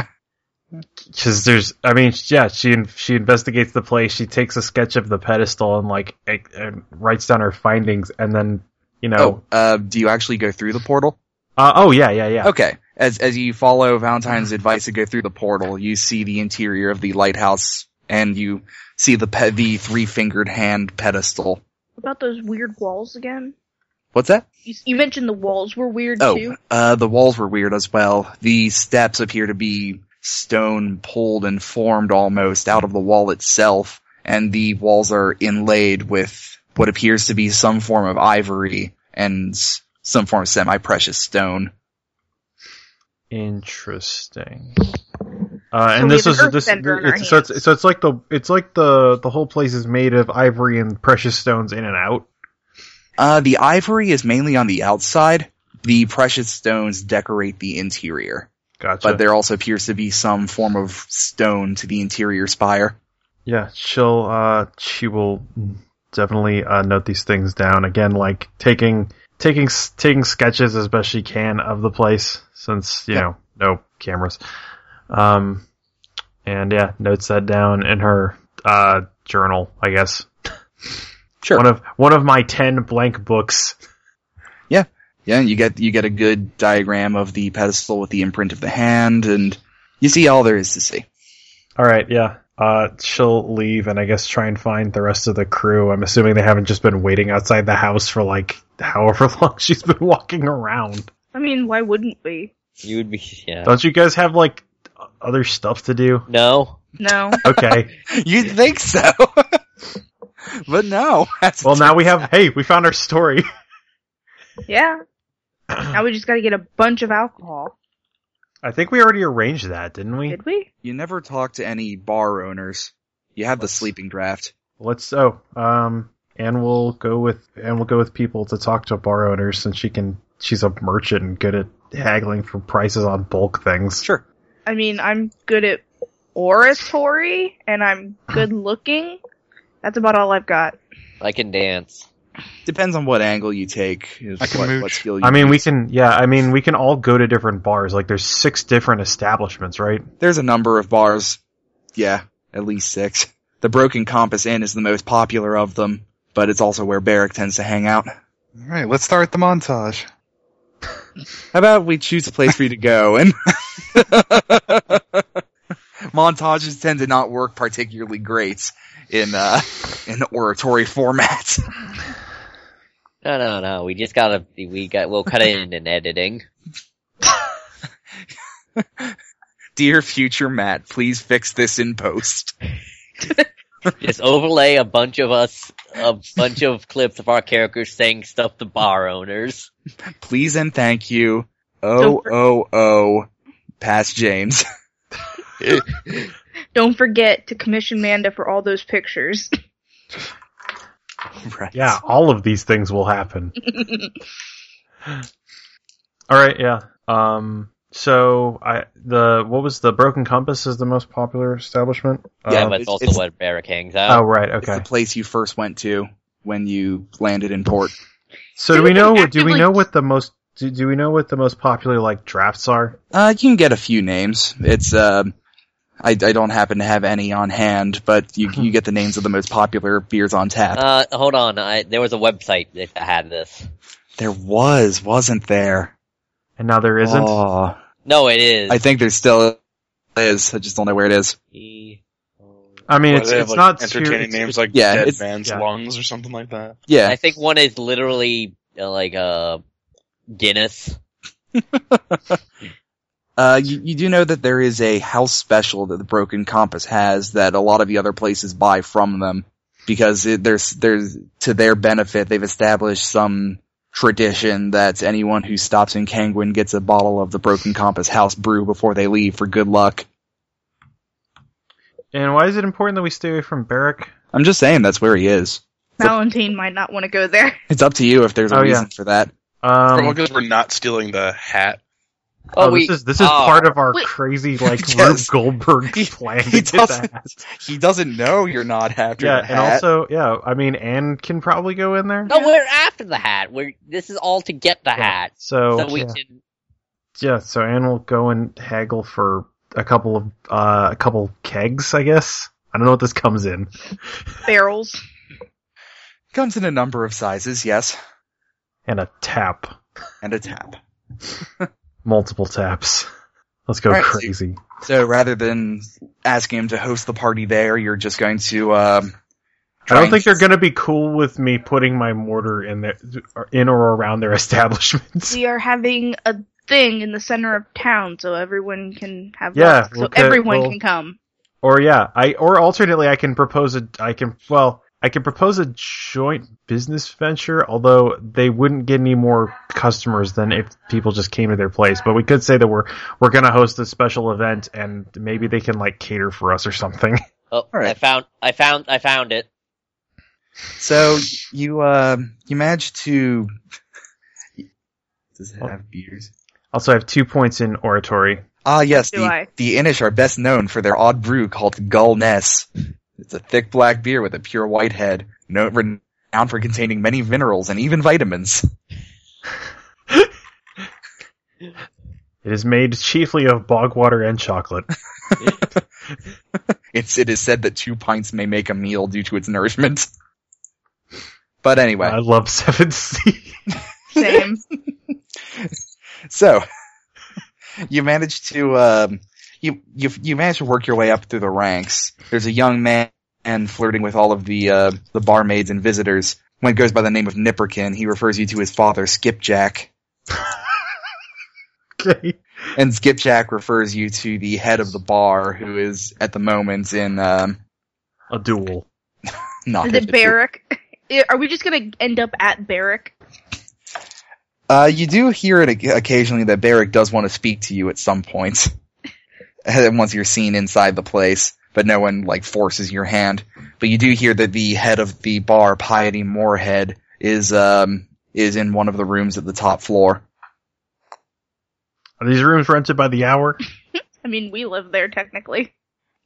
[SPEAKER 2] there's. I mean, yeah. She in- she investigates the place. She takes a sketch of the pedestal and like e- and writes down her findings, and then you know.
[SPEAKER 1] Oh, uh, do you actually go through the portal?
[SPEAKER 2] Oh, uh, oh yeah, yeah, yeah.
[SPEAKER 1] Okay. As as you follow Valentine's advice to go through the portal, you see the interior of the lighthouse, and you see the pe- the three fingered hand pedestal.
[SPEAKER 3] About those weird walls again.
[SPEAKER 1] What's that?
[SPEAKER 3] You, you mentioned the walls were weird
[SPEAKER 1] Oh,
[SPEAKER 3] too.
[SPEAKER 1] uh, the walls were weird as well. The steps appear to be stone pulled and formed almost out of the wall itself, and the walls are inlaid with what appears to be some form of ivory and s- some form of semi precious stone.
[SPEAKER 2] Interesting. Uh,
[SPEAKER 3] So
[SPEAKER 2] and
[SPEAKER 3] we
[SPEAKER 2] this
[SPEAKER 3] have
[SPEAKER 2] is
[SPEAKER 3] an
[SPEAKER 2] this
[SPEAKER 3] earthbender on our
[SPEAKER 2] it's, so it's so it's like the it's like the the whole place is made of ivory and precious stones in and out.
[SPEAKER 1] Uh, the ivory is mainly on the outside. The precious stones decorate the interior,
[SPEAKER 2] Gotcha.
[SPEAKER 1] but there also appears to be some form of stone to the interior spire.
[SPEAKER 2] Yeah, she'll uh she will definitely uh note these things down again like taking taking s- taking sketches as best she can of the place since you
[SPEAKER 1] Yeah.
[SPEAKER 2] know no cameras. Um and yeah, notes that down in her uh journal, I guess.
[SPEAKER 1] Sure.
[SPEAKER 2] One of one of my 10 blank books.
[SPEAKER 1] yeah, you get you get a good diagram of the pedestal with the imprint of the hand, and you see all there is to see.
[SPEAKER 2] All right, yeah. Uh she'll leave and I guess try and find the rest of the crew. I'm assuming they haven't just been waiting outside the house for like however long she's been walking around.
[SPEAKER 3] I mean, why wouldn't we?
[SPEAKER 5] You would be, yeah.
[SPEAKER 2] Don't you guys have like other stuff to do?
[SPEAKER 5] No?
[SPEAKER 3] No.
[SPEAKER 2] Okay.
[SPEAKER 1] You'd think so, but no. That's
[SPEAKER 2] well, now we have. Hey, we found our story.
[SPEAKER 3] yeah. Now we just gotta get a bunch of alcohol.
[SPEAKER 2] I think we already arranged that, didn't we?
[SPEAKER 3] Did we?
[SPEAKER 1] you never talk to any bar owners. You have the sleeping draft.
[SPEAKER 2] Let's. Oh, um, and we'll go with and we'll go with people to talk to bar owners since she can. She's a merchant and good at haggling for prices on bulk things.
[SPEAKER 1] Sure.
[SPEAKER 3] I mean, I'm good at oratory and I'm good looking. That's about all I've got.
[SPEAKER 5] I can dance.
[SPEAKER 1] Depends on what angle you take. Is
[SPEAKER 6] I can
[SPEAKER 1] what,
[SPEAKER 6] mooch.
[SPEAKER 1] what skill you
[SPEAKER 2] I mean, we can. Yeah, I mean, we can all go to different bars. Like, there's six different establishments, right?
[SPEAKER 1] There's a number of bars. Yeah, at least six. The Broken Compass Inn is the most popular of them, but it's also where Barrack tends to hang out.
[SPEAKER 6] All right, let's start the montage.
[SPEAKER 1] How about we choose a place for you to go and montages tend to not work particularly great in uh in oratory formats.
[SPEAKER 5] No, no, no. We just gotta. We got. We'll cut it in in editing.
[SPEAKER 1] Dear future Matt, please fix this in post.
[SPEAKER 5] Just overlay a bunch of us, a bunch of clips of our characters saying stuff to bar owners.
[SPEAKER 1] Please and thank you. Oh oh oh past James.
[SPEAKER 3] Don't forget to commission Manda for all those pictures.
[SPEAKER 1] right.
[SPEAKER 2] Yeah, all of these things will happen. all right, yeah. Um so I the what was the Broken Compass is the most popular establishment?
[SPEAKER 5] yeah,
[SPEAKER 2] Uh,
[SPEAKER 5] but uh,
[SPEAKER 1] it's-
[SPEAKER 5] it's also
[SPEAKER 1] it's-
[SPEAKER 5] what Barrack hangs
[SPEAKER 2] Oh
[SPEAKER 5] out.
[SPEAKER 2] right,
[SPEAKER 1] It's
[SPEAKER 2] okay.
[SPEAKER 1] the place you first went to when you landed in port.
[SPEAKER 2] So do we
[SPEAKER 3] Didn't
[SPEAKER 2] know
[SPEAKER 3] they
[SPEAKER 2] do we
[SPEAKER 3] actively-
[SPEAKER 2] know what the most do, do we know what the most popular like drafts are?
[SPEAKER 1] Uh, you can get a few names. It's um, I, I don't happen to have any on hand, but you you get the names of the most popular beers on tap.
[SPEAKER 5] Uh, hold on. I, there was a website that had this.
[SPEAKER 1] there was, wasn't there?
[SPEAKER 2] And now there isn't.
[SPEAKER 1] Oh,
[SPEAKER 5] No, it is.
[SPEAKER 1] I think there still is. I just don't know where it is.
[SPEAKER 5] E- O-
[SPEAKER 2] I mean,
[SPEAKER 4] Where
[SPEAKER 2] it's
[SPEAKER 4] they have,
[SPEAKER 2] it's
[SPEAKER 4] like,
[SPEAKER 2] not
[SPEAKER 4] entertaining
[SPEAKER 2] too,
[SPEAKER 4] names
[SPEAKER 2] it's,
[SPEAKER 4] like
[SPEAKER 1] yeah,
[SPEAKER 4] Dead
[SPEAKER 1] it's-
[SPEAKER 4] Man's
[SPEAKER 2] yeah.
[SPEAKER 4] Lungs or something like that.
[SPEAKER 1] Yeah,
[SPEAKER 5] I think one is literally uh, like uh, Guinness.
[SPEAKER 1] Uh, you, you do know that there is a house special that the Broken Compass has that a lot of the other places buy from them because it, there's there's to their benefit they've established some tradition that anyone who stops in Kanguin gets a bottle of the Broken Compass house brew before they leave for good luck.
[SPEAKER 2] And why is it important that we stay away from Barrack?
[SPEAKER 1] I'm just saying that's where he is.
[SPEAKER 3] Valentine might not want to go there.
[SPEAKER 1] It's up to you if there's a
[SPEAKER 2] Oh, yeah.
[SPEAKER 1] reason for that.
[SPEAKER 2] Um,
[SPEAKER 4] because we're not stealing the hat.
[SPEAKER 2] oh, this is this is
[SPEAKER 5] are.
[SPEAKER 2] part of our
[SPEAKER 3] Wait.
[SPEAKER 2] crazy like
[SPEAKER 1] Yes.
[SPEAKER 2] Rube Goldberg plan.
[SPEAKER 1] He
[SPEAKER 2] to get the
[SPEAKER 1] doesn't-
[SPEAKER 2] hat.
[SPEAKER 1] He doesn't know you're not after
[SPEAKER 2] Yeah,
[SPEAKER 1] the
[SPEAKER 2] and
[SPEAKER 1] hat.
[SPEAKER 2] also yeah, I mean, Anne can probably go in there.
[SPEAKER 5] No, oh, we're after the hat. We're this is all to get the
[SPEAKER 2] Yeah.
[SPEAKER 5] hat.
[SPEAKER 2] So,
[SPEAKER 5] so we
[SPEAKER 2] yeah.
[SPEAKER 5] can.
[SPEAKER 2] yeah, so Anne will go and haggle for a couple of uh, a couple kegs, I guess. I don't know what this comes in.
[SPEAKER 3] Barrels.
[SPEAKER 1] comes in a number of sizes, yes,
[SPEAKER 2] and a tap,
[SPEAKER 1] and a tap.
[SPEAKER 2] multiple taps. Let's go
[SPEAKER 1] Right.
[SPEAKER 2] crazy.
[SPEAKER 1] So rather than asking him to host the party there, you're just going to. Um,
[SPEAKER 2] I don't
[SPEAKER 1] try
[SPEAKER 2] think
[SPEAKER 1] and-
[SPEAKER 2] they're going to be cool with me putting my mortar in their in or around their establishments.
[SPEAKER 3] We are having a thing in the center of town so everyone can have
[SPEAKER 2] Yeah,
[SPEAKER 3] luck. So
[SPEAKER 2] we'll co-
[SPEAKER 3] everyone
[SPEAKER 2] we'll-
[SPEAKER 3] can come.
[SPEAKER 2] Or yeah, I or alternately I can propose a I can well, I can propose a joint business venture, although they wouldn't get any more customers than if people just came to their place, but we could say that we're we're going to host a special event and maybe they can like cater for us or something.
[SPEAKER 5] Oh, I
[SPEAKER 1] right.
[SPEAKER 5] found, I found, I found it.
[SPEAKER 1] So you uh, you manage to. Does it have beers?
[SPEAKER 2] Also I have 2 points in oratory.
[SPEAKER 1] Ah, yes.
[SPEAKER 3] Do
[SPEAKER 1] the
[SPEAKER 3] I?
[SPEAKER 1] the Inish are best known for their odd brew called Gull Ness. It's a thick black beer with a pure white head, no- renowned for containing many minerals and even vitamins.
[SPEAKER 2] It is made chiefly of bog water and chocolate.
[SPEAKER 1] It's it is said that two pints may make a meal due to its nourishment. But anyway,
[SPEAKER 2] I love Seven C.
[SPEAKER 3] Same.
[SPEAKER 1] so you manage to um, you you you manage to work your way up through the ranks. There's a young man flirting with all of the uh, the barmaids and visitors. One goes by the name of Nipperkin. He refers you to his father, Skipjack,
[SPEAKER 2] okay.
[SPEAKER 1] and Skipjack refers you to the head of the bar, who is at the moment in um,
[SPEAKER 2] A duel.
[SPEAKER 1] not
[SPEAKER 3] the barrack. Are we just gonna end up at barrack?
[SPEAKER 1] Uh, you do hear it oc- occasionally that Barrick does want to speak to you at some point. Once you're seen inside the place, but no one like forces your hand. But you do hear that the head of the bar, Piety Moorhead, is um is in one of the rooms at the top floor.
[SPEAKER 2] Are these rooms rented by the hour?
[SPEAKER 3] I mean, we live there technically.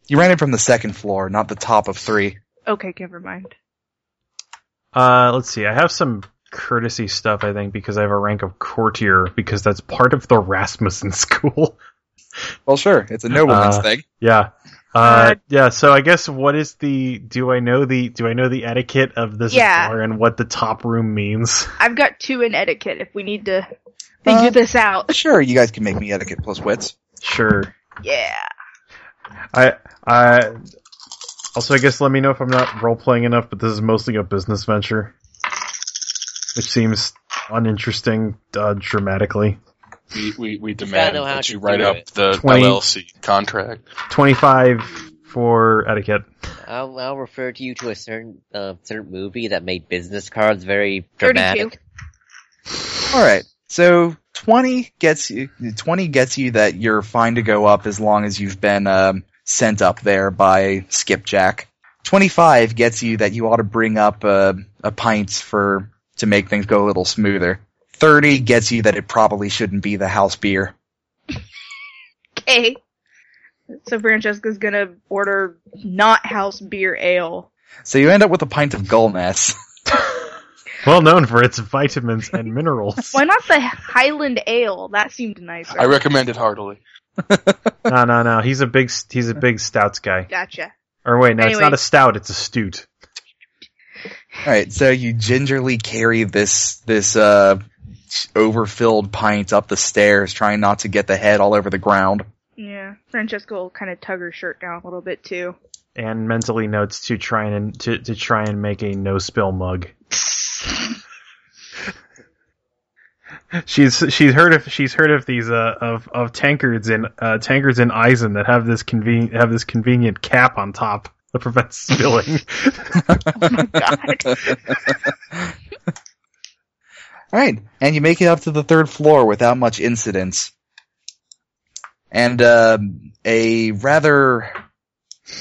[SPEAKER 1] You ran in from the second floor, not the top of three.
[SPEAKER 3] Okay, never mind.
[SPEAKER 2] Uh, let's see. I have some courtesy stuff, I think, because I have a rank of courtier, because that's part of the Rasmussen school.
[SPEAKER 1] Well, sure, it's a nobleman's
[SPEAKER 2] Uh,
[SPEAKER 1] thing.
[SPEAKER 2] yeah. Uh, yeah. So I guess what is the? Do I know the? Do I know the etiquette of this
[SPEAKER 3] Yeah.
[SPEAKER 2] bar and what the top room means?
[SPEAKER 3] I've got two in etiquette. If we need to figure
[SPEAKER 1] Uh,
[SPEAKER 3] this out,
[SPEAKER 1] Sure, you guys can make me etiquette plus wits.
[SPEAKER 2] Sure.
[SPEAKER 3] yeah.
[SPEAKER 2] I I also I guess let me know if I'm not role playing enough, but this is mostly a business venture, which seems uninteresting uh, dramatically.
[SPEAKER 4] We we, we
[SPEAKER 5] gotta
[SPEAKER 4] demand
[SPEAKER 5] know how
[SPEAKER 4] that
[SPEAKER 5] to
[SPEAKER 4] you write
[SPEAKER 5] do
[SPEAKER 4] up
[SPEAKER 5] it.
[SPEAKER 4] the
[SPEAKER 2] 20.
[SPEAKER 4] LLC contract.
[SPEAKER 2] Twenty five for etiquette.
[SPEAKER 5] I'll, I'll refer to you to a certain, uh, certain movie that made business cards very
[SPEAKER 3] 32.
[SPEAKER 5] dramatic.
[SPEAKER 1] All right. So twenty gets you twenty gets you that you're fine to go up as long as you've been um, sent up there by Skipjack. Twenty five gets you that you ought to bring up a, a pint for to make things go a little smoother. Thirty gets you that it probably shouldn't be the house beer.
[SPEAKER 3] Okay. So Francesca's gonna order not house beer ale.
[SPEAKER 1] So you end up with a pint of Gullness.
[SPEAKER 2] Well known for its vitamins and minerals.
[SPEAKER 3] Why not the Highland ale? That seemed nicer.
[SPEAKER 4] I recommend it heartily.
[SPEAKER 2] no, no, no. He's a big he's a big stouts guy.
[SPEAKER 3] gotcha.
[SPEAKER 2] Or wait, no, it's
[SPEAKER 3] Anyway.
[SPEAKER 2] not a stout. It's a stute.
[SPEAKER 1] All right. So you gingerly carry this this uh, overfilled pint up the stairs, trying not to get the head all over the ground.
[SPEAKER 3] Yeah. Francesca will kind of tug her shirt down a little bit too.
[SPEAKER 2] And mentally notes to try and to, to try and make a no spill mug. She's she's heard of she's heard of these uh, of of tankards and uh, tankards and Eisen that have this conven- have this convenient cap on top that prevents spilling.
[SPEAKER 3] Oh God.
[SPEAKER 1] All right, and you make it up to the third floor without much incidents. And um a rather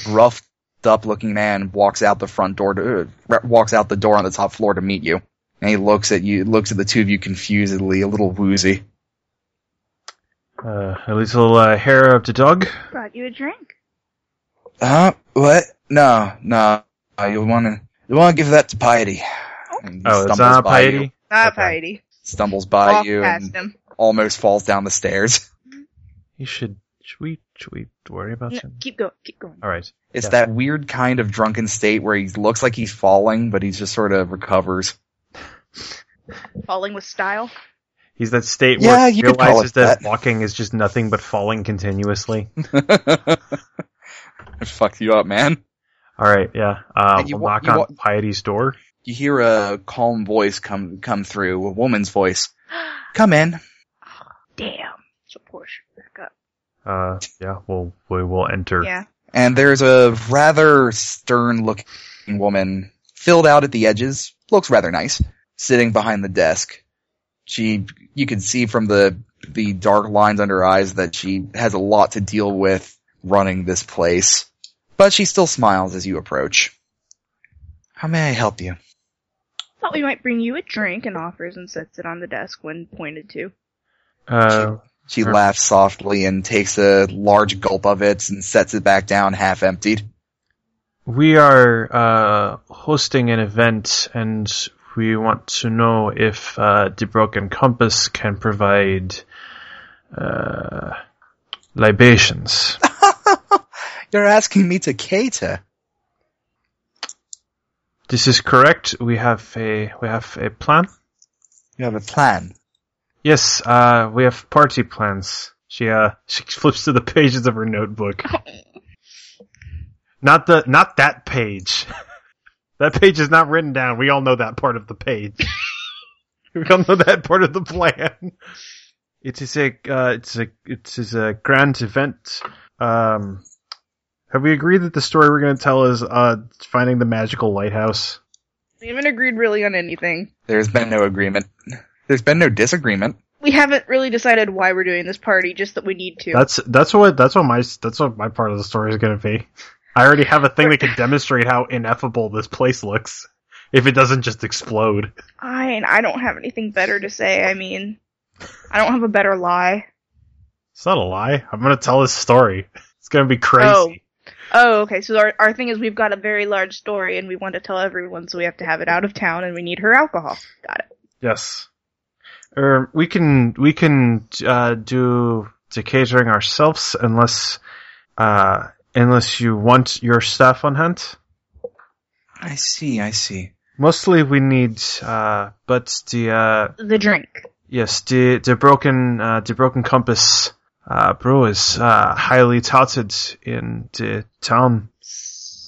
[SPEAKER 1] roughed up looking man walks out the front door to, uh, walks out the door on the top floor to meet you. And he looks at you looks at the two of you confusedly, a little woozy.
[SPEAKER 2] uh, a little uh, hair up to dog.
[SPEAKER 3] Brought you a drink.
[SPEAKER 1] Huh? Uh, What? No, no. Uh, you want to you want to give that to Piety. And he
[SPEAKER 2] Oh, it's
[SPEAKER 1] stumbles
[SPEAKER 2] not
[SPEAKER 1] by you-
[SPEAKER 2] piety.
[SPEAKER 3] Not
[SPEAKER 2] Okay.
[SPEAKER 3] Heidi.
[SPEAKER 1] stumbles by
[SPEAKER 3] Walk
[SPEAKER 1] you
[SPEAKER 3] past
[SPEAKER 1] and
[SPEAKER 3] him.
[SPEAKER 1] almost falls down the stairs.
[SPEAKER 2] You should should we should we worry about
[SPEAKER 3] No,
[SPEAKER 2] him?
[SPEAKER 3] keep going. Keep going.
[SPEAKER 2] All right.
[SPEAKER 1] It's
[SPEAKER 2] Yeah.
[SPEAKER 1] that weird kind of drunken state where he looks like he's falling, but he just sort of recovers.
[SPEAKER 3] Falling with style.
[SPEAKER 2] He's that state
[SPEAKER 1] Yeah,
[SPEAKER 2] where
[SPEAKER 1] you
[SPEAKER 2] he
[SPEAKER 1] could call
[SPEAKER 2] realizes
[SPEAKER 1] it
[SPEAKER 2] that.
[SPEAKER 1] that.
[SPEAKER 2] walking is just nothing but falling continuously.
[SPEAKER 1] I fucked you up, man.
[SPEAKER 2] All right, yeah. Uh,
[SPEAKER 1] And you
[SPEAKER 2] we'll
[SPEAKER 1] wa-
[SPEAKER 2] knock
[SPEAKER 1] you
[SPEAKER 2] on
[SPEAKER 1] wa-
[SPEAKER 2] Piety's door.
[SPEAKER 1] You hear a calm voice come come through, a woman's voice. Come in.
[SPEAKER 3] Damn. So Porsche back up.
[SPEAKER 2] Uh, yeah, we'll we will enter.
[SPEAKER 3] Yeah.
[SPEAKER 1] And there's a rather stern looking woman, filled out at the edges, looks rather nice, sitting behind the desk. She, you can see from the, the dark lines under her eyes that she has a lot to deal with running this place. But she still smiles as you approach. How may I help you?
[SPEAKER 3] Thought we might bring you a drink and offers and sets it on the desk when pointed to.
[SPEAKER 2] Uh,
[SPEAKER 1] She
[SPEAKER 2] Sure.
[SPEAKER 1] laughs softly and takes a large gulp of it and sets it back down half emptied.
[SPEAKER 2] we are uh, hosting an event, and we want to know if uh, the Broken Compass can provide uh, libations.
[SPEAKER 1] You're asking me to cater.
[SPEAKER 2] this is correct. We have a we have a plan.
[SPEAKER 1] You have a plan.
[SPEAKER 2] Yes, uh, we have party plans. She uh, she flips to the pages of her notebook. not the not that page. that page is not written down. We all know that part of the page. we all know that part of the plan. It is a uh, it's a it is a grand event. Um, have we agreed that the story we're going to tell is uh finding the magical lighthouse?
[SPEAKER 3] We haven't agreed really on anything.
[SPEAKER 1] There's been no agreement. There's been no disagreement.
[SPEAKER 3] We haven't really decided why we're doing this party, just that we need to.
[SPEAKER 2] That's that's what that's what my that's what my part of the story is going to be. I already have a thing that can demonstrate how ineffable this place looks if it doesn't just explode.
[SPEAKER 3] I and I don't have anything better to say. I mean, I don't have a better lie.
[SPEAKER 2] It's not a lie. I'm going to tell this story. It's going to be crazy.
[SPEAKER 3] Oh. Oh, okay. So our our thing is we've got a very large story and we want to tell everyone, so we have to have it out of town and we need her alcohol. Got it.
[SPEAKER 2] Yes. Or we can we can uh, do the catering ourselves unless uh, unless you want your staff on hand.
[SPEAKER 1] I see, I see.
[SPEAKER 2] Mostly we need, uh, but the uh,
[SPEAKER 3] The drink.
[SPEAKER 2] Yes, the the broken uh, the broken compass uh, brew is uh, highly touted in the town,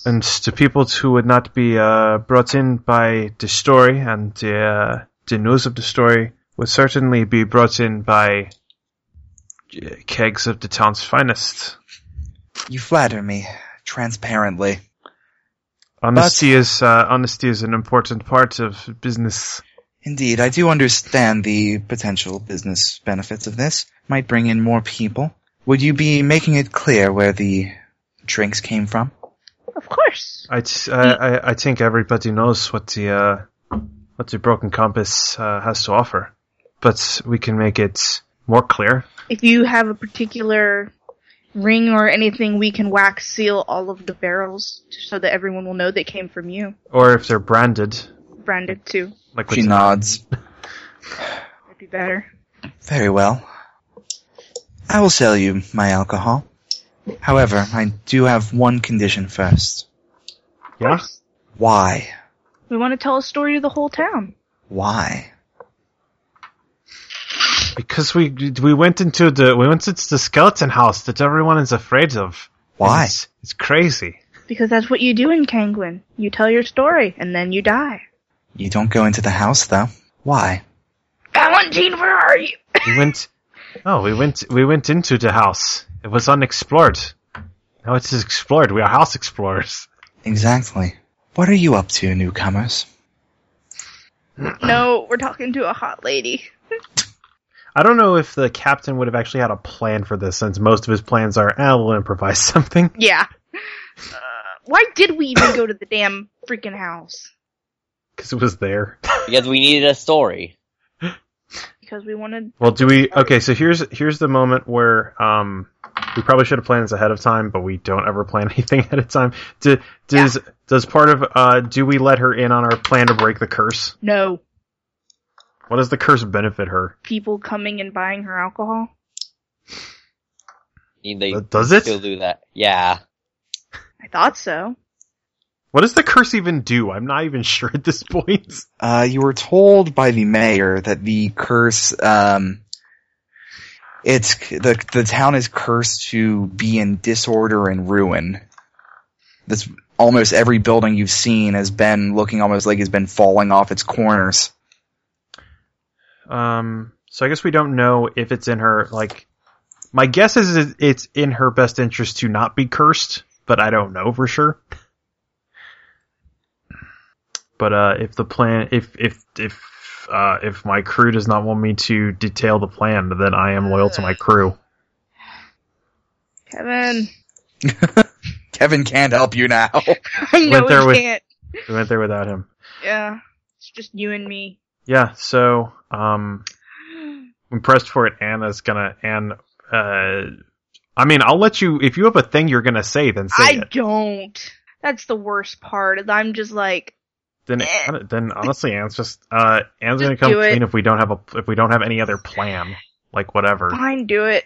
[SPEAKER 2] and the people who would not be uh, brought in by the story and the uh, the news of the story would certainly be brought in by uh, kegs of the town's finest.
[SPEAKER 1] You flatter me transparently.
[SPEAKER 2] Honesty is uh, honesty is an important part of business.
[SPEAKER 1] Indeed, I do understand the potential business benefits of this. Might bring in more people. Would you be making it clear where the drinks came from?
[SPEAKER 3] Of course.
[SPEAKER 2] I, t- I, I- I think everybody knows what the uh, what the broken compass uh, has to offer, but we can make it more clear.
[SPEAKER 3] If you have a particular ring or anything, we can wax seal all of the barrels so that everyone will know they came from you.
[SPEAKER 2] Or if they're branded,
[SPEAKER 3] Branded too.
[SPEAKER 2] like
[SPEAKER 1] She
[SPEAKER 2] what's-
[SPEAKER 1] nods.
[SPEAKER 3] That'd be better.
[SPEAKER 1] Very well. I will sell you my alcohol. However, I do have one condition first.
[SPEAKER 2] Yeah,
[SPEAKER 1] Why?
[SPEAKER 3] We want to tell a story to the whole town.
[SPEAKER 1] Why?
[SPEAKER 2] because we we went into the we went into the skeleton house that everyone is afraid of.
[SPEAKER 1] Why?
[SPEAKER 2] It's, it's crazy.
[SPEAKER 3] Because that's what you do in Kanglin. You tell your story and then you die.
[SPEAKER 1] You don't go into the house though. Why?
[SPEAKER 3] Valentine, where are you?
[SPEAKER 2] We went. Oh, we went. We went into the house. It was unexplored. Now it is explored. We are house explorers.
[SPEAKER 1] Exactly. What are you up to, newcomers?
[SPEAKER 3] no, we're talking to a hot lady.
[SPEAKER 2] I don't know if the captain would have actually had a plan for this, since most of his plans are, eh, we'll improvise something.
[SPEAKER 3] Yeah. Uh, why did we even go to the damn freaking house?
[SPEAKER 2] Because it was there.
[SPEAKER 5] Because we needed a story.
[SPEAKER 3] Because we wanted.
[SPEAKER 2] Well, do we? Okay, so here's here's the moment where um we probably should have planned this ahead of time, but we don't ever plan anything ahead of time. Do, does does part of uh do we let her in on our plan to break the curse?
[SPEAKER 3] No.
[SPEAKER 2] What does the curse benefit her?
[SPEAKER 3] People coming and buying her alcohol?
[SPEAKER 5] I mean, They
[SPEAKER 2] Does it?
[SPEAKER 5] still do that. Yeah.
[SPEAKER 3] I thought so.
[SPEAKER 2] What does the curse even do? I'm not even sure at this point.
[SPEAKER 1] Uh, you were told by the mayor that the curse, um, it's the the town is cursed to be in disorder and ruin. That's almost every building you've seen has been looking almost like it's been falling off its corners.
[SPEAKER 2] Um, so I guess we don't know if it's in her like. My guess is it- it's in her best interest to not be cursed, but I don't know for sure. But uh, if the plan, if if if uh, if my crew does not want me to detail the plan, then I am loyal to my crew.
[SPEAKER 3] Kevin.
[SPEAKER 1] Kevin can't help you now.
[SPEAKER 3] I know
[SPEAKER 2] Went there
[SPEAKER 3] we
[SPEAKER 2] with-
[SPEAKER 3] can't.
[SPEAKER 2] We went there without him.
[SPEAKER 3] Yeah. It's just you and me.
[SPEAKER 2] Yeah. So um, I'm pressed for it. Anna's gonna and uh, I mean, I'll let you if you have a thing you're gonna say, then say
[SPEAKER 3] I
[SPEAKER 2] it.
[SPEAKER 3] don't. That's the worst part. is I'm just like,
[SPEAKER 2] then
[SPEAKER 3] Eh.
[SPEAKER 2] Anna- then honestly, Anne's just uh, Anne's gonna
[SPEAKER 3] Just
[SPEAKER 2] come
[SPEAKER 3] do it.
[SPEAKER 2] clean if we don't have a if we don't have any other plan, like whatever.
[SPEAKER 3] fine, do it.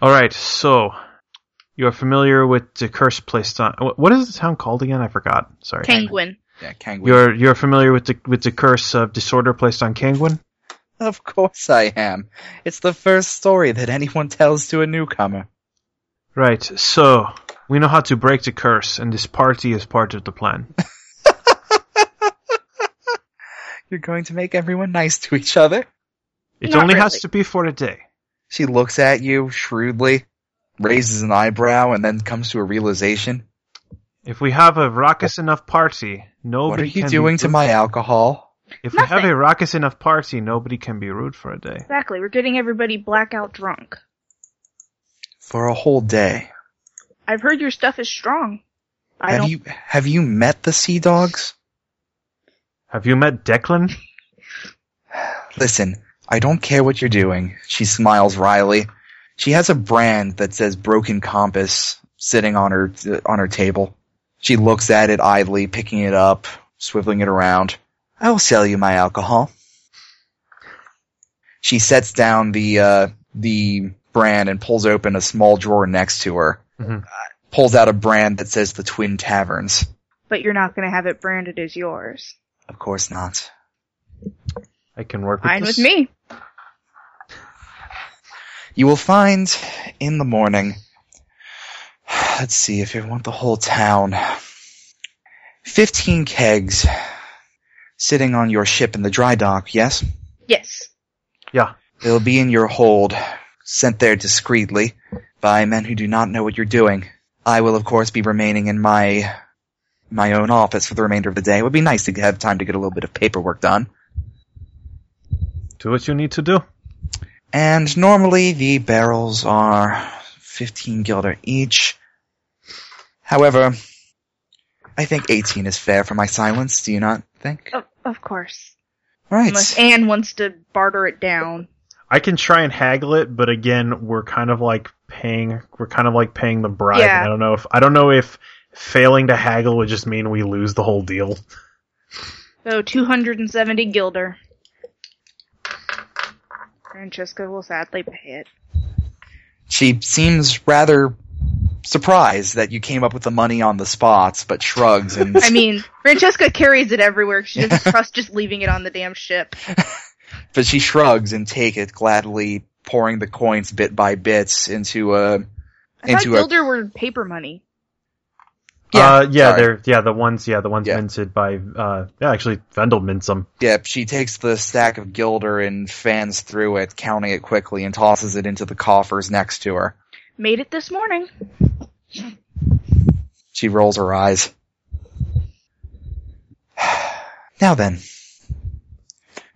[SPEAKER 2] All right, so you are familiar with the curse placed on wh- what is the town called again? I forgot. Sorry.
[SPEAKER 3] Penguin.
[SPEAKER 1] yeah, Kangwin.
[SPEAKER 2] You're you're familiar with the with the curse of disorder placed on Kangwin?
[SPEAKER 1] Of course I am. It's the first story that anyone tells to a newcomer.
[SPEAKER 2] Right. So we know how to break the curse, and this party is part of the plan.
[SPEAKER 1] You're going to make everyone nice to each other.
[SPEAKER 2] It
[SPEAKER 3] Not
[SPEAKER 2] only has
[SPEAKER 3] really.
[SPEAKER 2] to be for a day.
[SPEAKER 1] She looks at you shrewdly, raises an eyebrow, and then comes to a realization.
[SPEAKER 2] If we have a raucous enough party,
[SPEAKER 1] What
[SPEAKER 2] nobody
[SPEAKER 1] are you
[SPEAKER 2] Oh, can be
[SPEAKER 1] doing to
[SPEAKER 2] rude-
[SPEAKER 1] my alcohol?
[SPEAKER 2] If we have
[SPEAKER 3] Nothing.
[SPEAKER 2] a raucous enough party, nobody can be rude for a day.
[SPEAKER 3] Exactly. We're getting everybody blackout drunk.
[SPEAKER 1] For a whole day.
[SPEAKER 3] I've heard your stuff is strong. I
[SPEAKER 1] Have
[SPEAKER 3] don't.
[SPEAKER 1] you have you met the sea dogs?
[SPEAKER 2] Have you met Declan?
[SPEAKER 1] Listen, I don't care what you're doing. She smiles wryly. She has a brand that says Broken Compass sitting on her on her table. She looks at it idly, picking it up, swiveling it around. I will sell you my alcohol. She sets down the uh, the brand and pulls open a small drawer next to her.
[SPEAKER 2] Mhm.
[SPEAKER 1] Pulls out a brand that says the Twin Taverns.
[SPEAKER 3] But you're not gonna have it branded as yours.
[SPEAKER 1] Of course not.
[SPEAKER 2] I can work with
[SPEAKER 3] Fine
[SPEAKER 2] this.
[SPEAKER 3] with me.
[SPEAKER 1] You will find in the morning. Let's see if you want the whole town. 15 kegs sitting on your ship in the dry dock, yes?
[SPEAKER 3] Yes.
[SPEAKER 1] They'll be in your hold, sent there discreetly by men who do not know what you're doing. I will of course be remaining in my my own office for the remainder of the day. It would be nice to have time to get a little bit of paperwork done.
[SPEAKER 2] Do what you need to do.
[SPEAKER 1] And normally the barrels are 15 guilder each. However, I think 18 is fair for my silence, do you not think?
[SPEAKER 3] Of, of course.
[SPEAKER 1] Alright.
[SPEAKER 3] Unless Anne wants to barter it down.
[SPEAKER 2] I can try and haggle it, but again, we're kind of like paying. We're kind of like paying the bribe.
[SPEAKER 3] Yeah.
[SPEAKER 2] And I don't know if I don't know if failing to haggle would just mean we lose the whole deal.
[SPEAKER 3] So 270 guilder. Francesca will sadly pay it.
[SPEAKER 1] She seems rather surprised that you came up with the money on the spots, but shrugs and
[SPEAKER 3] I mean, Francesca carries it everywhere. She doesn't trust just leaving it on the damn ship.
[SPEAKER 1] but she shrugs and take it gladly, pouring the coins bit by bits into a
[SPEAKER 3] I thought
[SPEAKER 1] Into a-
[SPEAKER 3] guilder were paper money. Yeah,
[SPEAKER 2] uh, yeah,
[SPEAKER 1] sorry.
[SPEAKER 2] they're yeah the ones yeah the ones
[SPEAKER 1] Yeah.
[SPEAKER 2] minted by uh yeah, actually Vendel mints them.
[SPEAKER 1] Yep, she takes the stack of gilder and fans through it, counting it quickly, and tosses it into the coffers next to her.
[SPEAKER 3] Made it this morning.
[SPEAKER 1] She rolls her eyes. Now then.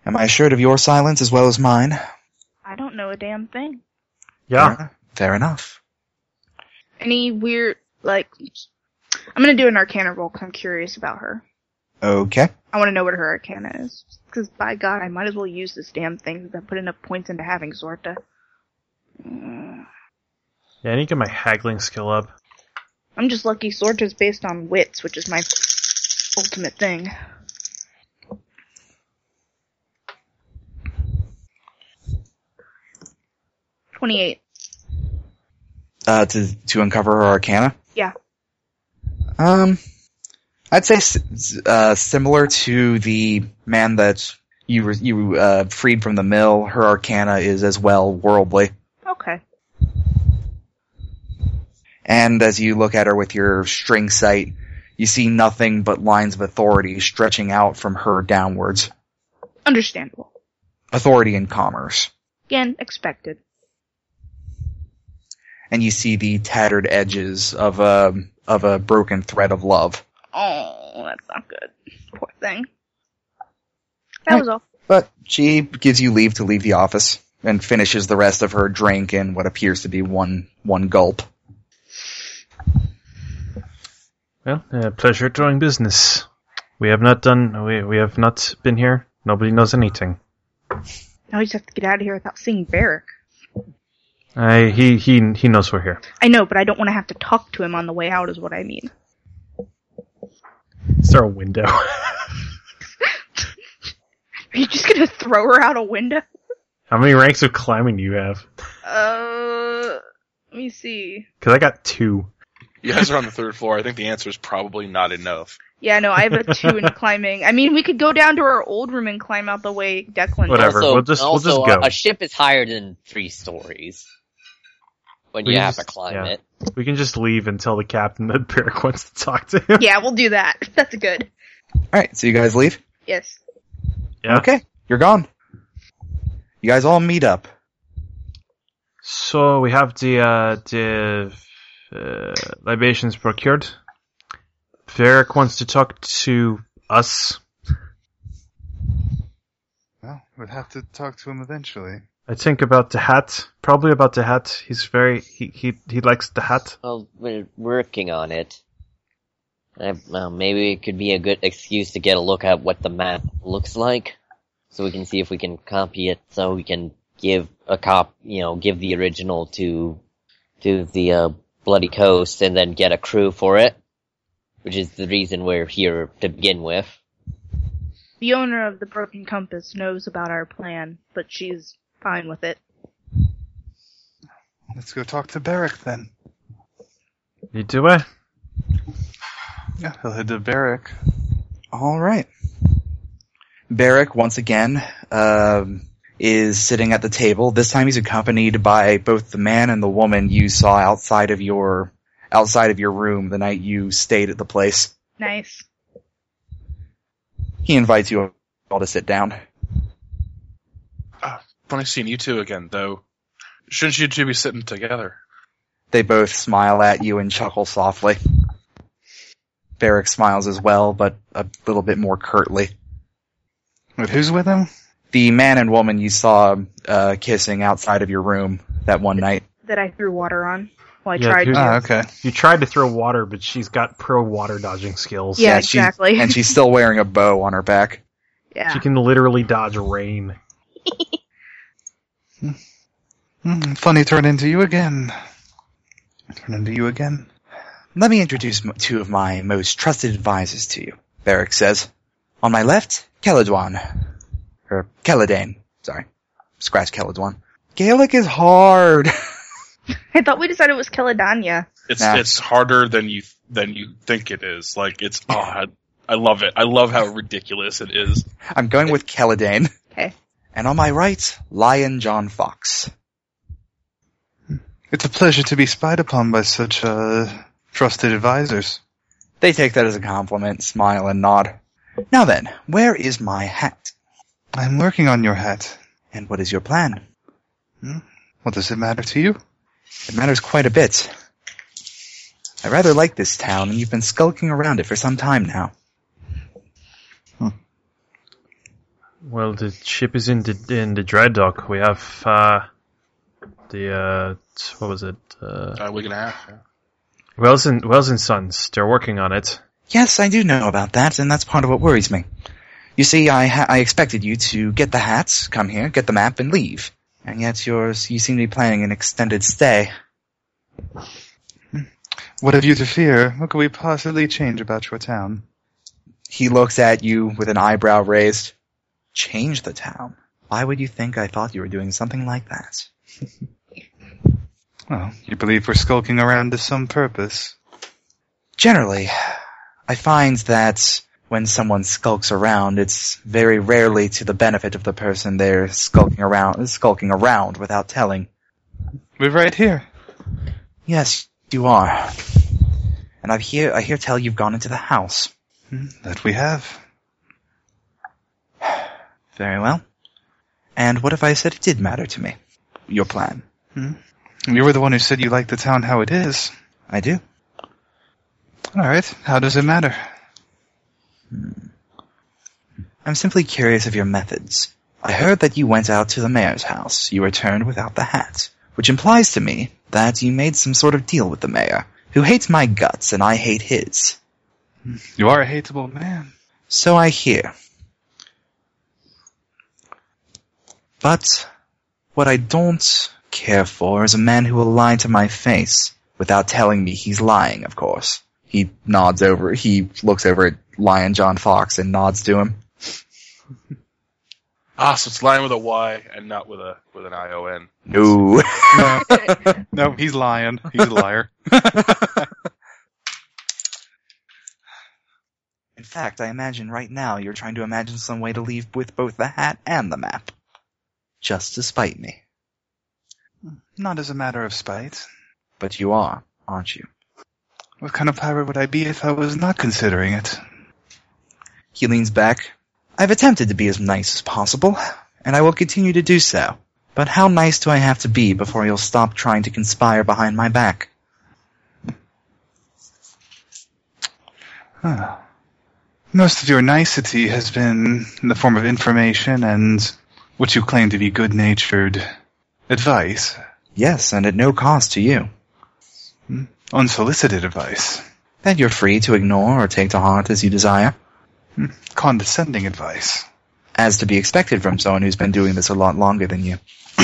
[SPEAKER 1] Am I assured of your silence as well as mine?
[SPEAKER 3] I don't know a damn thing.
[SPEAKER 2] Yeah,
[SPEAKER 1] Fair- Fair enough.
[SPEAKER 3] Any weird, like, I'm gonna do an Arcana roll 'cause I'm curious about her.
[SPEAKER 1] Okay.
[SPEAKER 3] I want to know what her Arcana is. Because by God, I might as well use this damn thing since I put enough points into having Zorta. Mm.
[SPEAKER 2] yeah. I need to get my haggling skill up.
[SPEAKER 3] I'm just lucky Sorta's based on wits, which is my ultimate thing. Twenty-eight.
[SPEAKER 1] Uh, to, to uncover her arcana?
[SPEAKER 3] Yeah.
[SPEAKER 1] Um, I'd say, s- s- uh, similar to the man that you, re- you, uh, freed from the mill, her arcana is as well worldly.
[SPEAKER 3] Okay.
[SPEAKER 1] And as you look at her with your string sight, you see nothing but lines of authority stretching out from her downwards.
[SPEAKER 3] Understandable.
[SPEAKER 1] Authority in commerce.
[SPEAKER 3] Again, expected.
[SPEAKER 1] And you see the tattered edges of a, of a broken thread of love.
[SPEAKER 3] Oh, that's not good. Poor thing. That was all.
[SPEAKER 1] But she gives you leave to leave the office and finishes the rest of her drink in what appears to be one, one gulp.
[SPEAKER 2] Well, uh, pleasure doing business. We have not done. We we have not been here. Nobody knows anything.
[SPEAKER 3] Now we just have to get out of here without seeing Barrick.
[SPEAKER 2] I he he he knows we're here.
[SPEAKER 3] I know, but I don't want to have to talk to him on the way out, is what I mean.
[SPEAKER 2] Is there a window?
[SPEAKER 3] Are you just gonna throw her out a window?
[SPEAKER 2] How many ranks of climbing do you have?
[SPEAKER 3] Uh, let me see.
[SPEAKER 2] Because I got two.
[SPEAKER 4] You guys are on the third floor. I think the answer is probably not enough.
[SPEAKER 3] Yeah, no, I have a two in climbing. I mean, we could go down to our old room and climb out the way Declan.
[SPEAKER 2] Whatever.
[SPEAKER 5] Also,
[SPEAKER 2] we'll just- we'll
[SPEAKER 5] also,
[SPEAKER 2] just go.
[SPEAKER 5] A, a ship is higher than three stories when
[SPEAKER 2] We
[SPEAKER 5] you
[SPEAKER 2] can
[SPEAKER 5] have to
[SPEAKER 2] just-
[SPEAKER 5] climb
[SPEAKER 2] yeah.
[SPEAKER 5] it.
[SPEAKER 2] We can just leave and tell the captain that Beric wants to talk to him.
[SPEAKER 3] Yeah, we'll do that. That's good.
[SPEAKER 1] Alright, so you guys leave?
[SPEAKER 3] Yes.
[SPEAKER 2] Yeah.
[SPEAKER 1] Okay, you're gone. You guys all meet up.
[SPEAKER 2] So we have the uh, the uh, libations procured. Varric wants to talk to us.
[SPEAKER 6] Well, we'd have to talk to him eventually.
[SPEAKER 2] I think about the hat. Probably about the hat. He's very he he, he likes the hat.
[SPEAKER 5] Well, we're working on it. I, well, maybe it could be a good excuse to get a look at what the map looks like, so we can see if we can copy it, so we can give a cop, you know, give the original to to the uh, bloody coast, and then get a crew for it, which is the reason we're here to begin with.
[SPEAKER 3] The owner of the broken compass knows about our plan, but she's fine with it.
[SPEAKER 6] Let's go talk to Barrick then.
[SPEAKER 2] You do it.
[SPEAKER 6] Yeah, he'll head to Barrick.
[SPEAKER 1] All right. Barrick, once again, um, is sitting at the table. This time he's accompanied by both the man and the woman you saw outside of your outside of your room the night you stayed at the place.
[SPEAKER 3] Nice.
[SPEAKER 1] He invites you all to sit down.
[SPEAKER 4] Funny seeing you two again, though. Shouldn't you two be sitting together?
[SPEAKER 1] They both smile at you and chuckle softly. Barrick smiles as well, but a little bit more curtly.
[SPEAKER 6] Wait, who's with him?
[SPEAKER 1] The man and woman you saw uh, kissing outside of your room that one night.
[SPEAKER 3] That I threw water on. Well, I
[SPEAKER 2] Yeah,
[SPEAKER 3] tried
[SPEAKER 2] dude.
[SPEAKER 3] to.
[SPEAKER 6] Ah, okay.
[SPEAKER 2] You tried to throw water, but she's got pro water dodging skills.
[SPEAKER 3] yeah,
[SPEAKER 1] Yeah, she-
[SPEAKER 3] exactly.
[SPEAKER 1] And she's still wearing a bow on her back.
[SPEAKER 3] yeah.
[SPEAKER 2] She can literally dodge rain.
[SPEAKER 6] Hmm, funny turn into you again. Turn into you again.
[SPEAKER 1] Let me introduce m- two of my most trusted advisors to you, Beric says. On my left, Celadwan. Or Celadane. Sorry. Scratch Celadwan. Gaelic is hard.
[SPEAKER 3] I thought we decided it was Caledania.
[SPEAKER 4] It's
[SPEAKER 1] Nah.
[SPEAKER 4] it's harder than you than you think it is. Like it's odd. I love it. I love how ridiculous it is.
[SPEAKER 1] I'm going with Celadane.
[SPEAKER 3] Okay.
[SPEAKER 1] And on my right, Lion John Fox.
[SPEAKER 6] It's a pleasure to be spied upon by such uh, trusted advisors.
[SPEAKER 1] They take that as a compliment, smile, and nod. Now then, where is my hat?
[SPEAKER 6] I'm working on your hat.
[SPEAKER 1] And what is your plan?
[SPEAKER 6] What does it matter to you?
[SPEAKER 1] It matters quite a bit. I rather like this town, and you've been skulking around it for some time now.
[SPEAKER 2] Well, the ship is in the in the dry dock. We have uh, the uh, t- what was it? Uh,
[SPEAKER 4] A week and a half. yeah.
[SPEAKER 2] Wells and Wells and Sons. They're working on it.
[SPEAKER 1] Yes, I do know about that, and that's part of what worries me. You see, I ha- I expected you to get the hats, come here, get the map, and leave. And yet you're, you seem to be planning an extended stay.
[SPEAKER 6] What have you to fear? What could we possibly change about your town?
[SPEAKER 1] He looks at you with an eyebrow raised. Change the town? Why would you think I thought you were doing something like that?
[SPEAKER 6] Well, you believe we're skulking around to some purpose.
[SPEAKER 1] Generally, I find that when someone skulks around, it's very rarely to the benefit of the person they're skulking around, skulking around without telling.
[SPEAKER 6] We're right here.
[SPEAKER 1] Yes, you are. And I hear I hear tell you've gone into the house.
[SPEAKER 6] That we have.
[SPEAKER 1] Very well. And what if I said it did matter to me? Your plan.
[SPEAKER 6] You were the one who said you liked the town how it is.
[SPEAKER 1] I do.
[SPEAKER 6] Alright, how does it matter?
[SPEAKER 1] I'm simply curious of your methods. I heard that you went out to the mayor's house. You returned without the hat, which implies to me that you made some sort of deal with the mayor, who hates my guts and I hate his.
[SPEAKER 6] You are a hateable man.
[SPEAKER 1] So I hear. But what I don't care for is a man who will lie to my face without telling me he's lying, of course. He nods over, he looks over at Lion John Fox and nods to him.
[SPEAKER 4] Ah, so it's lying with a Y and not with a with an I O N.
[SPEAKER 1] No.
[SPEAKER 6] No, no he's lying. He's a liar.
[SPEAKER 1] In fact, I imagine right now you're trying to imagine some way to leave with both the hat and the map. Just to spite me.
[SPEAKER 6] Not as a matter of spite.
[SPEAKER 1] But you are, aren't you?
[SPEAKER 6] What kind of pirate would I be if I was not considering it?
[SPEAKER 1] He leans back. I've attempted to be as nice as possible, and I will continue to do so. But how nice do I have to be before you'll stop trying to conspire behind my back?
[SPEAKER 6] Most of your nicety has been in the form of information and what you claim to be good natured advice,
[SPEAKER 1] Yes, and at no cost to you.
[SPEAKER 6] unsolicited advice,
[SPEAKER 1] That you're free to ignore or take to heart as you desire,
[SPEAKER 6] condescending advice.
[SPEAKER 1] as to be expected from someone who's been doing this a lot longer than you.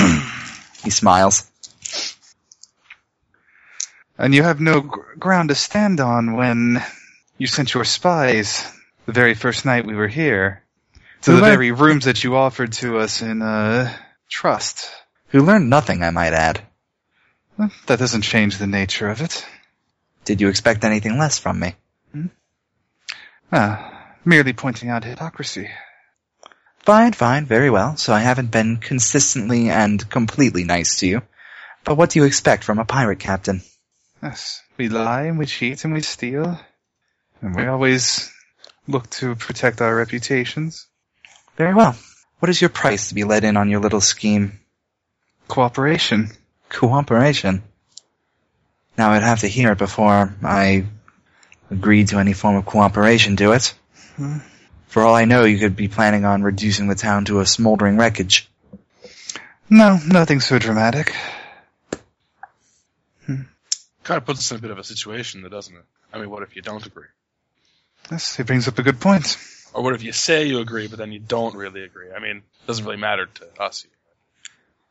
[SPEAKER 1] he smiles.
[SPEAKER 6] And you have no gr- ground to stand on when you sent your spies the very first night we were here to
[SPEAKER 1] Who
[SPEAKER 6] the
[SPEAKER 1] let-
[SPEAKER 6] very rooms that you offered to us in uh, trust.
[SPEAKER 1] Who learned nothing, I might add.
[SPEAKER 6] That doesn't change the nature of it.
[SPEAKER 1] Did you expect anything less from me?
[SPEAKER 6] Ah, merely pointing out hypocrisy.
[SPEAKER 1] Fine, fine, very well. So I haven't been consistently and completely nice to you. But what do you expect from a pirate captain?
[SPEAKER 6] Yes, we lie and we cheat and we steal, and we always look to protect our reputations.
[SPEAKER 1] Very well. What is your price to be let in on your little scheme?
[SPEAKER 6] Cooperation.
[SPEAKER 1] Cooperation. Now I'd have to hear it before I agreed to any form of cooperation to it. For all I know, you could be planning on reducing the town to a smoldering wreckage.
[SPEAKER 6] No, nothing so dramatic.
[SPEAKER 4] Kind of puts us in a bit of a situation, though, doesn't it? I mean, what if you don't agree?
[SPEAKER 6] Yes, he brings up a good point.
[SPEAKER 4] Or what if you say you agree, but then you don't really agree? I mean, it doesn't really matter to us.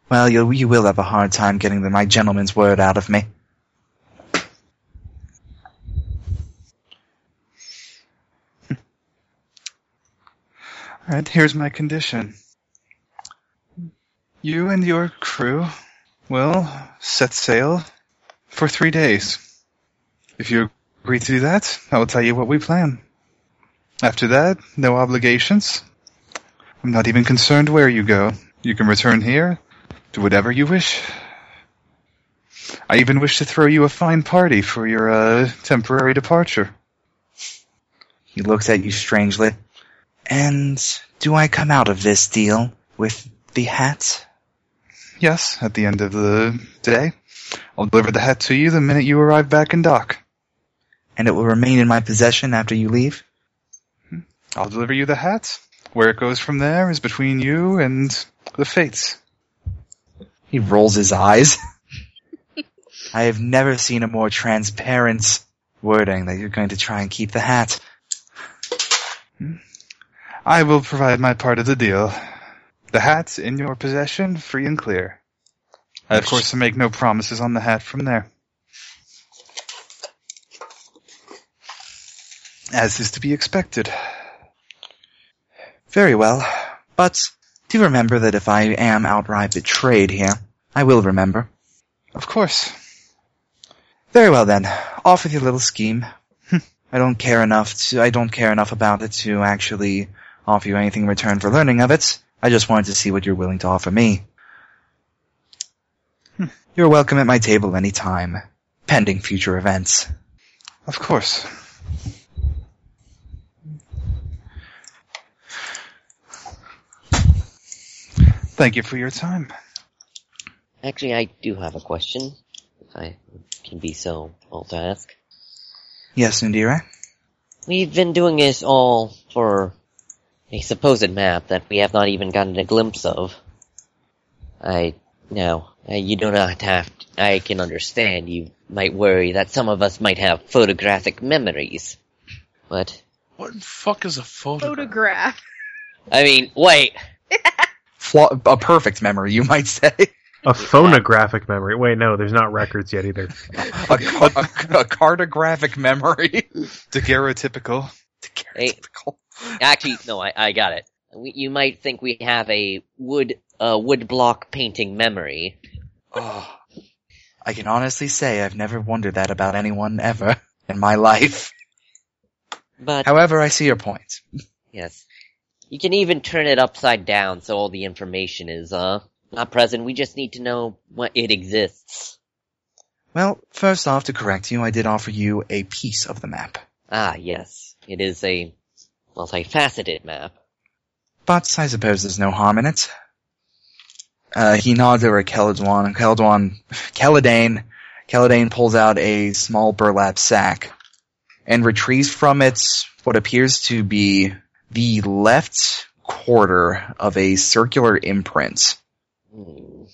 [SPEAKER 1] Well, you you will have a hard time getting the, my gentleman's word out of me.
[SPEAKER 6] All right, here's my condition. You and your crew will set sail for three days. If you agree to do that, I will tell you what we plan. After that, no obligations. I'm not even concerned where you go. You can return here, do whatever you wish. I even wish to throw you a fine party for your uh, temporary departure.
[SPEAKER 1] He looks at you strangely. And do I come out of this deal with the hat?
[SPEAKER 6] Yes, at the end of the day. I'll deliver the hat to you the minute you arrive back in dock.
[SPEAKER 1] And it will remain in my possession after you leave?
[SPEAKER 6] I'll deliver you the hat. Where it goes from there is between you and the fates.
[SPEAKER 1] He rolls his eyes. I have never seen a more transparent wording that you're going to try and keep the hat.
[SPEAKER 6] I will provide my part of the deal. The hat's in your possession, free and clear. I, of course, make no promises on the hat from there. As is to be expected.
[SPEAKER 1] Very well. But do remember that if I am outright betrayed here, I will remember.
[SPEAKER 6] Of course.
[SPEAKER 1] Very well then. Off with your little scheme. I don't care enough to, I don't care enough about it to actually offer you anything in return for learning of it. I just wanted to see what you're willing to offer me. You're welcome at my table any time, pending future events.
[SPEAKER 6] Of course. Thank you for your time.
[SPEAKER 5] Actually, I do have a question. If I can be so bold to ask.
[SPEAKER 1] Yes, Indira?
[SPEAKER 5] We've been doing this all for a supposed map that we have not even gotten a glimpse of. I, no, uh, you do not have, to, I can understand you might worry that some of us might have photographic memories. But,
[SPEAKER 4] What the fuck is a photo?
[SPEAKER 3] Photograph.
[SPEAKER 5] I mean, wait,
[SPEAKER 1] Fla- a perfect memory, you might say.
[SPEAKER 2] A phonographic memory. Wait, no, there's not records yet either.
[SPEAKER 1] a, ca- a, a cartographic memory.
[SPEAKER 6] Daguerreotypical.
[SPEAKER 5] Hey. Actually, no, I, I got it. We, you might think we have a wood, uh, wood block painting memory.
[SPEAKER 1] Oh, I can honestly say I've never wondered that about anyone ever in my life.
[SPEAKER 5] But,
[SPEAKER 1] However, I see your point.
[SPEAKER 5] yes. You can even turn it upside down so all the information is, uh, not present. We just need to know what it exists.
[SPEAKER 1] Well, first off, to correct you, I did offer you a piece of the map.
[SPEAKER 5] Ah, yes. It is a multifaceted map.
[SPEAKER 1] But I suppose there's no harm in it. Uh, he nods over at Keladwan, and Keladwan, Keladane, Keladane pulls out a small burlap sack and retrieves from it what appears to be the left quarter of a circular imprint.
[SPEAKER 5] Hmm.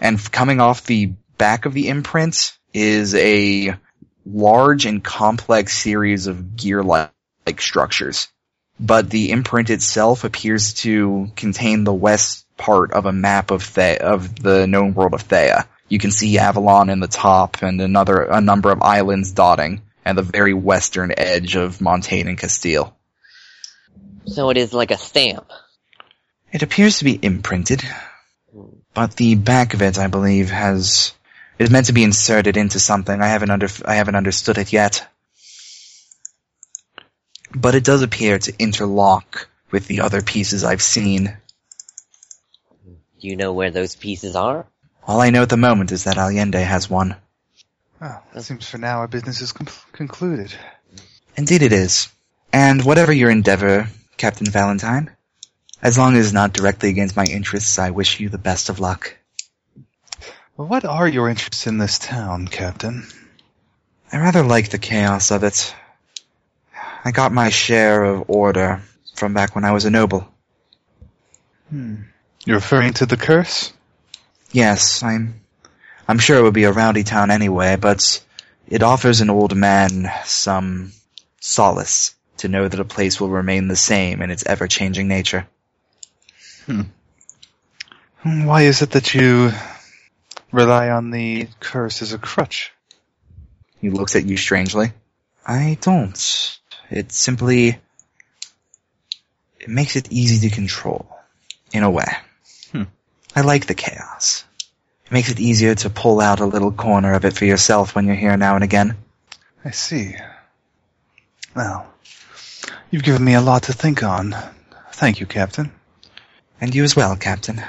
[SPEAKER 1] And f- coming off the back of the imprint is a large and complex series of gear-like structures. But the imprint itself appears to contain the west part of a map of the- of the known world of Thea. You can see Avalon in the top and another a number of islands dotting and the very western edge of Montaigne and Castile.
[SPEAKER 5] So it is like a stamp.
[SPEAKER 1] It appears to be imprinted, but the back of it, I believe, has is meant to be inserted into something. I haven't under I haven't understood it yet, but it does appear to interlock with the other pieces I've seen.
[SPEAKER 5] Do you know where those pieces are?
[SPEAKER 1] All I know at the moment is that Allende has one.
[SPEAKER 6] Well, Ah, it seems for now our business is com- concluded.
[SPEAKER 1] Indeed, it is. And whatever your endeavor, Captain Valentine, as long as not directly against my interests, I wish you the best of luck.
[SPEAKER 6] Well, what are your interests in this town, Captain?
[SPEAKER 1] I rather like the chaos of it. I got my share of order from back when I was a noble.
[SPEAKER 6] You're referring to the curse?
[SPEAKER 1] Yes, I'm I'm sure it would be a rowdy town anyway, but it offers an old man some solace to know that a place will remain the same in its ever-changing nature.
[SPEAKER 6] Hmm, Why is it that you rely on the curse as a crutch?
[SPEAKER 1] He looks at you strangely. I don't. It simply it makes it easy to control, in a way.
[SPEAKER 6] Hmm.
[SPEAKER 1] I like the chaos. It makes it easier to pull out a little corner of it for yourself when you're here now and again.
[SPEAKER 6] I see. Well, you've given me a lot to think on. Thank you, Captain.
[SPEAKER 1] And you as well, Captain.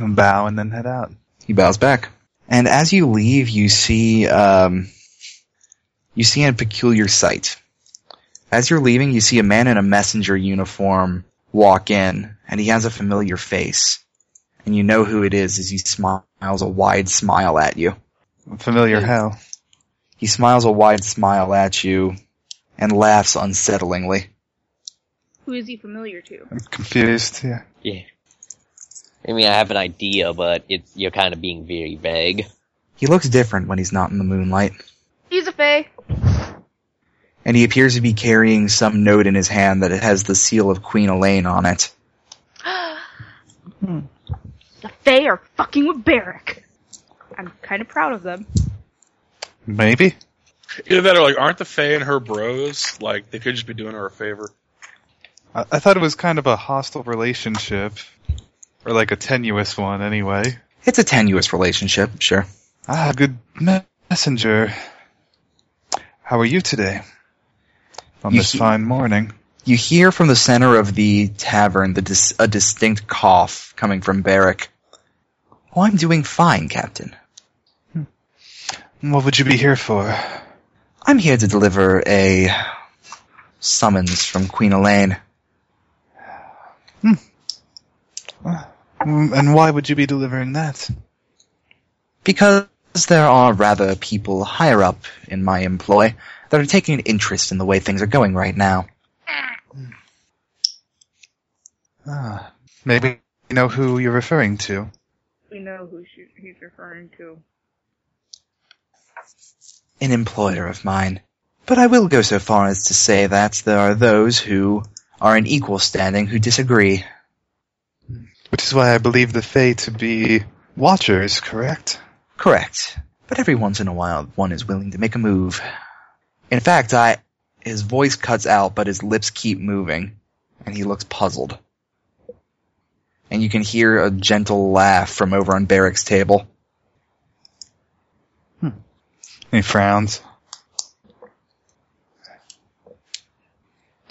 [SPEAKER 6] I'll bow and then head out.
[SPEAKER 1] He bows back. And as you leave, you see um, you see a peculiar sight. As you're leaving, you see a man in a messenger uniform walk in, and he has a familiar face. And you know who it is as he smiles a wide smile at you.
[SPEAKER 6] Familiar how?
[SPEAKER 1] He smiles a wide smile at you and laughs unsettlingly.
[SPEAKER 3] Who is he familiar to?
[SPEAKER 6] I'm confused. Yeah.
[SPEAKER 5] Yeah. I mean, I have an idea, but it's you're kind of being very vague.
[SPEAKER 1] He looks different when he's not in the moonlight,
[SPEAKER 3] He's a fae.
[SPEAKER 1] and he appears to be carrying some note in his hand that has the seal of Queen Elaine on it.
[SPEAKER 3] The fae are fucking with Barrack. I'm kind of proud of them.
[SPEAKER 6] Maybe.
[SPEAKER 4] Either that or like, aren't the Fae and her bros? Like, they could just be doing her a favor.
[SPEAKER 6] I, I thought it was kind of a hostile relationship, or like a tenuous one, anyway.
[SPEAKER 1] It's a tenuous relationship, sure.
[SPEAKER 6] Ah, good me- messenger. How are you today? On
[SPEAKER 1] You
[SPEAKER 6] this
[SPEAKER 1] he-
[SPEAKER 6] fine morning.
[SPEAKER 1] You hear from the center of the tavern the dis- a distinct cough coming from Barrack. Oh, I'm doing fine, Captain.
[SPEAKER 6] What would you be here for?
[SPEAKER 1] I'm here to deliver a summons from Queen Elaine.
[SPEAKER 6] Mm, And why would you be delivering that?
[SPEAKER 1] Because there are rather people higher up in my employ that are taking an interest in the way things are going right now.
[SPEAKER 6] Ah, maybe you know who you're referring to.
[SPEAKER 3] We know who she, he's referring to.
[SPEAKER 1] An employer of mine. But I will go so far as to say that there are those who are in equal standing who disagree.
[SPEAKER 6] Which is why I believe the Fae to be watchers, correct?
[SPEAKER 1] Correct. But every once in a while, one is willing to make a move. In fact, I. His voice cuts out, but his lips keep moving, and he looks puzzled. And you can hear a gentle laugh from over on Barrick's table.
[SPEAKER 6] He frowns.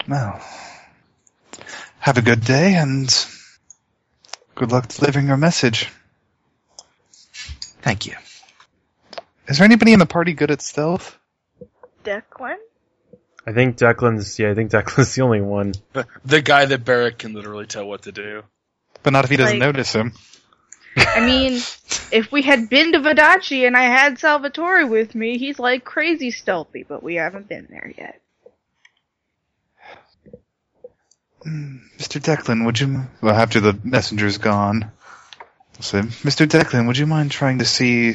[SPEAKER 6] Well, have a good day and good luck delivering your message.
[SPEAKER 1] Thank you.
[SPEAKER 6] Is there anybody in the party good at stealth?
[SPEAKER 3] Declan?
[SPEAKER 2] I think Declan's. Yeah, I think Declan's the only one.
[SPEAKER 4] The, the guy that Barrack can literally tell what to do.
[SPEAKER 6] But not if he doesn't
[SPEAKER 3] Like-
[SPEAKER 6] notice him.
[SPEAKER 3] I mean, if we had been to Vidachi and I had Salvatore with me, he's like crazy stealthy, but we haven't been there yet.
[SPEAKER 6] Mr. Declan, would you? Well, after the messenger's gone, I'll say, Mr. Declan, would you mind trying to see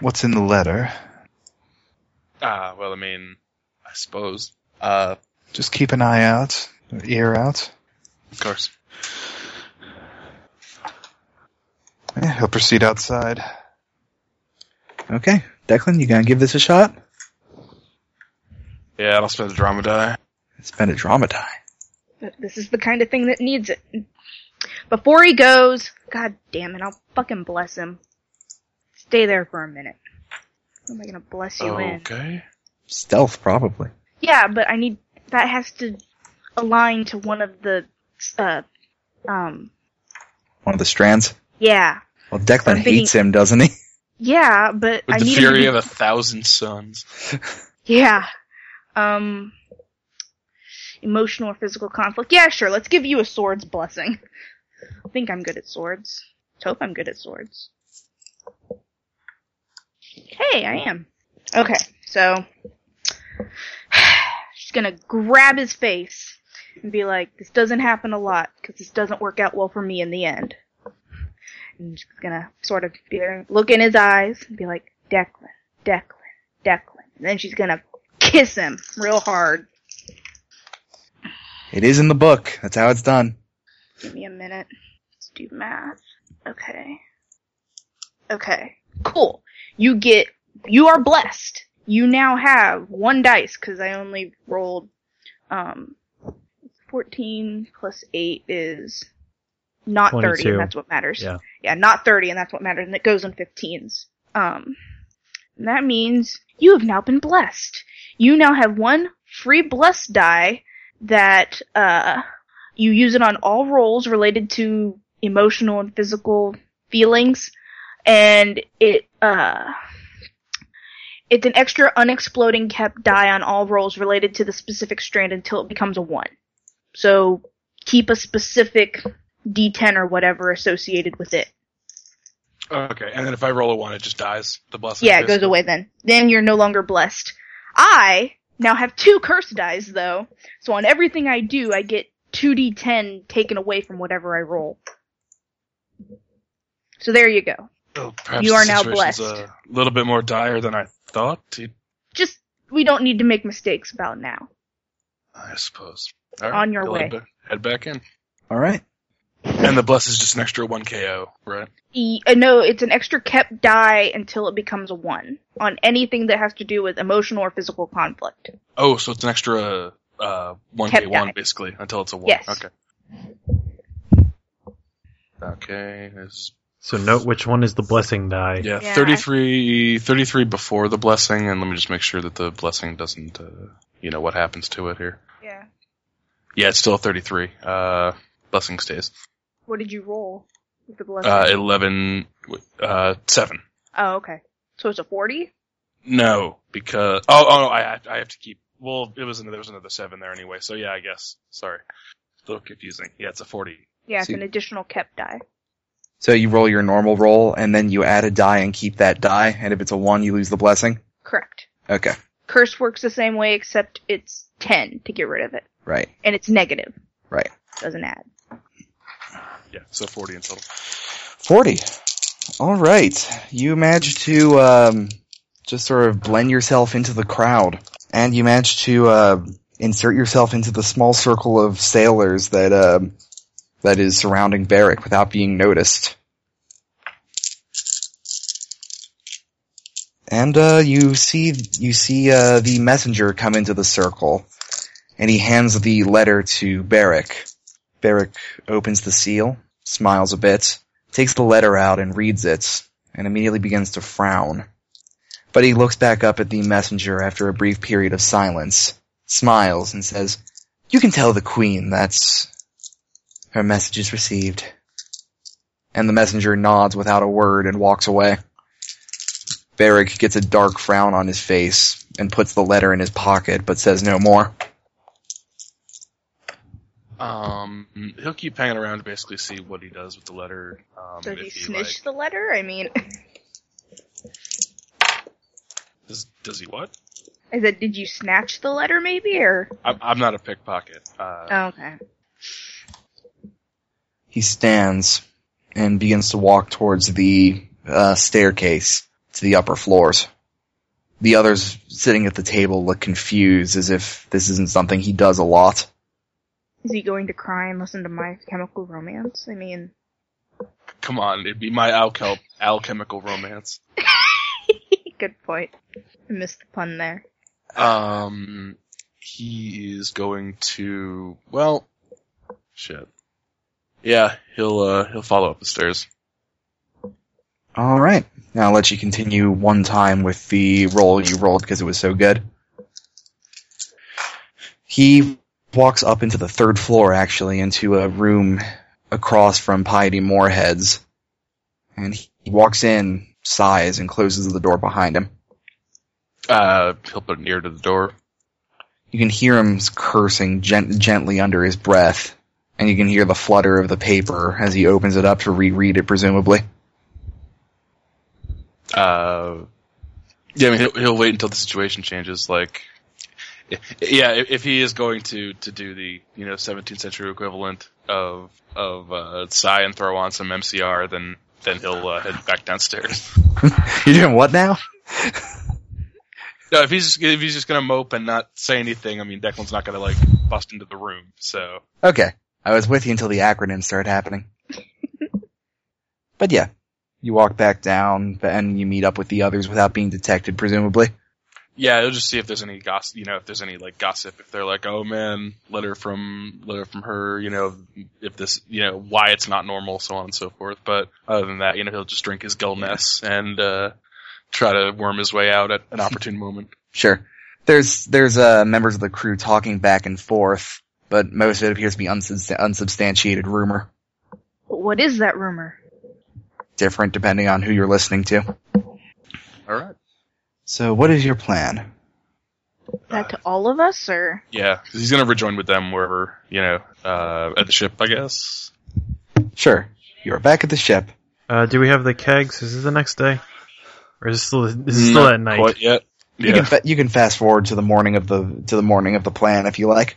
[SPEAKER 6] what's in the letter?
[SPEAKER 4] Ah, well, I mean, I suppose. Uh,
[SPEAKER 6] Just keep an eye out, or ear out.
[SPEAKER 4] of course.
[SPEAKER 6] Yeah, he'll proceed outside.
[SPEAKER 1] Okay, Declan, you gonna give this a shot?
[SPEAKER 4] Yeah, I'll spend the drama die.
[SPEAKER 1] It's been a drama die.
[SPEAKER 3] But this is the kind of thing that needs it. Before he goes, god damn it, I'll fucking bless him. Stay there for a minute. What am I gonna bless
[SPEAKER 4] Oh.
[SPEAKER 3] you in?
[SPEAKER 4] Okay.
[SPEAKER 1] Stealth, probably.
[SPEAKER 3] Yeah, but I need that has to align to one of the uh um
[SPEAKER 1] One of the strands.
[SPEAKER 3] yeah.
[SPEAKER 1] Well, Declan
[SPEAKER 3] I'm thinking-
[SPEAKER 1] hates him, doesn't he?
[SPEAKER 3] Yeah, but
[SPEAKER 4] With
[SPEAKER 3] I
[SPEAKER 4] the
[SPEAKER 3] need him to
[SPEAKER 4] fury
[SPEAKER 3] be-
[SPEAKER 4] of a thousand suns.
[SPEAKER 3] Yeah. Um emotional or physical conflict. Yeah, sure. Let's give you a swords blessing. I think I'm good at swords. Let's hope I'm good at swords. Hey, I am. Okay, so she's gonna grab his face and be like, "This doesn't happen a lot because this doesn't work out well for me in the end." And she's gonna sort of be there, look in his eyes, and be like, "Declan, Declan, Declan," and then she's gonna kiss him real hard.
[SPEAKER 1] It is in the book. That's how it's done.
[SPEAKER 3] Give me a minute. Let's do math. Okay. Okay. Cool. You get, you are blessed. You now have one dice because I only rolled, um, 14 plus 8 is not 30
[SPEAKER 2] 22.
[SPEAKER 3] and that's what matters.
[SPEAKER 2] Yeah.
[SPEAKER 3] not 30 and that's what matters and it goes in 15s. Um, and that means you have now been blessed. You now have one free blessed die that, uh, you use it on all roles related to emotional and physical feelings, and it uh, It's an extra unexploding kept die on all rolls related to the specific strand until it becomes a one. So keep a specific D10 or whatever associated with it.
[SPEAKER 4] Okay, and then if I roll a one, it just dies. The blessing.
[SPEAKER 3] Yeah, it
[SPEAKER 4] just-
[SPEAKER 3] goes away then. Then you're no longer blessed. I now have two cursed dice though, so on everything I do, I get 2d10 taken away from whatever I roll. So there you go.
[SPEAKER 4] Oh, perhaps
[SPEAKER 3] You
[SPEAKER 4] the
[SPEAKER 3] are now
[SPEAKER 4] situation's
[SPEAKER 3] blessed.
[SPEAKER 4] A little bit more dire than I thought. It-
[SPEAKER 3] Just, we don't need to make mistakes about now.
[SPEAKER 4] I suppose. All
[SPEAKER 3] On your
[SPEAKER 4] I'll head
[SPEAKER 3] way.
[SPEAKER 4] ba- Head back in.
[SPEAKER 1] All right.
[SPEAKER 4] And the bless is just an extra one KO, right?
[SPEAKER 3] E- uh, no, it's an extra kept die until it becomes a one on anything that has to do with emotional or physical conflict.
[SPEAKER 4] Oh, so it's an extra uh one
[SPEAKER 3] Kept
[SPEAKER 4] K one
[SPEAKER 3] dying.
[SPEAKER 4] basically until it's a one.
[SPEAKER 3] Yes.
[SPEAKER 4] Okay. Okay. This is,
[SPEAKER 2] So note which one is the blessing die.
[SPEAKER 4] yeah,
[SPEAKER 3] Yeah, I-
[SPEAKER 4] 33, 33 before the blessing, and let me just make sure that the blessing doesn't, uh, you know, what happens to it here.
[SPEAKER 3] Yeah.
[SPEAKER 4] Yeah, it's still 33. Uh, blessing stays.
[SPEAKER 3] What did you roll with the blessing?
[SPEAKER 4] Uh, 11, uh, 7.
[SPEAKER 3] oh, okay. So it's a 40?
[SPEAKER 4] No, because oh oh no, I I have to keep. Well, it was another, there was another seven there anyway, so yeah, I guess. Sorry, a little confusing. Yeah, it's a forty.
[SPEAKER 3] Yeah, it's
[SPEAKER 1] See-
[SPEAKER 3] an additional kept die.
[SPEAKER 1] So you roll your normal roll, and then you add a die and keep that die, and if it's a one, you lose the blessing.
[SPEAKER 3] Correct.
[SPEAKER 1] Okay.
[SPEAKER 3] Curse works the same way, except it's 10 to get rid of it.
[SPEAKER 1] Right.
[SPEAKER 3] And it's negative.
[SPEAKER 1] Right.
[SPEAKER 3] Doesn't add.
[SPEAKER 4] Yeah, so forty in total.
[SPEAKER 1] 40. All right. You managed to um, just sort of blend yourself into the crowd, and you managed to uh, insert yourself into the small circle of sailors that um that is surrounding Barrack without being noticed. And uh, you see you see uh, the messenger come into the circle, and he hands the letter to Barrack. Barrack opens the seal, smiles a bit, takes the letter out and reads it, and immediately begins to frown. But he looks back up at the messenger after a brief period of silence, smiles, and says, You can tell the queen that's her message is received. And the messenger nods without a word and walks away. Beric gets a dark frown on his face and puts the letter in his pocket but says no more.
[SPEAKER 4] Um, he'll keep hanging around to basically see what he does with the letter. Um,
[SPEAKER 3] Does
[SPEAKER 4] if
[SPEAKER 3] he
[SPEAKER 4] he,
[SPEAKER 3] snitch
[SPEAKER 4] like-
[SPEAKER 3] the letter? I mean,
[SPEAKER 4] does, does he what?
[SPEAKER 3] I said, did you snatch the letter maybe, or?
[SPEAKER 4] I'm, I'm not a pickpocket. Uh,
[SPEAKER 3] Okay.
[SPEAKER 1] He stands and begins to walk towards the uh, staircase to the upper floors. The others sitting at the table look confused as if this isn't something he does a lot.
[SPEAKER 3] Is he going to cry and listen to My Chemical Romance? I mean,
[SPEAKER 4] Come on, it'd be my alchel- alchemical romance.
[SPEAKER 3] good point. I missed the pun there.
[SPEAKER 4] Um, he is going to well, shit. Yeah, he'll uh he'll follow up the stairs.
[SPEAKER 1] All right. Now I'll let you continue one time with the roll you rolled because it was so good. He walks up into the third floor, actually, into a room across from Piety Moorhead's. And he walks in, sighs, and closes the door behind him.
[SPEAKER 4] Uh, he'll put an ear to the door.
[SPEAKER 1] You can hear him cursing gent- gently under his breath, and you can hear the flutter of the paper as he opens it up to reread it, presumably.
[SPEAKER 4] Uh, yeah, I mean, he'll, he'll wait until the situation changes. Like, i- yeah, if if he is going to to do the you know 17th century equivalent of of uh, sigh and throw on some MCR, then then he'll uh, head back downstairs.
[SPEAKER 1] You're doing what now?
[SPEAKER 4] No, if he's if he's just gonna mope and not say anything, I mean, Declan's not gonna like bust into the room. So
[SPEAKER 1] Okay. I was with you until the acronyms started happening. but yeah. You walk back down and you meet up with the others without being detected, presumably.
[SPEAKER 4] yeah, he'll just see if there's any gossip. You know, if there's any like gossip, if they're like, oh man, letter from letter from her. You know, if this, you know, why it's not normal, so on and so forth. But other than that, you know, he'll just drink his gullness and uh, try to worm his way out at an opportune moment.
[SPEAKER 1] Sure. There's there's uh members of the crew talking back and forth, but most of it appears to be unsubst- unsubstantiated rumor,
[SPEAKER 3] But what is that rumor?
[SPEAKER 1] different depending on who you're listening to.
[SPEAKER 4] All right.
[SPEAKER 1] So what is your plan?
[SPEAKER 2] Uh,
[SPEAKER 3] That to all of us, or
[SPEAKER 4] Yeah, 'cause he's gonna rejoin with them wherever you know uh, at the ship, I guess.
[SPEAKER 1] Sure. You're back at the ship.
[SPEAKER 2] Uh, do we have the kegs? Is this the next day? Or is this still, is this still
[SPEAKER 4] Not
[SPEAKER 2] at night?
[SPEAKER 4] Quite yet.
[SPEAKER 1] You
[SPEAKER 4] Yeah.
[SPEAKER 1] can fa- you can fast forward to the morning of the to the morning of the plan if you like.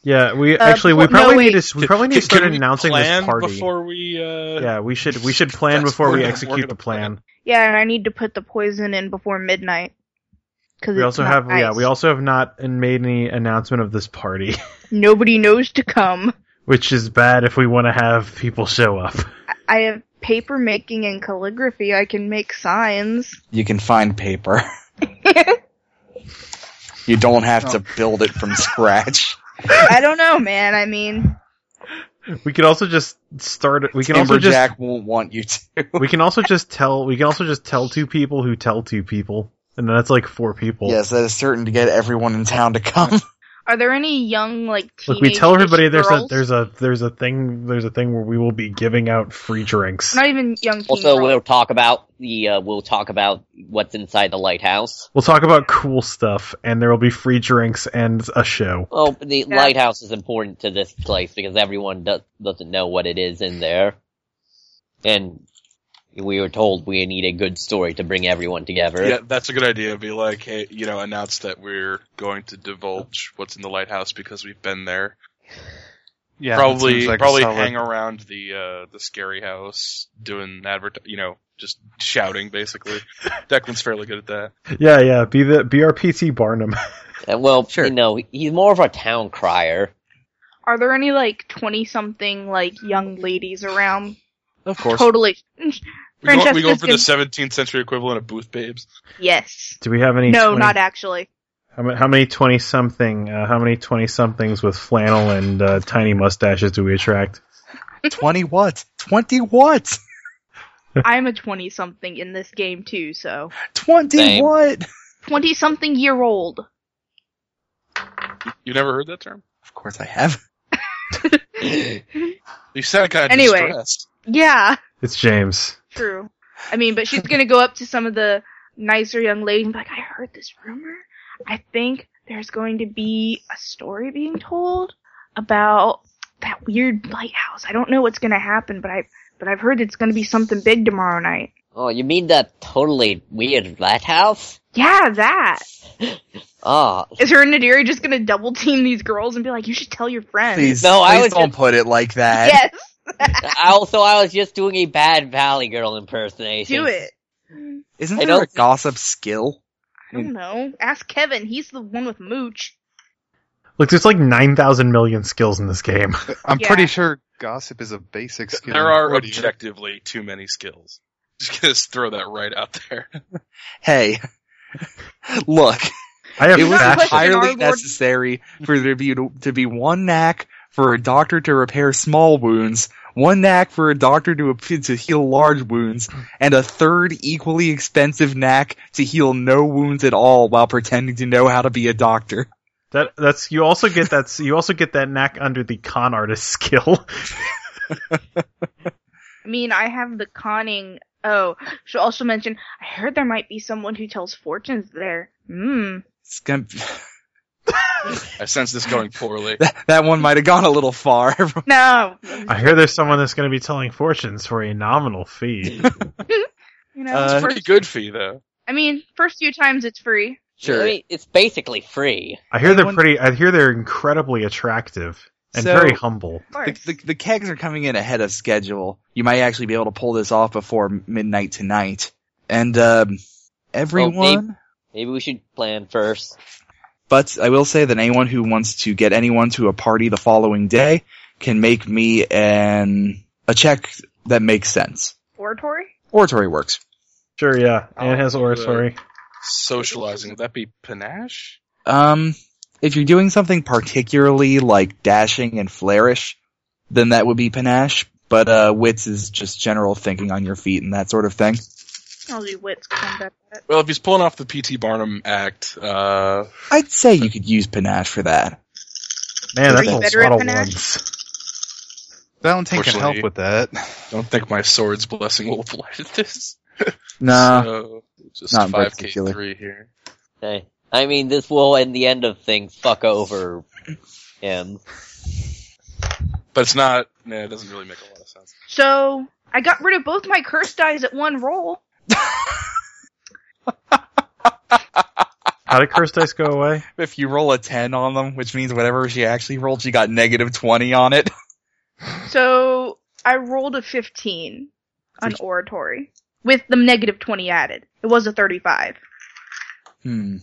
[SPEAKER 2] Yeah, we
[SPEAKER 3] Uh,
[SPEAKER 2] actually we
[SPEAKER 3] well, no,
[SPEAKER 2] probably need
[SPEAKER 3] wait.
[SPEAKER 2] to s- we
[SPEAKER 4] Can-
[SPEAKER 2] probably need to
[SPEAKER 4] can- can
[SPEAKER 2] start
[SPEAKER 4] we
[SPEAKER 2] announcing
[SPEAKER 4] plan
[SPEAKER 2] this party.
[SPEAKER 4] before we. Uh,
[SPEAKER 2] yeah, we should we should plan
[SPEAKER 4] That's
[SPEAKER 2] before we
[SPEAKER 4] working-
[SPEAKER 2] execute
[SPEAKER 4] working
[SPEAKER 2] the
[SPEAKER 4] a plan.
[SPEAKER 2] plan.
[SPEAKER 3] yeah, and I need to put the poison in before midnight. Cause
[SPEAKER 2] We
[SPEAKER 3] it's
[SPEAKER 2] also
[SPEAKER 3] not
[SPEAKER 2] have yeah,
[SPEAKER 3] ice.
[SPEAKER 2] we also have not made any announcement of this party,
[SPEAKER 3] nobody knows to come.
[SPEAKER 2] which is bad if we want to have people show up.
[SPEAKER 3] I have paper making and calligraphy. I can make signs.
[SPEAKER 1] You can find paper. you don't have to
[SPEAKER 2] Oh.
[SPEAKER 1] build it from scratch.
[SPEAKER 3] I don't know, man. I mean,
[SPEAKER 2] We could also just start we can also just
[SPEAKER 1] Timberjack won't want you to.
[SPEAKER 2] we can also just tell we can also just tell two people who tell two people and that's like four people.
[SPEAKER 1] Yes, that is certain to get everyone in town to come.
[SPEAKER 3] are there any young like
[SPEAKER 2] Look,
[SPEAKER 3] teenage
[SPEAKER 2] we tell everybody there's
[SPEAKER 3] girls?
[SPEAKER 2] a there's a there's a thing there's a thing where we will be giving out free drinks.
[SPEAKER 3] not even young teen
[SPEAKER 5] Also,
[SPEAKER 3] girls.
[SPEAKER 5] we'll talk about the uh, we'll talk about what's inside the lighthouse.
[SPEAKER 2] We'll talk about cool stuff and there will be free drinks and a show.
[SPEAKER 5] Well, the
[SPEAKER 3] Yeah.
[SPEAKER 5] lighthouse is important to this place because everyone does, doesn't know what it is in there, and we were told we need a good story to bring everyone together.
[SPEAKER 4] Yeah, that's a good idea. Be like, hey, you know, announce that we're going to divulge what's in the lighthouse because we've been there.
[SPEAKER 6] Yeah, that
[SPEAKER 4] probably,
[SPEAKER 6] seems like a
[SPEAKER 4] probably
[SPEAKER 6] solid-
[SPEAKER 4] hang around the uh, the scary house doing advert, you know, just shouting basically. Declan's fairly good at that.
[SPEAKER 2] Yeah, yeah, be the be our PT Barnum.
[SPEAKER 5] Uh, well,
[SPEAKER 1] Sure.
[SPEAKER 5] you know, he's more of a town crier.
[SPEAKER 3] Are there any like twenty something like young ladies around?
[SPEAKER 1] Of course.
[SPEAKER 3] Totally.
[SPEAKER 4] We go, we go
[SPEAKER 3] Francesca's
[SPEAKER 4] for the
[SPEAKER 3] good.
[SPEAKER 4] 17th century equivalent of Booth Babes.
[SPEAKER 3] Yes.
[SPEAKER 2] Do we have any
[SPEAKER 3] No,
[SPEAKER 2] 20
[SPEAKER 3] not actually.
[SPEAKER 2] How many, how many twenty something? Uh, how many twenty somethings with flannel and uh, tiny mustaches do we attract?
[SPEAKER 1] Twenty what? Twenty what?
[SPEAKER 3] I'm a twenty something in this game too, so
[SPEAKER 1] Twenty
[SPEAKER 5] Same.
[SPEAKER 1] what?
[SPEAKER 3] twenty something year old.
[SPEAKER 4] You never heard that term?
[SPEAKER 1] Of course I have.
[SPEAKER 4] You sound kind of
[SPEAKER 3] Anyway.
[SPEAKER 4] distressed.
[SPEAKER 3] Yeah,
[SPEAKER 2] It's James.
[SPEAKER 3] true. I mean, but she's gonna go up to some of the nicer young ladies and be like, I heard this rumor. I think there's going to be a story being told about that weird lighthouse. I don't know what's gonna happen, but I but I've heard it's gonna be something big tomorrow night.
[SPEAKER 5] Oh, you mean that totally weird lighthouse?
[SPEAKER 3] Yeah, that.
[SPEAKER 5] Ah,
[SPEAKER 3] Is her and Nadiri just gonna double team these girls and be like, you should tell your friends?
[SPEAKER 1] Please,
[SPEAKER 5] No, I
[SPEAKER 1] please
[SPEAKER 5] was
[SPEAKER 1] don't
[SPEAKER 5] just-
[SPEAKER 1] put it like that.
[SPEAKER 3] Yes,
[SPEAKER 5] I also, I was just doing a bad Valley Girl impersonation.
[SPEAKER 3] do it.
[SPEAKER 1] Isn't
[SPEAKER 5] I
[SPEAKER 1] there a
[SPEAKER 5] don't-
[SPEAKER 1] gossip skill?
[SPEAKER 3] I
[SPEAKER 1] Hmm.
[SPEAKER 3] don't know. Ask Kevin. He's the one with Mooch.
[SPEAKER 2] Look, there's like nine thousand million skills in this game.
[SPEAKER 6] I'm
[SPEAKER 3] Yeah.
[SPEAKER 6] pretty sure gossip is a basic skill.
[SPEAKER 4] There are
[SPEAKER 6] What do you-
[SPEAKER 4] objectively too many skills. Just gonna throw that right out there.
[SPEAKER 1] Hey, look,
[SPEAKER 2] I have
[SPEAKER 1] it
[SPEAKER 3] You're
[SPEAKER 1] was
[SPEAKER 3] not
[SPEAKER 2] facts.
[SPEAKER 3] questioning our
[SPEAKER 1] entirely
[SPEAKER 3] Lord-
[SPEAKER 1] necessary for there be to, to be one knack for a doctor to repair small wounds, one knack for a doctor to to heal large wounds, and a third equally expensive knack to heal no wounds at all while pretending to know how to be a doctor.
[SPEAKER 2] That that's you also get that you also get that knack under the con artist skill.
[SPEAKER 3] I mean, I have the conning. Oh, she'll also mention. I heard there might be someone who tells fortunes there. Hmm.
[SPEAKER 1] It's gonna,
[SPEAKER 4] I sense this going poorly.
[SPEAKER 1] that, that one might have gone a little far.
[SPEAKER 3] No.
[SPEAKER 2] I hear there's someone that's going to be telling fortunes for a nominal fee.
[SPEAKER 3] You know.
[SPEAKER 1] Uh,
[SPEAKER 4] Pretty
[SPEAKER 3] first,
[SPEAKER 4] good fee though.
[SPEAKER 3] I mean, first few times it's free.
[SPEAKER 5] I
[SPEAKER 1] sure.
[SPEAKER 5] mean, it's basically free.
[SPEAKER 2] I hear they're
[SPEAKER 1] Anyone-
[SPEAKER 2] pretty. I hear they're incredibly attractive and
[SPEAKER 1] So-
[SPEAKER 2] very humble.
[SPEAKER 3] Of
[SPEAKER 1] The,
[SPEAKER 3] course.
[SPEAKER 1] the, the kegs are coming in ahead of schedule. You might actually be able to pull this off before midnight tonight. And um, everyone.
[SPEAKER 5] Maybe we should plan first.
[SPEAKER 1] But I will say that anyone who wants to get anyone to a party the following day can make me an a check that makes sense.
[SPEAKER 3] Oratory.
[SPEAKER 1] Oratory works.
[SPEAKER 2] Sure, yeah, and has
[SPEAKER 4] Oh,
[SPEAKER 2] oratory.
[SPEAKER 4] Socializing would that be panache?
[SPEAKER 1] Um, if you're doing something particularly like dashing and flourish, then that would be panache. But uh, wits is just general thinking on your feet and that sort of thing.
[SPEAKER 3] I'll do wits. 'cause I'm bad at it.
[SPEAKER 4] Well, if he's pulling off the PT Barnum act, uh,
[SPEAKER 1] I'd say you could use panache for that.
[SPEAKER 2] Man,
[SPEAKER 1] Are
[SPEAKER 2] that's
[SPEAKER 1] you
[SPEAKER 2] a
[SPEAKER 3] better at
[SPEAKER 2] lot of
[SPEAKER 3] panache?
[SPEAKER 2] ones.
[SPEAKER 6] Valentine can help
[SPEAKER 4] Unfortunately-
[SPEAKER 6] with that.
[SPEAKER 4] don't think my sword's blessing will apply to this.
[SPEAKER 1] Nah.
[SPEAKER 4] So, just
[SPEAKER 1] not in
[SPEAKER 4] 5k3 here.
[SPEAKER 5] Okay. I mean, this will, in the end of things, fuck over him.
[SPEAKER 4] But it's not, yeah, it doesn't really make a lot of sense.
[SPEAKER 3] So I got rid of both my curse dies at one roll.
[SPEAKER 2] How did curse dice go away?
[SPEAKER 1] if you roll a 10 on them, which means whatever she actually rolled, she got negative 20 on it.
[SPEAKER 3] So I rolled a 15 on oratory with the negative 20 added. It was a 35.
[SPEAKER 1] Hmm.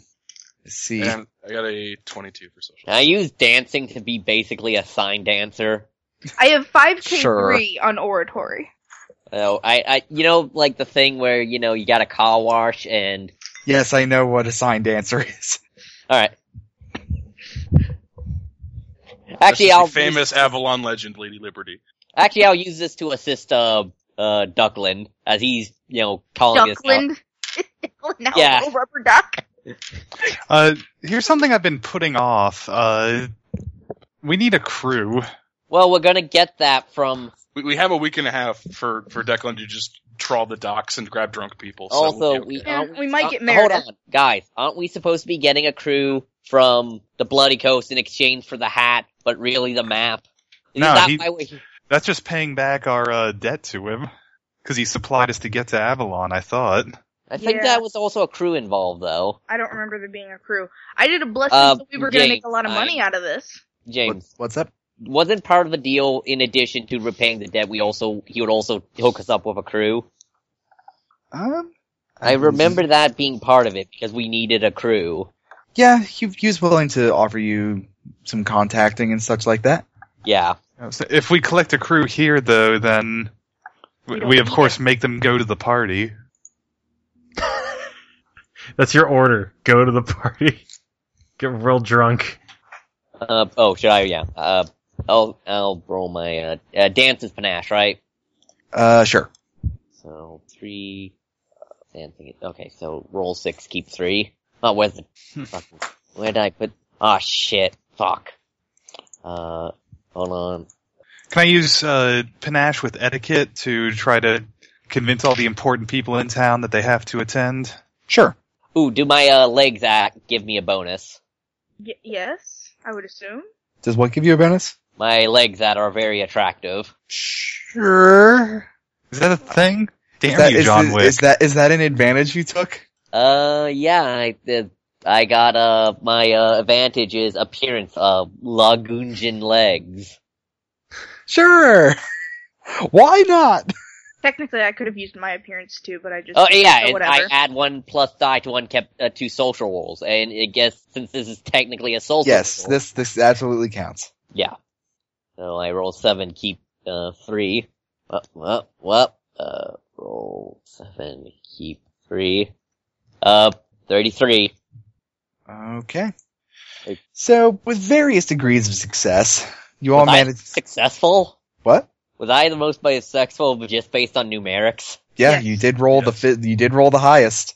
[SPEAKER 1] Let's see.
[SPEAKER 4] And I got a 22 for social.
[SPEAKER 5] I use dancing to be basically a sign dancer.
[SPEAKER 3] I have 5k3
[SPEAKER 1] Sure.
[SPEAKER 3] on oratory.
[SPEAKER 5] Oh, I, I, you know, like the thing where, you know, you got a car wash and,
[SPEAKER 1] Yes, I know what a sign dancer is.
[SPEAKER 5] alright.
[SPEAKER 4] That's
[SPEAKER 5] Actually,
[SPEAKER 4] just the
[SPEAKER 5] I'll,
[SPEAKER 4] famous Avalon legend, Lady Liberty.
[SPEAKER 5] actually, I'll use this to assist, uh, uh, Duckland, as he's, you know, calling this out.
[SPEAKER 3] Duckland. now
[SPEAKER 5] Yeah.
[SPEAKER 3] little rubber duck.
[SPEAKER 6] Uh, here's something I've been putting off. Uh, we need a crew.
[SPEAKER 5] Well, we're gonna get that from,
[SPEAKER 4] We, we have a week and a half for, for Declan to just trawl the docks and grab drunk people. So
[SPEAKER 5] also,
[SPEAKER 4] we'll be
[SPEAKER 5] we,
[SPEAKER 4] okay.
[SPEAKER 3] Yeah,
[SPEAKER 5] aren't
[SPEAKER 3] we might
[SPEAKER 5] uh,
[SPEAKER 3] get
[SPEAKER 5] Hold
[SPEAKER 3] Meredith.
[SPEAKER 5] on, guys, aren't we supposed to be getting a crew from the Bloody Coast in exchange for the hat, but really the map? Isn't
[SPEAKER 6] No,
[SPEAKER 5] that
[SPEAKER 6] he-
[SPEAKER 5] why we-
[SPEAKER 6] That's just paying back our uh, debt to him. Because he supplied us to get to Avalon, I thought.
[SPEAKER 5] I think
[SPEAKER 3] Yeah.
[SPEAKER 5] that was also a crew involved, though.
[SPEAKER 3] I don't remember there being a crew. I did a blessing,
[SPEAKER 5] Uh,
[SPEAKER 3] so we were going to
[SPEAKER 5] Jane,
[SPEAKER 3] make a lot of
[SPEAKER 5] I-
[SPEAKER 3] money out of this.
[SPEAKER 1] What,
[SPEAKER 5] James
[SPEAKER 1] what's up?
[SPEAKER 5] wasn't part of the deal. In addition to repaying the debt, we also he would also hook us up with a crew.
[SPEAKER 1] Um,
[SPEAKER 5] I remember that being part of it because we needed a crew.
[SPEAKER 1] Yeah, he, he was willing to offer you some contacting and such like that.
[SPEAKER 5] Yeah,
[SPEAKER 6] So if we collect a crew here, though, then
[SPEAKER 3] We
[SPEAKER 6] we,
[SPEAKER 3] don't
[SPEAKER 6] we of
[SPEAKER 3] need
[SPEAKER 6] course make them go to the party.
[SPEAKER 2] That's your order. Go to the party. Get real drunk.
[SPEAKER 5] Uh, oh, should I? Yeah. Uh, I'll I'll roll my uh, uh dance is panache, right?
[SPEAKER 1] Uh, sure.
[SPEAKER 5] So three uh, dancing. is- Okay, so roll six, keep three. Oh, where's the fucking, where did I put? Ah, shit, fuck. Uh, hold on.
[SPEAKER 6] Can I use uh, panache with etiquette to try to convince all the important people in town that they have to attend?
[SPEAKER 1] Sure.
[SPEAKER 5] Ooh, do my uh, legs act give me a bonus?
[SPEAKER 3] Y- yes, I would assume.
[SPEAKER 1] Does what give you a bonus?
[SPEAKER 5] My legs that are very attractive.
[SPEAKER 1] Sure.
[SPEAKER 6] Is that a thing? Damn
[SPEAKER 1] That-
[SPEAKER 6] you,
[SPEAKER 1] is-
[SPEAKER 6] John
[SPEAKER 1] is,
[SPEAKER 6] Wick.
[SPEAKER 1] is that is that an advantage you took?
[SPEAKER 5] Uh, yeah, I uh, I got uh my uh, advantage is appearance of Lagunjin legs.
[SPEAKER 1] Sure. Why not?
[SPEAKER 3] Technically, I could have used my appearance too, but I just.
[SPEAKER 5] Oh yeah,
[SPEAKER 3] so
[SPEAKER 5] and I
[SPEAKER 3] whatever.
[SPEAKER 5] add one plus die to one kept uh, two social rolls, and I guess since this is technically a social
[SPEAKER 1] Yes,
[SPEAKER 5] roll,
[SPEAKER 1] this this absolutely counts.
[SPEAKER 5] yeah. So I roll seven, keep uh three. Up, up, up. Uh, roll seven, keep three. Uh, thirty-three.
[SPEAKER 1] Okay.
[SPEAKER 5] Hey.
[SPEAKER 1] So, with various degrees of success, you all
[SPEAKER 5] Was I
[SPEAKER 1] managed.
[SPEAKER 5] successful?
[SPEAKER 1] What?
[SPEAKER 5] Was I the most successful just based on numerics?
[SPEAKER 1] Yeah,
[SPEAKER 3] Yes.
[SPEAKER 1] you did roll the fi- you did roll the highest.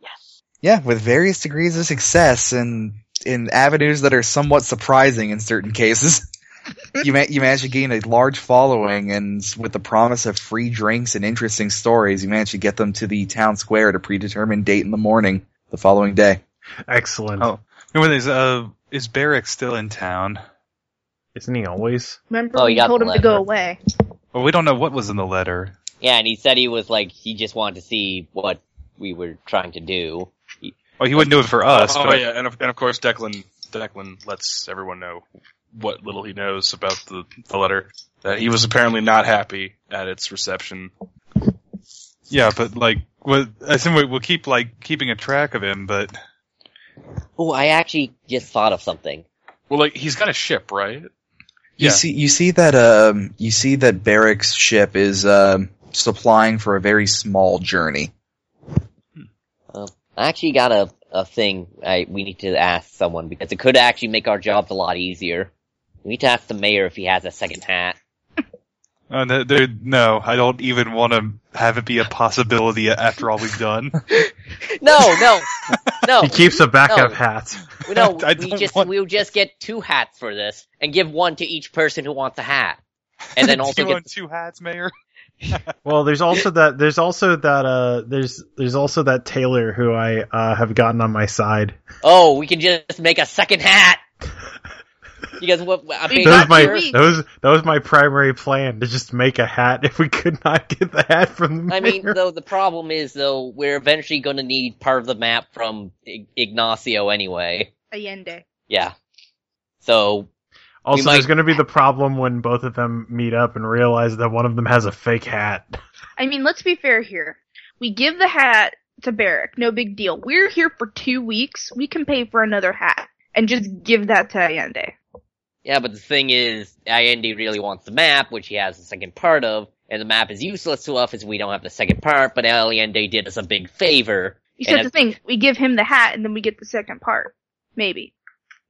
[SPEAKER 5] Yes.
[SPEAKER 1] Yeah, with various degrees of success and in avenues that are somewhat surprising in certain cases. You ma- you managed to gain a large following, and s- with the promise of free drinks and interesting stories, you managed to get them to the town square at a predetermined date in the morning the following day.
[SPEAKER 2] Excellent.
[SPEAKER 6] Oh. Remember, there's, uh, is Barrick still in town?
[SPEAKER 2] Isn't he always?
[SPEAKER 3] Remember,
[SPEAKER 5] Oh,
[SPEAKER 3] we
[SPEAKER 5] you got
[SPEAKER 3] told
[SPEAKER 5] the
[SPEAKER 3] him to go
[SPEAKER 5] letter.
[SPEAKER 3] away.
[SPEAKER 6] Well, we don't know what was in the letter.
[SPEAKER 5] Yeah, and he said he was like he just wanted to see what we were trying to do.
[SPEAKER 6] Well, he wouldn't do it for us.
[SPEAKER 4] oh
[SPEAKER 6] but
[SPEAKER 4] yeah, and of, and of course Declan Declan lets everyone know what little he knows about the, the letter. That he was apparently not happy at its reception.
[SPEAKER 6] yeah, but like, well, I assume we- we'll keep like keeping a track of him. But
[SPEAKER 5] Oh, I actually just thought of something.
[SPEAKER 4] Well, like he's got a ship, right?
[SPEAKER 1] You
[SPEAKER 4] Yeah.
[SPEAKER 1] see, you see that um, you see that Barrick's ship is um, supplying for a very small journey.
[SPEAKER 5] I actually got a a thing I we need to ask someone because it could actually make our jobs a lot easier. We need to ask the mayor if he has a second hat.
[SPEAKER 6] uh, no, there- no, I don't even want to have it be a possibility after all we've done.
[SPEAKER 5] No, no, no,
[SPEAKER 2] He keeps a backup
[SPEAKER 5] No.
[SPEAKER 2] hat.
[SPEAKER 5] no. We
[SPEAKER 6] I don't
[SPEAKER 5] just
[SPEAKER 6] want-
[SPEAKER 5] we'll just get two hats for this and give one to each person who wants a hat, and then also
[SPEAKER 6] Do you
[SPEAKER 5] get
[SPEAKER 6] want two hats, Mayor.
[SPEAKER 2] Well, there's also that. There's also that. Uh, there's there's also that Taylor who I uh, have gotten on my side.
[SPEAKER 5] Oh, we can just make a second hat. You guys, what? I mean,
[SPEAKER 2] That was
[SPEAKER 3] Not
[SPEAKER 2] my
[SPEAKER 3] your-
[SPEAKER 2] that was that was my primary plan to just make a hat. If we could not get the hat from the
[SPEAKER 5] I mean,
[SPEAKER 2] mayor.
[SPEAKER 5] though the problem is though we're eventually going to need part of the map from Ig- Ignacio anyway.
[SPEAKER 3] Allende.
[SPEAKER 5] Yeah. So
[SPEAKER 2] also
[SPEAKER 5] we might-
[SPEAKER 2] there's going to be the problem when both of them meet up and realize that one of them has a fake hat.
[SPEAKER 3] I mean, let's be fair here. We give the hat to Barrack. No big deal. We're here for two weeks. We can pay for another hat and just give that to Allende.
[SPEAKER 5] yeah, but the thing is, Allende really wants the map, which he has the second part of, and the map is useless to us as we don't have the second part. But Allende did us a big favor.
[SPEAKER 3] You
[SPEAKER 5] And
[SPEAKER 3] said the thing. We give him the hat and then we get the second part. Maybe.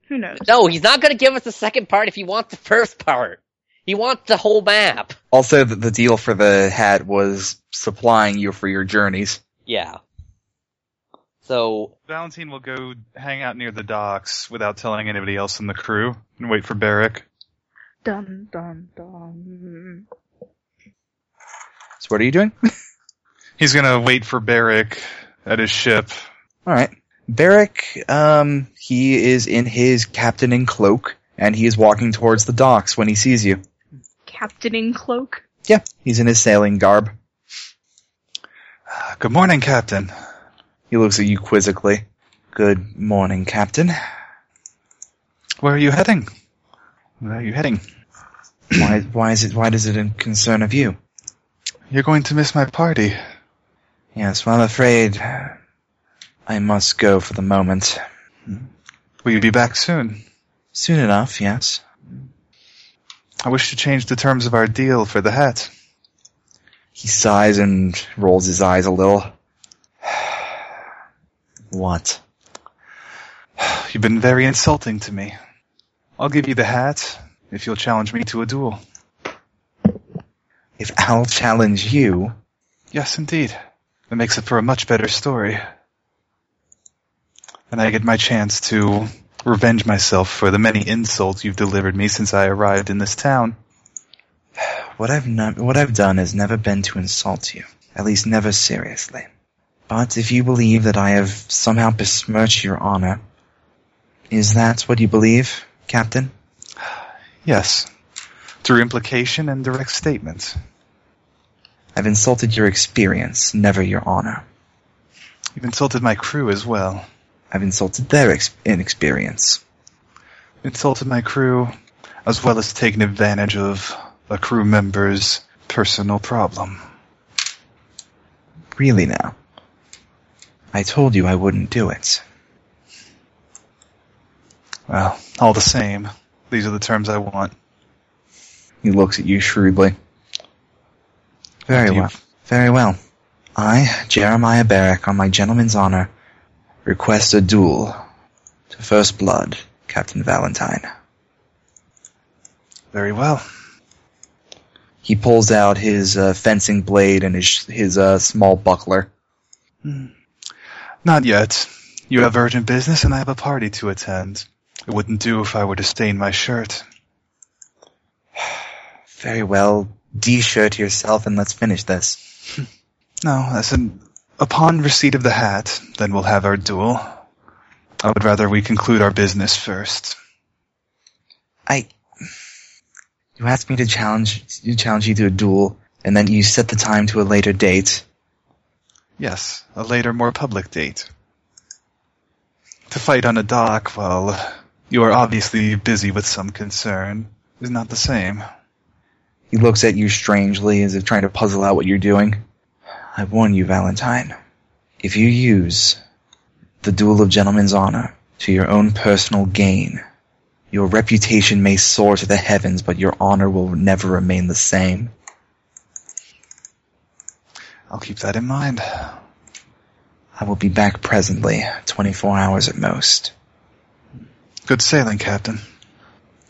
[SPEAKER 3] Who knows?
[SPEAKER 5] No, he's not going to give us the second part if he wants the first part. He wants the whole map.
[SPEAKER 1] Also, the, the deal for the hat was supplying you for your journeys.
[SPEAKER 5] Yeah. So
[SPEAKER 6] Valentine will go hang out near the docks without telling anybody else in the crew and wait for Barrick.
[SPEAKER 3] Dum dum dum.
[SPEAKER 1] So what are you doing?
[SPEAKER 6] He's gonna wait for Barrick at his ship.
[SPEAKER 1] All right. Barrick, um, he is in his captaining cloak, and he is walking towards the docks when he sees you.
[SPEAKER 3] Captaining cloak.
[SPEAKER 1] Yeah, he's in his sailing garb.
[SPEAKER 6] Good morning, Captain.
[SPEAKER 1] He looks at you quizzically. Good morning, Captain.
[SPEAKER 6] Where are you heading? Where are you heading?
[SPEAKER 1] Why, why is it, why does it in concern of you?
[SPEAKER 6] You're going to miss my party.
[SPEAKER 1] Yes, well, I'm afraid I must go for the moment.
[SPEAKER 6] Will you be back soon?
[SPEAKER 1] Soon enough, yes.
[SPEAKER 6] I wish to change the terms of our deal for the hat.
[SPEAKER 1] He sighs and rolls his eyes a little. what?
[SPEAKER 6] You've been very insulting to me. I'll give you the hat if you'll challenge me to a duel.
[SPEAKER 1] If I'll challenge you,
[SPEAKER 6] Yes, indeed. That makes it for a much better story. And I get my chance to revenge myself for the many insults you've delivered me since I arrived in this town.
[SPEAKER 1] What I've not, what I've done has never been to insult you, at least never seriously. But if you believe that I have somehow besmirched your honor, is that what you believe, Captain?
[SPEAKER 6] Yes. Through implication and direct statement.
[SPEAKER 1] I've insulted your experience, never your honor.
[SPEAKER 6] You've insulted my crew as well.
[SPEAKER 1] I've insulted their ex- inexperience.
[SPEAKER 6] Insulted my crew, as well as taken advantage of a crew member's personal problem.
[SPEAKER 1] Really now. I told you I wouldn't do it.
[SPEAKER 6] Well, all the same, these are the terms I want.
[SPEAKER 1] He looks at you shrewdly. Very
[SPEAKER 6] Do you-
[SPEAKER 1] well. Very well. I, Jeremiah Barrick, on my gentleman's honor, request a duel to first blood, Captain Valentine.
[SPEAKER 6] Very well.
[SPEAKER 1] He pulls out his uh, fencing blade and his his uh, small buckler.
[SPEAKER 6] Not yet. You have urgent business and I have a party to attend. It wouldn't do if I were to stain my shirt.
[SPEAKER 1] Very well. D-shirt yourself and let's finish this.
[SPEAKER 6] No, as in, upon receipt of the hat, then we'll have our duel. I would rather we conclude our business first.
[SPEAKER 1] I. You asked me to challenge you challenge you to a duel, and then you set the time to a later date.
[SPEAKER 6] Yes, a later, more public date. To fight on a dock while you are obviously busy with some concern is not the same.
[SPEAKER 1] He looks at you strangely as if trying to puzzle out what you're doing. I warn you, Valentine. If you use the duel of gentleman's honor to your own personal gain, your reputation may soar to the heavens, but your honor will never remain the same.
[SPEAKER 6] I'll keep that in mind.
[SPEAKER 1] I will be back presently, 24 hours at most.
[SPEAKER 6] Good sailing, Captain.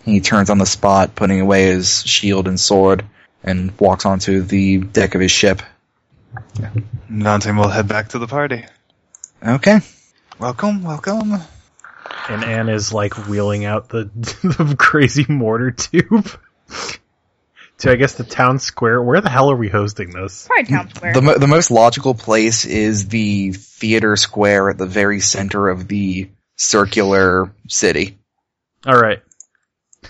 [SPEAKER 1] He turns on the spot, putting away his shield and sword, and walks onto the deck of his ship.
[SPEAKER 6] Dante will head back to the party.
[SPEAKER 1] Okay.
[SPEAKER 6] Welcome, welcome.
[SPEAKER 2] And Anne is like wheeling out the, the crazy mortar tube. to I guess the town square. Where the hell are we hosting this?
[SPEAKER 3] Probably town square.
[SPEAKER 1] The, mo- the most logical place is the theater square at the very center of the circular city.
[SPEAKER 2] All right,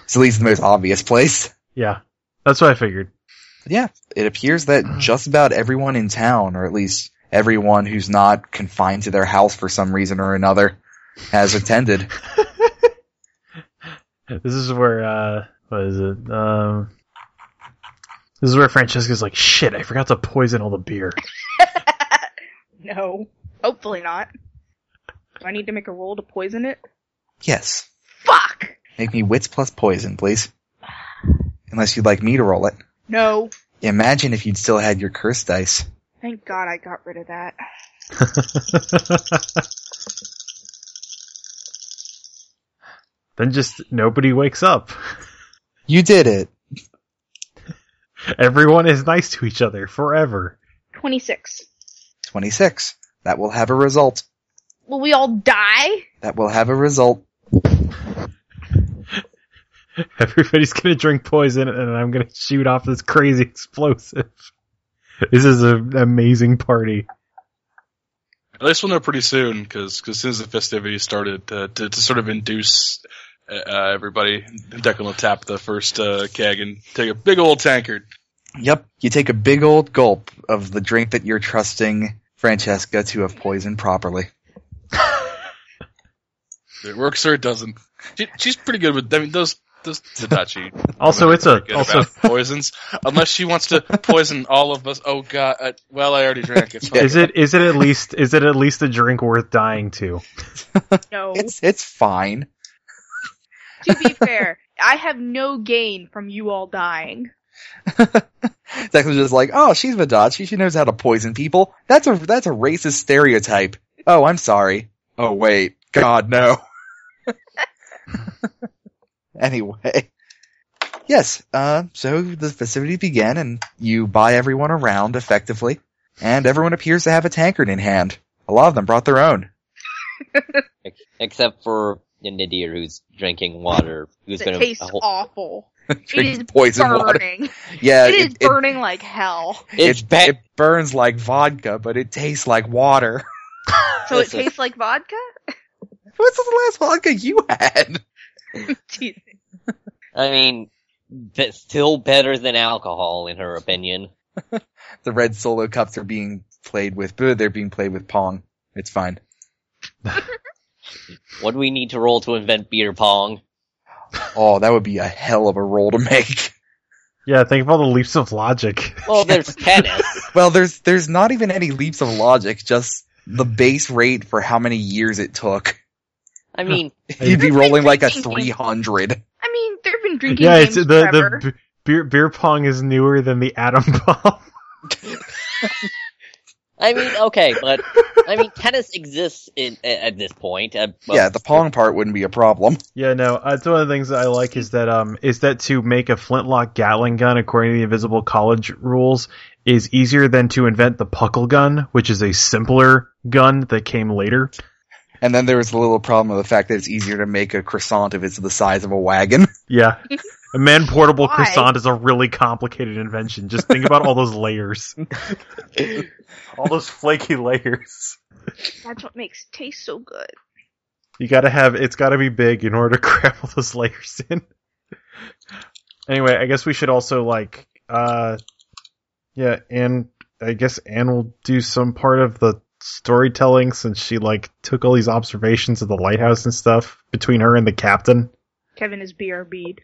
[SPEAKER 1] It's at least the most obvious place.
[SPEAKER 2] yeah, that's what I figured.
[SPEAKER 1] Yeah, it appears that just about everyone in town, or at least everyone who's not confined to their house for some reason or another, has attended.
[SPEAKER 2] This is where uh, what is it? Um, this is where Francesca's like, shit, I forgot to poison all the beer.
[SPEAKER 3] no. Hopefully not. Do I need to make a roll to poison it?
[SPEAKER 1] Yes.
[SPEAKER 3] Fuck!
[SPEAKER 1] Make me wits plus poison, please. Unless you'd like me to roll it.
[SPEAKER 3] No.
[SPEAKER 1] Imagine if you'd still had your curse dice.
[SPEAKER 3] Thank God I got rid of that.
[SPEAKER 2] then just nobody wakes up.
[SPEAKER 1] You did it.
[SPEAKER 2] Everyone is nice to each other forever.
[SPEAKER 3] 26.
[SPEAKER 1] 26. That will have a result.
[SPEAKER 3] Will we all die?
[SPEAKER 1] That will have a result.
[SPEAKER 2] Everybody's gonna drink poison, and I'm gonna shoot off this crazy explosive. This is a- an amazing party.
[SPEAKER 4] At least we'll know pretty soon, because as soon as the festivities started, to, to, to sort of induce uh, uh, everybody, Declan will tap the first uh, keg and take a big old tankard.
[SPEAKER 1] Yep. You take a big old gulp of the drink that you're trusting Francesca to have poisoned properly.
[SPEAKER 4] It works or it doesn't. She, she's pretty good with. I mean, those those Tadachi
[SPEAKER 2] Also, it's a
[SPEAKER 4] good
[SPEAKER 2] also
[SPEAKER 4] about poisons, unless she wants to poison all of us. Oh God! I, well, I already drank it.
[SPEAKER 2] is it is it at least is it at least a drink worth dying to?
[SPEAKER 3] No.
[SPEAKER 1] It's, it's fine.
[SPEAKER 3] to be fair, I have no gain from you all dying.
[SPEAKER 1] Declan's just like, oh, she's Madachi. She knows how to poison people. That's a that's a racist stereotype. Oh, I'm sorry. Oh wait, God no. anyway, yes. Uh, so the festivity began, and you buy everyone around effectively, and everyone appears to have a tankard in hand. A lot of them brought their own.
[SPEAKER 5] Ex- Except for Nidir, who's drinking water. Who's
[SPEAKER 3] It
[SPEAKER 5] been a-
[SPEAKER 3] tastes
[SPEAKER 5] a whole-
[SPEAKER 3] awful. It
[SPEAKER 1] Drinking
[SPEAKER 3] is
[SPEAKER 1] poison water.
[SPEAKER 3] burning.
[SPEAKER 1] Yeah,
[SPEAKER 3] it is burning like hell.
[SPEAKER 5] It's
[SPEAKER 1] it-
[SPEAKER 5] bad.
[SPEAKER 1] it burns like vodka, but it tastes like water.
[SPEAKER 3] So it
[SPEAKER 5] listen.
[SPEAKER 3] tastes like vodka?
[SPEAKER 1] What's the last vodka you had?
[SPEAKER 3] Jeez.
[SPEAKER 5] I mean, be- still better than alcohol, in her opinion.
[SPEAKER 1] the red solo cups are being played with, but they're being played with Pong. It's fine.
[SPEAKER 5] What do we need to roll to invent beer pong?
[SPEAKER 1] Oh, that would be a hell of a roll to make.
[SPEAKER 2] Yeah, think of all the leaps of logic.
[SPEAKER 5] Well, there's tennis.
[SPEAKER 1] Well, there's there's not even any leaps of logic, just the base rate for how many years it took.
[SPEAKER 5] I mean,
[SPEAKER 1] You'd be rolling like a
[SPEAKER 3] Thinking.
[SPEAKER 1] 300
[SPEAKER 3] I mean, there have been drinking
[SPEAKER 2] Yeah, it's
[SPEAKER 3] games
[SPEAKER 2] the
[SPEAKER 3] forever.
[SPEAKER 2] the b- beer beer pong is newer than the atom bomb.
[SPEAKER 5] I mean, okay, but I mean, tennis exists in at, at this point. Uh, well,
[SPEAKER 1] yeah, the Pong part wouldn't be a problem.
[SPEAKER 2] Yeah, no, that's one of the things that I like is that um is that to make a flintlock Gatling gun according to the Invisible College rules is easier than to invent the puckle gun, which is a simpler gun that came later.
[SPEAKER 1] And then there was the little problem of the fact that it's easier to make a croissant if it's the size of a wagon.
[SPEAKER 2] Yeah. A man portable
[SPEAKER 3] Why?
[SPEAKER 2] croissant is a really complicated invention. Just think about all those layers. all those flaky layers.
[SPEAKER 3] That's what makes it taste so good.
[SPEAKER 2] You gotta have it's gotta be big in order to grab all those layers in. anyway, I guess we should also like uh yeah, and I guess Anne will do some part of the storytelling since she like took all these observations of the lighthouse and stuff between her and the captain.
[SPEAKER 3] Kevin is BRB'd.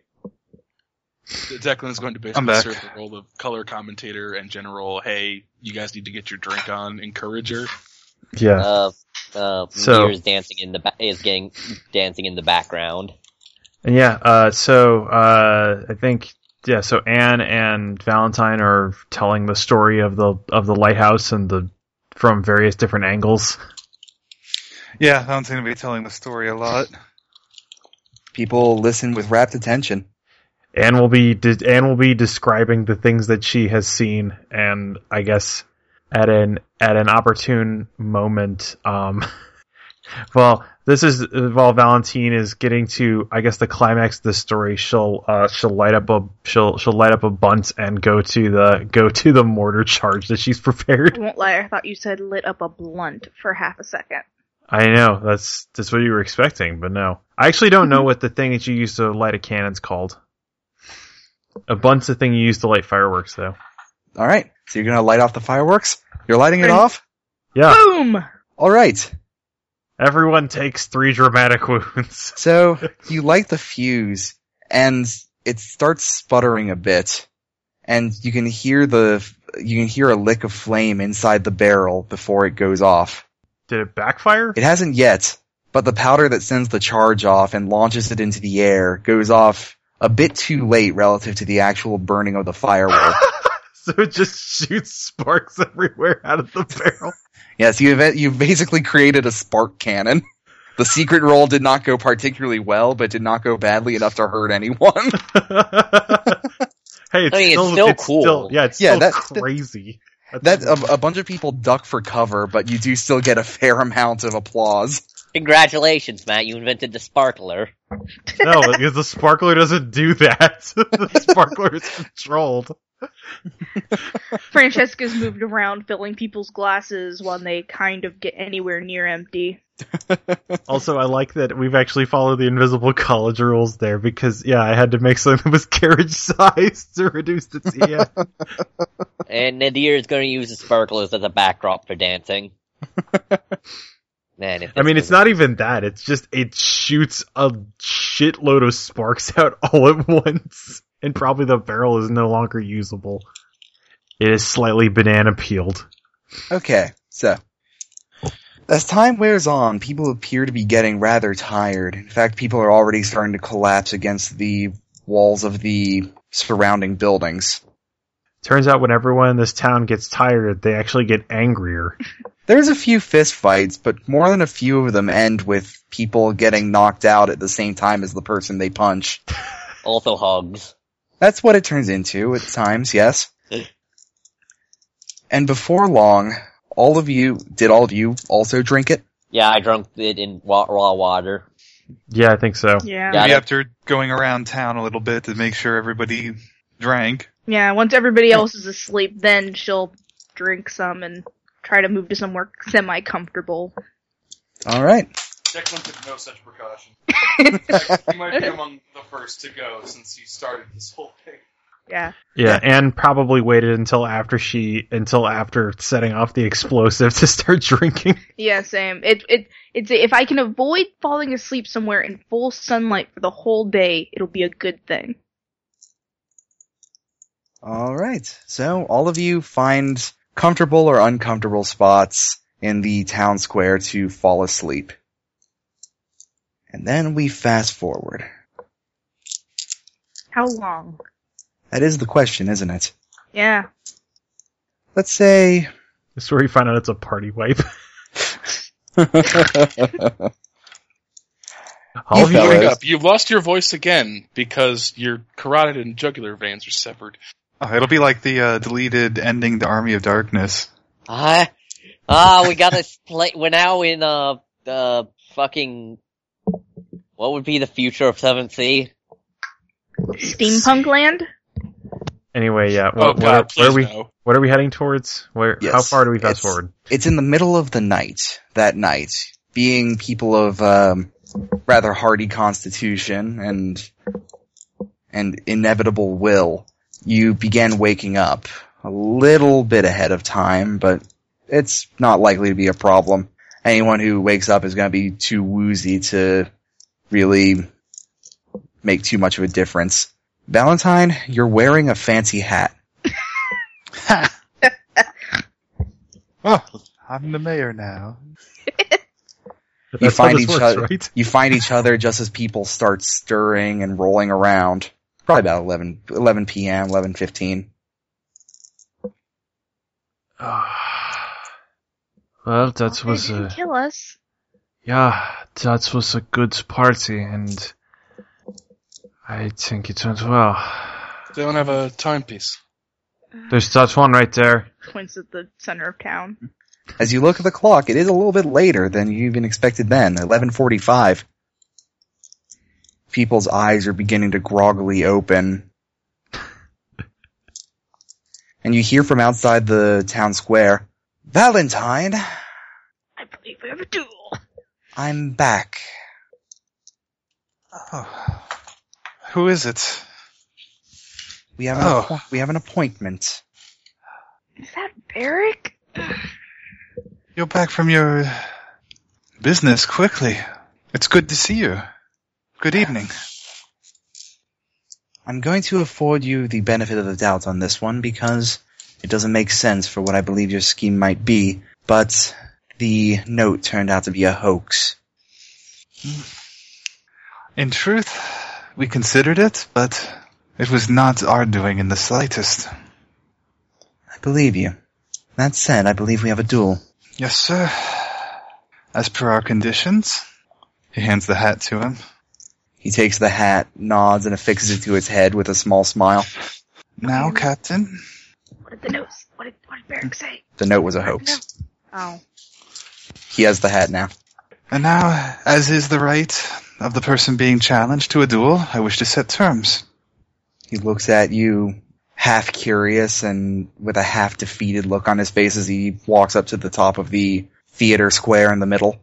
[SPEAKER 4] Declan is going to
[SPEAKER 6] I'm
[SPEAKER 4] basically
[SPEAKER 6] back.
[SPEAKER 4] serve the role of color commentator and general. Hey, you guys need to get your drink on. Encourager.
[SPEAKER 2] Yeah.
[SPEAKER 5] Uh, uh,
[SPEAKER 2] So-
[SPEAKER 5] beer's dancing in the ba- is getting dancing in the background.
[SPEAKER 2] And yeah, uh, so uh, I think yeah, so Anne and Valentine are telling the story of the of the lighthouse and the from various different angles.
[SPEAKER 6] Yeah, I don't seem to be telling the story a lot.
[SPEAKER 1] People listen with rapt attention.
[SPEAKER 2] Anne will be de- Anne will be describing the things that she has seen, and I guess at an at an opportune moment, um, Well, this is uh, while Valentine is getting to, I guess, the climax of the story. She'll uh, she'll light up a she'll she'll light up a bunt and go to the go to the mortar charge that she's prepared.
[SPEAKER 3] I won't lie, I thought you said lit up a blunt for half a second.
[SPEAKER 2] I know that's that's what you were expecting, but no. I actually don't know what the thing that you use to light a cannon's called. A bunt's the thing you use to light fireworks, though.
[SPEAKER 1] All right. So you're gonna light off the fireworks. You're lighting it
[SPEAKER 3] Right.
[SPEAKER 1] off.
[SPEAKER 2] Yeah,
[SPEAKER 3] Boom!
[SPEAKER 1] All right.
[SPEAKER 2] everyone takes three dramatic wounds.
[SPEAKER 1] So you light the fuse and it starts sputtering a bit and you can hear the, you can hear a lick of flame inside the barrel before it goes off.
[SPEAKER 2] Did it backfire?
[SPEAKER 1] It hasn't yet, but the powder that sends the charge off and launches it into the air goes off a bit too late relative to the actual burning of the firework.
[SPEAKER 2] so it just shoots sparks everywhere out of the barrel.
[SPEAKER 1] yes, you have, you've basically created a spark cannon. The secret roll did not go particularly well, but did not go badly enough to hurt anyone.
[SPEAKER 2] hey, it's,
[SPEAKER 5] I mean, it's
[SPEAKER 2] still,
[SPEAKER 5] still cool.
[SPEAKER 2] still- yeah, it's
[SPEAKER 1] Yeah,
[SPEAKER 2] still
[SPEAKER 1] that-
[SPEAKER 2] crazy.
[SPEAKER 1] That um, a, a bunch of people duck for cover, but you do still get a fair amount of applause.
[SPEAKER 5] Congratulations, Matt. You invented the sparkler.
[SPEAKER 2] no, because the sparkler doesn't do that. the sparkler is controlled.
[SPEAKER 3] Francesca's moved around filling people's glasses when they kind of get anywhere near empty.
[SPEAKER 2] Also, I like that we've actually followed the invisible college rules there because, yeah, I had to make something that was carriage sized to reduce its EF.
[SPEAKER 5] And Nadir is going to use the sparklers as a backdrop for dancing. Man, if
[SPEAKER 2] I mean,
[SPEAKER 5] this
[SPEAKER 2] it's
[SPEAKER 5] was-
[SPEAKER 2] not even that. It's just it shoots a shitload of sparks out all at once, and probably the barrel is no longer usable. It is slightly banana peeled.
[SPEAKER 1] Okay, so. As time wears on, people appear to be getting rather tired. In fact, people are already starting to collapse against the walls of the surrounding buildings.
[SPEAKER 2] Turns out, when everyone in this town gets tired, they actually get angrier.
[SPEAKER 1] There's a few fist fights, but more than a few of them end with people getting knocked out at the same time as the person they punch.
[SPEAKER 5] also hogs.
[SPEAKER 1] That's what it turns into at times, yes. And before long, all of you, did all of you also drink it?
[SPEAKER 5] Yeah, I drunk it in wa- raw water.
[SPEAKER 2] Yeah, I think so.
[SPEAKER 3] Yeah.
[SPEAKER 5] Yeah.
[SPEAKER 3] Yeah,
[SPEAKER 5] Got
[SPEAKER 6] Maybe
[SPEAKER 5] it.
[SPEAKER 6] after going around town a little bit to make sure everybody drank.
[SPEAKER 3] once everybody else is asleep, then she'll drink some and try to move to somewhere semi comfortable.
[SPEAKER 1] Alright.
[SPEAKER 4] Declan took no such precaution. he might be among the first to go since he started this whole thing.
[SPEAKER 3] Yeah.
[SPEAKER 2] Yeah, and probably waited until after she, until after setting off the explosive to start drinking.
[SPEAKER 3] Yeah, same. It it it's if I can avoid falling asleep somewhere in full sunlight for the whole day, it'll be a good thing.
[SPEAKER 1] All right. So all of you find comfortable or uncomfortable spots in the town square to fall asleep. And then we fast forward.
[SPEAKER 3] How long?
[SPEAKER 1] That is the question, isn't it?
[SPEAKER 3] Yeah.
[SPEAKER 1] Let's say
[SPEAKER 2] This is where you find out it's a party wipe. All of you
[SPEAKER 1] fell
[SPEAKER 2] drink
[SPEAKER 4] Wake
[SPEAKER 1] Fellas.
[SPEAKER 4] up. You've lost your voice again because your carotid and jugular veins are severed.
[SPEAKER 6] Oh, it'll be like the uh, deleted ending the Army of Darkness.
[SPEAKER 5] Ah, ah, we got this play. We're now in uh, uh, fucking. What would be the future of Seventh Sea?
[SPEAKER 3] Steampunk land?
[SPEAKER 2] Anyway, yeah.
[SPEAKER 4] Oh
[SPEAKER 2] What,
[SPEAKER 4] god,
[SPEAKER 2] what,
[SPEAKER 4] please
[SPEAKER 2] where are we?
[SPEAKER 4] no.
[SPEAKER 2] What are we heading towards? Where? How
[SPEAKER 1] Yes,
[SPEAKER 2] far do we fast
[SPEAKER 1] it's-
[SPEAKER 2] forward?
[SPEAKER 1] it's in the middle of the night, that night, being people of um, rather hardy constitution and and inevitable will, you began waking up a little bit ahead of time, but it's not likely to be a problem. Anyone who wakes up is going to be too woozy to really make too much of a difference. Valentine, you're wearing a fancy hat.
[SPEAKER 6] Oh, I'm the mayor now.
[SPEAKER 1] You
[SPEAKER 2] That's how
[SPEAKER 1] find
[SPEAKER 2] this
[SPEAKER 1] each
[SPEAKER 2] works,
[SPEAKER 1] other-
[SPEAKER 2] right?
[SPEAKER 1] you find each other just as people start stirring and rolling around. Probably about 11, 11 p.m., 11.15.
[SPEAKER 2] well, that
[SPEAKER 3] They didn't kill us.
[SPEAKER 2] yeah, that was a good party, and I think it went well.
[SPEAKER 4] They don't have a timepiece.
[SPEAKER 2] There's that one right there.
[SPEAKER 3] Points at the center of town.
[SPEAKER 1] As you look at the clock, it is a little bit later than you even expected then, 11:45. People's eyes are beginning to groggily open. and you hear from outside the town square, "Valentine,
[SPEAKER 3] I believe we have a duel.
[SPEAKER 1] I'm back."
[SPEAKER 6] Oh. Who is it?
[SPEAKER 1] We have an
[SPEAKER 6] Oh.
[SPEAKER 1] appo- we have an appointment.
[SPEAKER 3] Is that Barrick?
[SPEAKER 6] You're back from your business quickly. It's good to see you. Good evening.
[SPEAKER 1] I'm going to afford you the benefit of the doubt on this one because it doesn't make sense for what I believe your scheme might be, but the note turned out to be a hoax.
[SPEAKER 6] In truth, we considered it, but it was not our doing in the slightest.
[SPEAKER 1] I believe you. That said, I believe we have a duel.
[SPEAKER 6] Yes, sir. As per our conditions, he hands the hat to him.
[SPEAKER 1] He takes the hat, nods, and affixes it to his head with a small smile.
[SPEAKER 6] Now, Captain,
[SPEAKER 3] What did the notes? What did, what did Barrick say?
[SPEAKER 1] The note was a hoax.
[SPEAKER 3] Oh,
[SPEAKER 1] He has the hat now.
[SPEAKER 6] and now, as is the right of the person being challenged to a duel, I wish to set terms.
[SPEAKER 1] He looks at you half curious and with a half defeated look on his face as he walks up to the top of the theater square in the middle.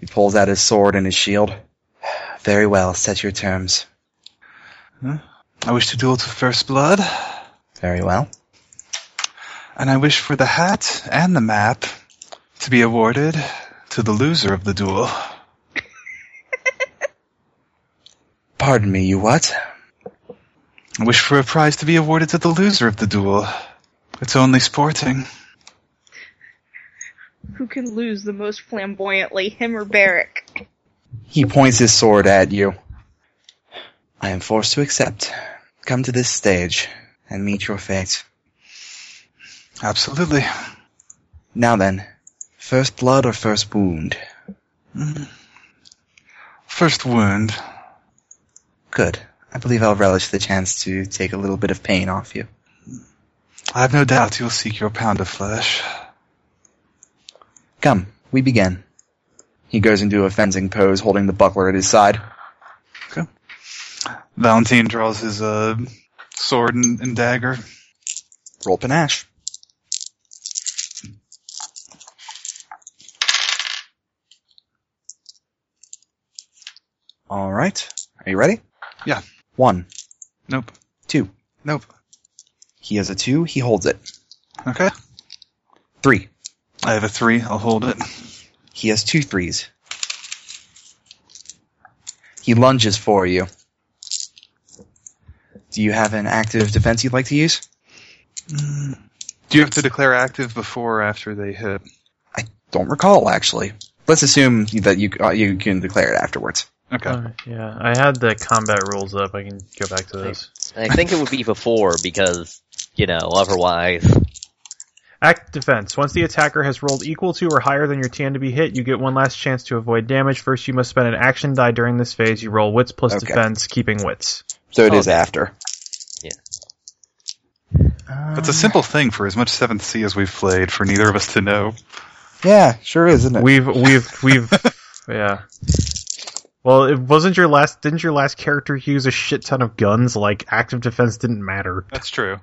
[SPEAKER 1] He pulls out his sword and his shield. Very well, set your terms.
[SPEAKER 6] I wish to duel to first blood,
[SPEAKER 1] Very well.
[SPEAKER 6] and I wish for the hat and the map to be awarded to the loser of the duel.
[SPEAKER 1] Pardon me, you what?
[SPEAKER 6] I wish for a prize to be awarded to the loser of the duel. It's only sporting.
[SPEAKER 3] who can lose the most flamboyantly, him or Barrick?
[SPEAKER 1] He points his sword at you. I am forced to accept. Come to this stage and meet your fate.
[SPEAKER 6] Absolutely.
[SPEAKER 1] Now then, first blood or first wound?
[SPEAKER 6] First wound.
[SPEAKER 1] Good. I believe I'll relish the chance to take a little bit of pain off you.
[SPEAKER 6] I have no doubt you'll seek your pound of flesh.
[SPEAKER 1] Come, we begin. He goes into a fencing pose, holding the buckler at his side.
[SPEAKER 6] Valentine draws his uh, sword and, and dagger.
[SPEAKER 1] Roll panache. All right. Are you ready?
[SPEAKER 6] Yeah.
[SPEAKER 1] One,
[SPEAKER 6] Nope.
[SPEAKER 1] two.
[SPEAKER 6] Nope.
[SPEAKER 1] He has a two. He holds it.
[SPEAKER 6] Okay.
[SPEAKER 1] Three.
[SPEAKER 6] I have a three. I'll hold it.
[SPEAKER 1] He has two threes. He lunges for you. Do you have an active defense you'd like to use?
[SPEAKER 6] Do you have to declare active before or after they hit?
[SPEAKER 1] Don't recall, actually. Let's assume that you uh, you can declare it afterwards.
[SPEAKER 6] Okay.
[SPEAKER 2] Uh, yeah, I had the combat rules up. I can go back to those.
[SPEAKER 5] I think it would be before because you know otherwise.
[SPEAKER 2] Act defense. Once the attacker has rolled equal to or higher than your TN to be hit, you get one last chance to avoid damage. First, you must spend an action die during this phase. You roll wits plus
[SPEAKER 1] Okay.
[SPEAKER 2] defense, keeping wits.
[SPEAKER 1] So it is
[SPEAKER 5] Okay.
[SPEAKER 1] after.
[SPEAKER 5] Yeah.
[SPEAKER 6] That's a simple thing for as much 7th C as we've played for neither of us to know.
[SPEAKER 1] Yeah, sure is, isn't it?
[SPEAKER 2] We've we've we've yeah. Well, it wasn't your last. Didn't your last character use a shit ton of guns? Like active defense didn't matter.
[SPEAKER 6] That's true.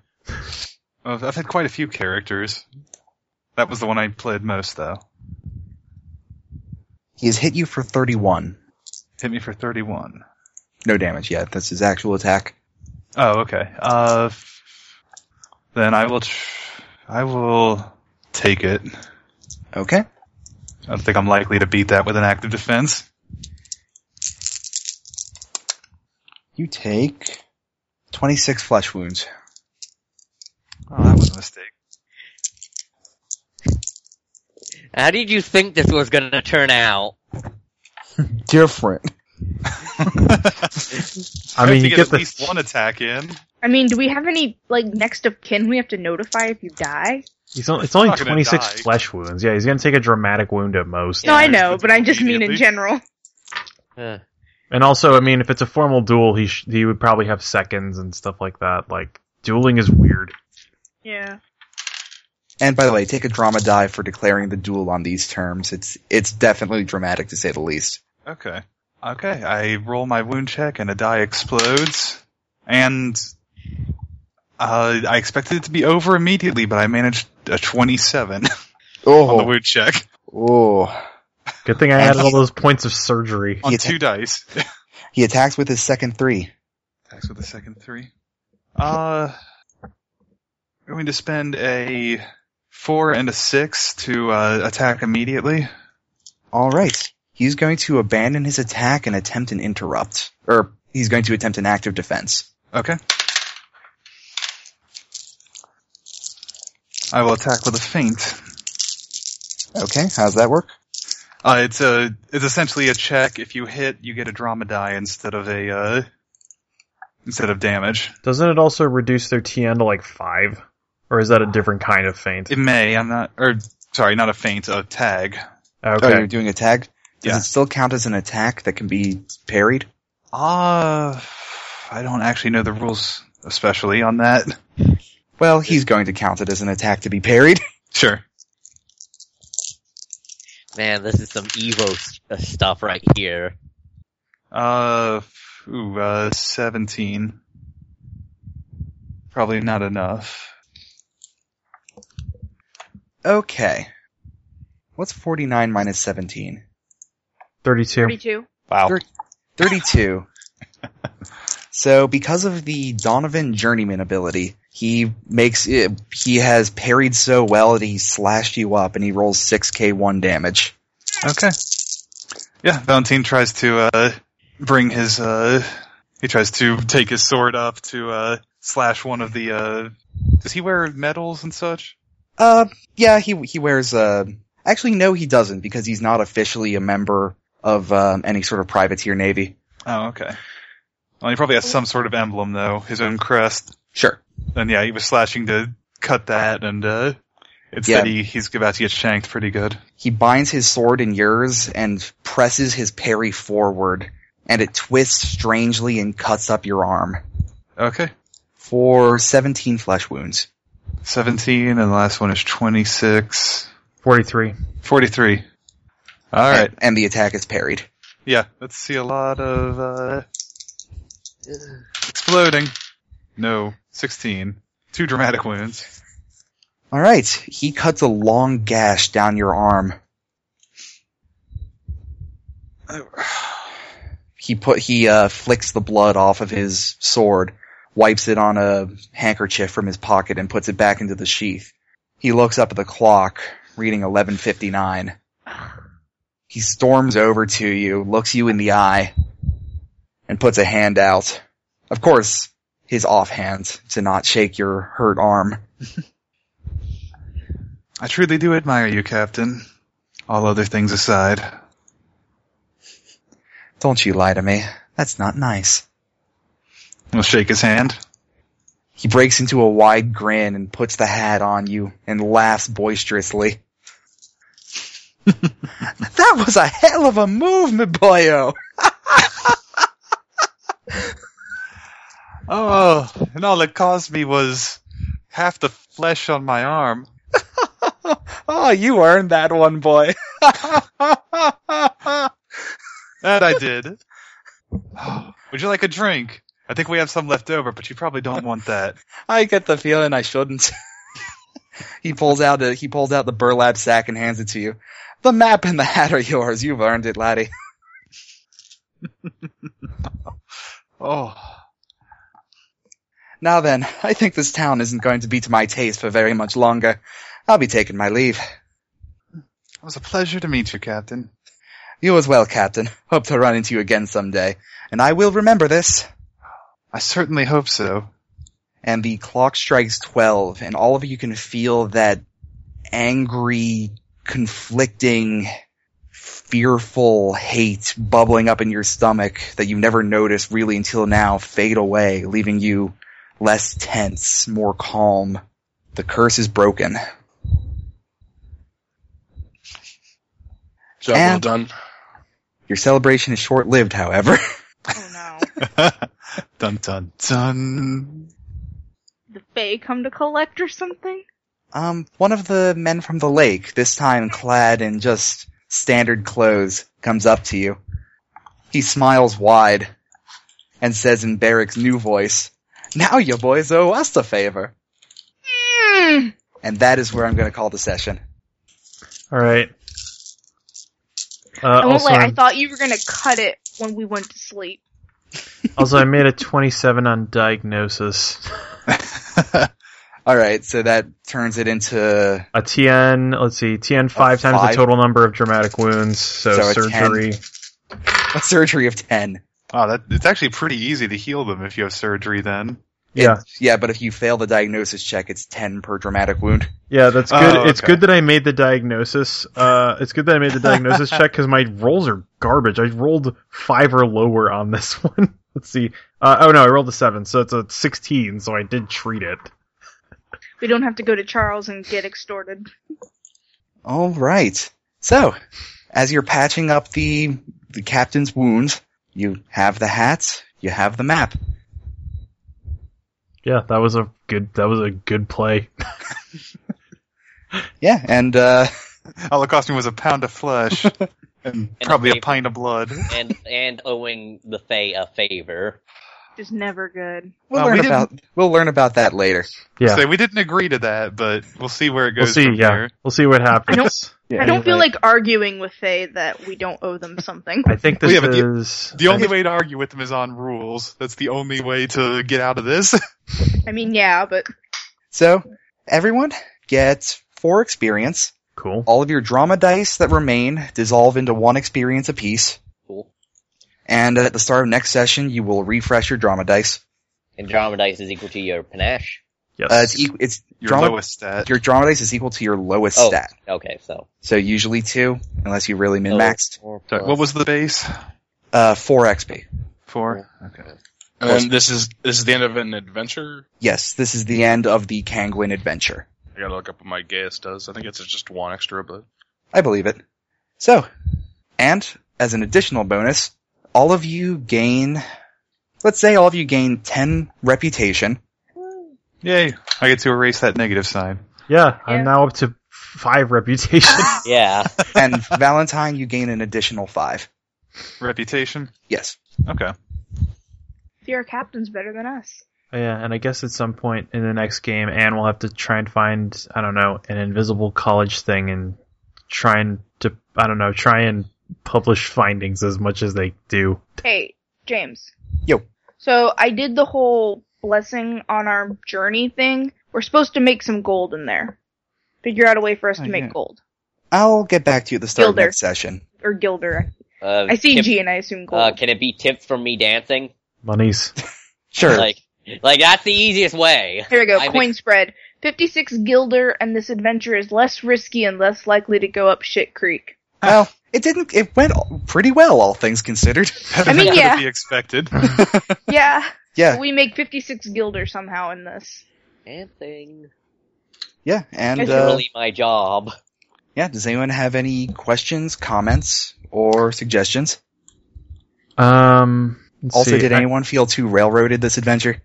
[SPEAKER 6] I've I've had quite a few characters. That was the one I played most, though.
[SPEAKER 1] He has hit you for 31.
[SPEAKER 6] Hit me for 31.
[SPEAKER 1] No damage yet. That's his actual attack.
[SPEAKER 6] Oh, okay. Uh, f- then I will. Tr- I will take it. I
[SPEAKER 1] Okay.
[SPEAKER 6] don't think I'm likely to beat that with an active defense.
[SPEAKER 1] You take 26 flesh wounds.
[SPEAKER 6] Oh, that was a mistake.
[SPEAKER 5] How did you think this was gonna turn out?
[SPEAKER 1] Different.
[SPEAKER 2] I
[SPEAKER 6] have
[SPEAKER 2] mean, you
[SPEAKER 6] to get,
[SPEAKER 2] get
[SPEAKER 6] at
[SPEAKER 2] the-
[SPEAKER 6] least one attack in.
[SPEAKER 3] I mean, do we have any like next of kin we have to notify if you die?
[SPEAKER 2] He's only, it's only
[SPEAKER 6] not gonna
[SPEAKER 2] twenty six
[SPEAKER 6] die.
[SPEAKER 2] flesh wounds. Yeah, he's gonna take a dramatic wound at most.
[SPEAKER 3] no, I
[SPEAKER 6] it's
[SPEAKER 3] know,
[SPEAKER 6] the
[SPEAKER 3] but I just mean in
[SPEAKER 6] immediately.
[SPEAKER 3] general.
[SPEAKER 5] Uh,
[SPEAKER 2] And also, I mean, if it's a formal duel, he sh- he would probably have seconds and stuff like that. Like dueling is weird.
[SPEAKER 3] Yeah.
[SPEAKER 1] And by the way, take a drama die for declaring the duel on these terms. It's it's definitely dramatic to say the least.
[SPEAKER 6] Okay. Okay. I roll my wound check and a die explodes. And uh, I expected it to be over immediately, but I managed a 27 on the
[SPEAKER 1] Oh,
[SPEAKER 6] wound check
[SPEAKER 1] oh.
[SPEAKER 2] Good thing I added all those points of surgery.
[SPEAKER 6] on
[SPEAKER 1] Yeah.
[SPEAKER 6] two dice.
[SPEAKER 1] He attacks with his second three.
[SPEAKER 6] Attacks with the second three. Uh, we're going to spend a four and a six to uh, attack immediately.
[SPEAKER 1] All right. He's going to abandon his attack and attempt an interrupt, or he's going to attempt an active defense.
[SPEAKER 6] Okay. I will attack with a feint.
[SPEAKER 1] Okay, how's that work?
[SPEAKER 6] Uh, it's a it's essentially a check. If you hit, you get a drama die instead of a uh, instead of damage.
[SPEAKER 2] Doesn't it also reduce their TN to like five? Or is that a different kind of feint?
[SPEAKER 6] It may. I'm not. Or sorry, not a feint. A tag.
[SPEAKER 2] Ah, Okay.
[SPEAKER 1] Oh, you're doing a tag. Does
[SPEAKER 6] Yeah.
[SPEAKER 1] it still count as an attack that can be parried?
[SPEAKER 6] Uh, I don't actually know the rules, especially on that.
[SPEAKER 1] Well, he's going to count it as an attack to be parried.
[SPEAKER 6] Sure.
[SPEAKER 5] Man, this is some Evo s- uh, stuff right here.
[SPEAKER 6] Uh, ooh, uh, seventeen. Probably not enough.
[SPEAKER 1] Okay. What's 49 minus 17?
[SPEAKER 2] 32.
[SPEAKER 3] 32.
[SPEAKER 6] Wow.
[SPEAKER 1] 32. so because of the Donovan journeyman ability, he makes it, he has parried so well that he slashed you up and he rolls 6k1 damage.
[SPEAKER 6] Okay. Yeah, Valentine tries to uh, bring his. Uh, he tries to take his sword up to uh, slash one of the. Uh, does he wear medals and such?
[SPEAKER 1] Uh, yeah, he, he wears, uh, actually no he doesn't because he's not officially a member of, um, any sort of privateer navy.
[SPEAKER 6] Oh, okay. Well, he probably has some sort of emblem though, his own crest.
[SPEAKER 1] Sure.
[SPEAKER 6] And yeah, he was slashing to cut that, and uh,
[SPEAKER 1] Yeah.
[SPEAKER 6] instead he, he's about to get shanked pretty good.
[SPEAKER 1] He binds his sword in yours and presses his parry forward and it twists strangely and cuts up your arm
[SPEAKER 6] Okay,
[SPEAKER 1] for 17 flesh wounds.
[SPEAKER 6] seventeen, and the last one is twenty-six,
[SPEAKER 2] 43.
[SPEAKER 6] forty-three. All right.
[SPEAKER 1] And, and the attack is parried.
[SPEAKER 6] Yeah, let's see a lot of uh, exploding. No, sixteen. Two dramatic wounds.
[SPEAKER 1] All right. He cuts a long gash down your arm. He put he uh, flicks the blood off of his sword, wipes it on a handkerchief from his pocket, and puts it back into the sheath. He looks up at the clock, reading eleven fifty nine. He storms over to you, looks you in the eye, and puts a hand out. Of course, his off hand to not shake your hurt arm.
[SPEAKER 6] I truly do admire you, Captain. All other things aside.
[SPEAKER 1] Don't you lie to me. That's not nice.
[SPEAKER 6] We'll shake his hand.
[SPEAKER 1] He breaks into a wide grin and puts the hat on you and laughs boisterously. that was a hell of a move, my boyo.
[SPEAKER 6] Oh, and all it caused me was half the flesh on my arm.
[SPEAKER 1] Oh, you earned that one, boy.
[SPEAKER 6] That I did. Would you like a drink? I think we have some left over, but you probably don't want that.
[SPEAKER 1] I get the feeling I shouldn't. he pulls out a, he pulls out the burlap sack and hands it to you. The map and the hat are yours. You've earned it, laddie.
[SPEAKER 6] Oh,
[SPEAKER 1] Now then, I think this town isn't going to be to my taste for very much longer. I'll be taking my leave.
[SPEAKER 6] it was a pleasure to meet you, Captain.
[SPEAKER 1] You as well, Captain. Hope to run into you again someday. And I will remember this.
[SPEAKER 6] I certainly hope so.
[SPEAKER 1] And the clock strikes 12, and all of you can feel that angry, conflicting, fearful hate bubbling up in your stomach that you never noticed really until now fade away, leaving you less tense, more calm. The curse is broken.
[SPEAKER 4] Job
[SPEAKER 1] And-
[SPEAKER 4] well done.
[SPEAKER 1] Your celebration is short-lived, however.
[SPEAKER 3] Oh no.
[SPEAKER 6] dun dun dun.
[SPEAKER 3] Did Faye come to collect or something?
[SPEAKER 1] Um, one of the men from the lake, this time clad in just standard clothes, comes up to you. He smiles wide and says in Beric's new voice, Now you boys owe us a favor.
[SPEAKER 3] Mm.
[SPEAKER 1] And that is where I'm gonna call the session.
[SPEAKER 2] All right. Uh,
[SPEAKER 3] I won't
[SPEAKER 2] also,
[SPEAKER 3] lie, Oh, I
[SPEAKER 2] I'm-
[SPEAKER 3] thought you were gonna cut it when we went to sleep.
[SPEAKER 2] also, I made a 27 on diagnosis.
[SPEAKER 1] Alright, so that turns it into,
[SPEAKER 2] A TN, let's see, TN five times
[SPEAKER 1] five?
[SPEAKER 2] the total number of dramatic wounds, so,
[SPEAKER 1] So a 10.
[SPEAKER 2] surgery.
[SPEAKER 1] a surgery of 10.
[SPEAKER 6] Wow, that it's actually pretty easy to heal them if you have surgery. Then
[SPEAKER 2] Yeah,
[SPEAKER 1] Yeah, but if you fail the diagnosis check, it's 10 per dramatic wound.
[SPEAKER 2] yeah, that's
[SPEAKER 6] Oh,
[SPEAKER 2] good. It's
[SPEAKER 6] okay.
[SPEAKER 2] good that I made the diagnosis. Uh, it's good that I made the diagnosis check because my rolls are garbage. I rolled five or lower on this one. let's see. Uh, oh no, I rolled a seven, so it's a 16. So I did treat it.
[SPEAKER 3] We don't have to go to Charles and get extorted.
[SPEAKER 1] All right. So, as you're patching up the the captain's wounds, you have the hats, you have the map.
[SPEAKER 2] Yeah, that was a good. That was a good play.
[SPEAKER 1] Yeah, and uh
[SPEAKER 6] all it cost me was a pound of flesh and, probably a
[SPEAKER 5] paper.
[SPEAKER 6] pint of blood.
[SPEAKER 5] and and owing the Fae a favor.
[SPEAKER 3] Just never good.
[SPEAKER 1] we'll
[SPEAKER 6] Uh, we
[SPEAKER 1] learn
[SPEAKER 6] didn't-
[SPEAKER 1] about we'll learn about that later.
[SPEAKER 2] Yeah.
[SPEAKER 6] So we didn't agree to that, but we'll see where it
[SPEAKER 2] We'll
[SPEAKER 6] goes.
[SPEAKER 2] see.
[SPEAKER 6] from
[SPEAKER 2] Yeah,
[SPEAKER 6] there.
[SPEAKER 2] we'll see what happens.
[SPEAKER 1] Yeah,
[SPEAKER 3] I don't feel like arguing with Faye that we don't owe them something.
[SPEAKER 2] I think this
[SPEAKER 6] Well, yeah, but the-
[SPEAKER 2] is
[SPEAKER 6] The only way to argue with them is on rules. That's the only way to get out of this.
[SPEAKER 3] I mean, yeah, but
[SPEAKER 1] So, everyone gets four experience.
[SPEAKER 2] cool.
[SPEAKER 1] All of your drama dice that remain dissolve into one experience apiece,
[SPEAKER 5] Cool.
[SPEAKER 1] and at the start of next session, you will refresh your drama dice.
[SPEAKER 5] And drama dice is equal to your panache.
[SPEAKER 2] Yes.
[SPEAKER 1] Uh, it's equ- it's
[SPEAKER 6] Your
[SPEAKER 1] drama
[SPEAKER 6] lowest stat.
[SPEAKER 1] your drama dice is equal to your lowest
[SPEAKER 5] Oh.
[SPEAKER 1] stat.
[SPEAKER 5] Okay, so
[SPEAKER 1] So usually two, unless you really min maxed.
[SPEAKER 5] Four
[SPEAKER 6] Sorry,
[SPEAKER 5] plus-
[SPEAKER 6] what was the base?
[SPEAKER 1] Uh, four XP.
[SPEAKER 6] Four. Okay.
[SPEAKER 4] And then this is this is the end of an adventure.
[SPEAKER 1] Yes, this is the end of the Kanguin adventure.
[SPEAKER 4] I gotta look up what my gaius does. I think it's just one extra, but
[SPEAKER 1] I believe it. So, and as an additional bonus, all of you gain, let's say all of you gain 10 reputation.
[SPEAKER 6] Yay! I get to erase that negative sign.
[SPEAKER 2] yeah,
[SPEAKER 3] Yeah.
[SPEAKER 2] I'm now up to five reputation.
[SPEAKER 5] Yeah.
[SPEAKER 1] And Valentine, you gain an additional five.
[SPEAKER 6] Reputation.
[SPEAKER 1] Yes.
[SPEAKER 6] Okay.
[SPEAKER 3] your captain's better than us.
[SPEAKER 2] yeah, and I guess at some point in the next game, Anne will have to try and find I don't know an invisible college thing and try and to I don't know try and publish findings as much as they do.
[SPEAKER 3] Hey, James.
[SPEAKER 1] Yo.
[SPEAKER 3] So I did the whole blessing on our journey thing. We're supposed to make some gold in there. Figure out a way for us
[SPEAKER 6] Oh,
[SPEAKER 3] to make
[SPEAKER 6] yeah.
[SPEAKER 3] gold.
[SPEAKER 1] I'll get back to you at the start of
[SPEAKER 3] Gilder.
[SPEAKER 1] next session.
[SPEAKER 3] Or Gilder.
[SPEAKER 5] Uh,
[SPEAKER 3] I see
[SPEAKER 5] tip-
[SPEAKER 3] G and I assume
[SPEAKER 5] Uh,
[SPEAKER 3] gold.
[SPEAKER 5] can it be tipped from me dancing?
[SPEAKER 2] Monies.
[SPEAKER 1] Sure.
[SPEAKER 5] Like, like that's the easiest way.
[SPEAKER 3] Here we go.
[SPEAKER 5] I
[SPEAKER 3] Coin spread. 56 Gilder and this adventure is less risky and less likely to go up shit creek.
[SPEAKER 1] well, it didn't, it went pretty well, all things considered.
[SPEAKER 3] I mean,
[SPEAKER 6] Could
[SPEAKER 3] yeah.
[SPEAKER 6] Be expected.
[SPEAKER 3] Yeah.
[SPEAKER 1] Yeah,
[SPEAKER 3] We make 56 Gilder somehow in this.
[SPEAKER 5] Dancing.
[SPEAKER 1] yeah. And,
[SPEAKER 3] It's
[SPEAKER 1] uh,
[SPEAKER 5] Literally my job.
[SPEAKER 1] yeah, does anyone have any questions, comments, or suggestions?
[SPEAKER 2] Um. let's
[SPEAKER 1] Also,
[SPEAKER 2] see,
[SPEAKER 1] did
[SPEAKER 2] I-
[SPEAKER 1] anyone feel too railroaded this adventure?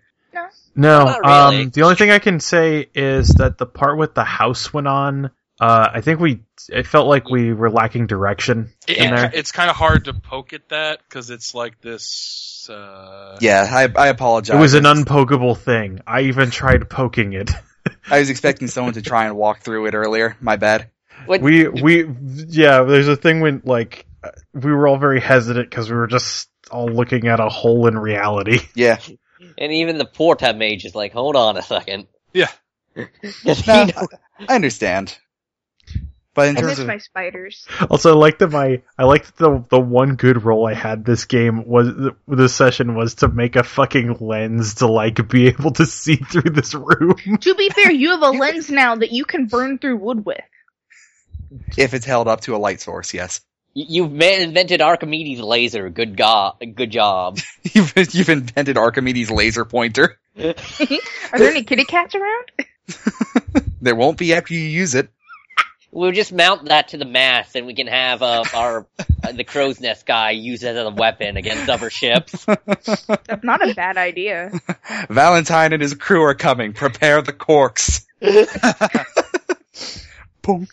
[SPEAKER 2] No,
[SPEAKER 5] Not really.
[SPEAKER 2] um, the only thing I can say is that the part with the house went on. Uh, I think we it felt like we were lacking direction.
[SPEAKER 4] it,
[SPEAKER 2] In there.
[SPEAKER 4] it, it's kind of hard to poke at that because it's like this. Uh,
[SPEAKER 1] Yeah, I, I apologize.
[SPEAKER 2] It was an unpokeable thing. I even tried poking it.
[SPEAKER 1] I was expecting someone to try and walk through it earlier. My bad.
[SPEAKER 5] What,
[SPEAKER 2] We we yeah. There's a thing when like uh, we were all very hesitant because we were just all looking at a hole in reality.
[SPEAKER 1] Yeah.
[SPEAKER 5] and even the porta mage is like, hold on a second.
[SPEAKER 6] Yeah.
[SPEAKER 5] 'Cause he
[SPEAKER 1] No,
[SPEAKER 5] knows-
[SPEAKER 1] I understand. But in
[SPEAKER 3] I
[SPEAKER 1] terms
[SPEAKER 3] miss
[SPEAKER 1] of
[SPEAKER 3] my spiders.
[SPEAKER 2] Also, I liked that my I liked that the the one good role I had this game was this session was to make a fucking lens to like be able to see through this room.
[SPEAKER 3] to be fair, you have a lens now that you can burn through wood with.
[SPEAKER 1] if it's held up to a light source, yes.
[SPEAKER 5] Y- You've ma- invented Archimedes' laser. Good go- good job.
[SPEAKER 1] You've you've invented Archimedes' laser pointer.
[SPEAKER 3] Are there any kitty cats around?
[SPEAKER 1] There won't be after you use it.
[SPEAKER 5] We'll just mount that to the mast, and we can have uh, our uh, the crow's nest guy use it as a weapon against other ships.
[SPEAKER 3] That's not a bad idea.
[SPEAKER 1] Valentine and his crew are coming. Prepare the corks. Boom.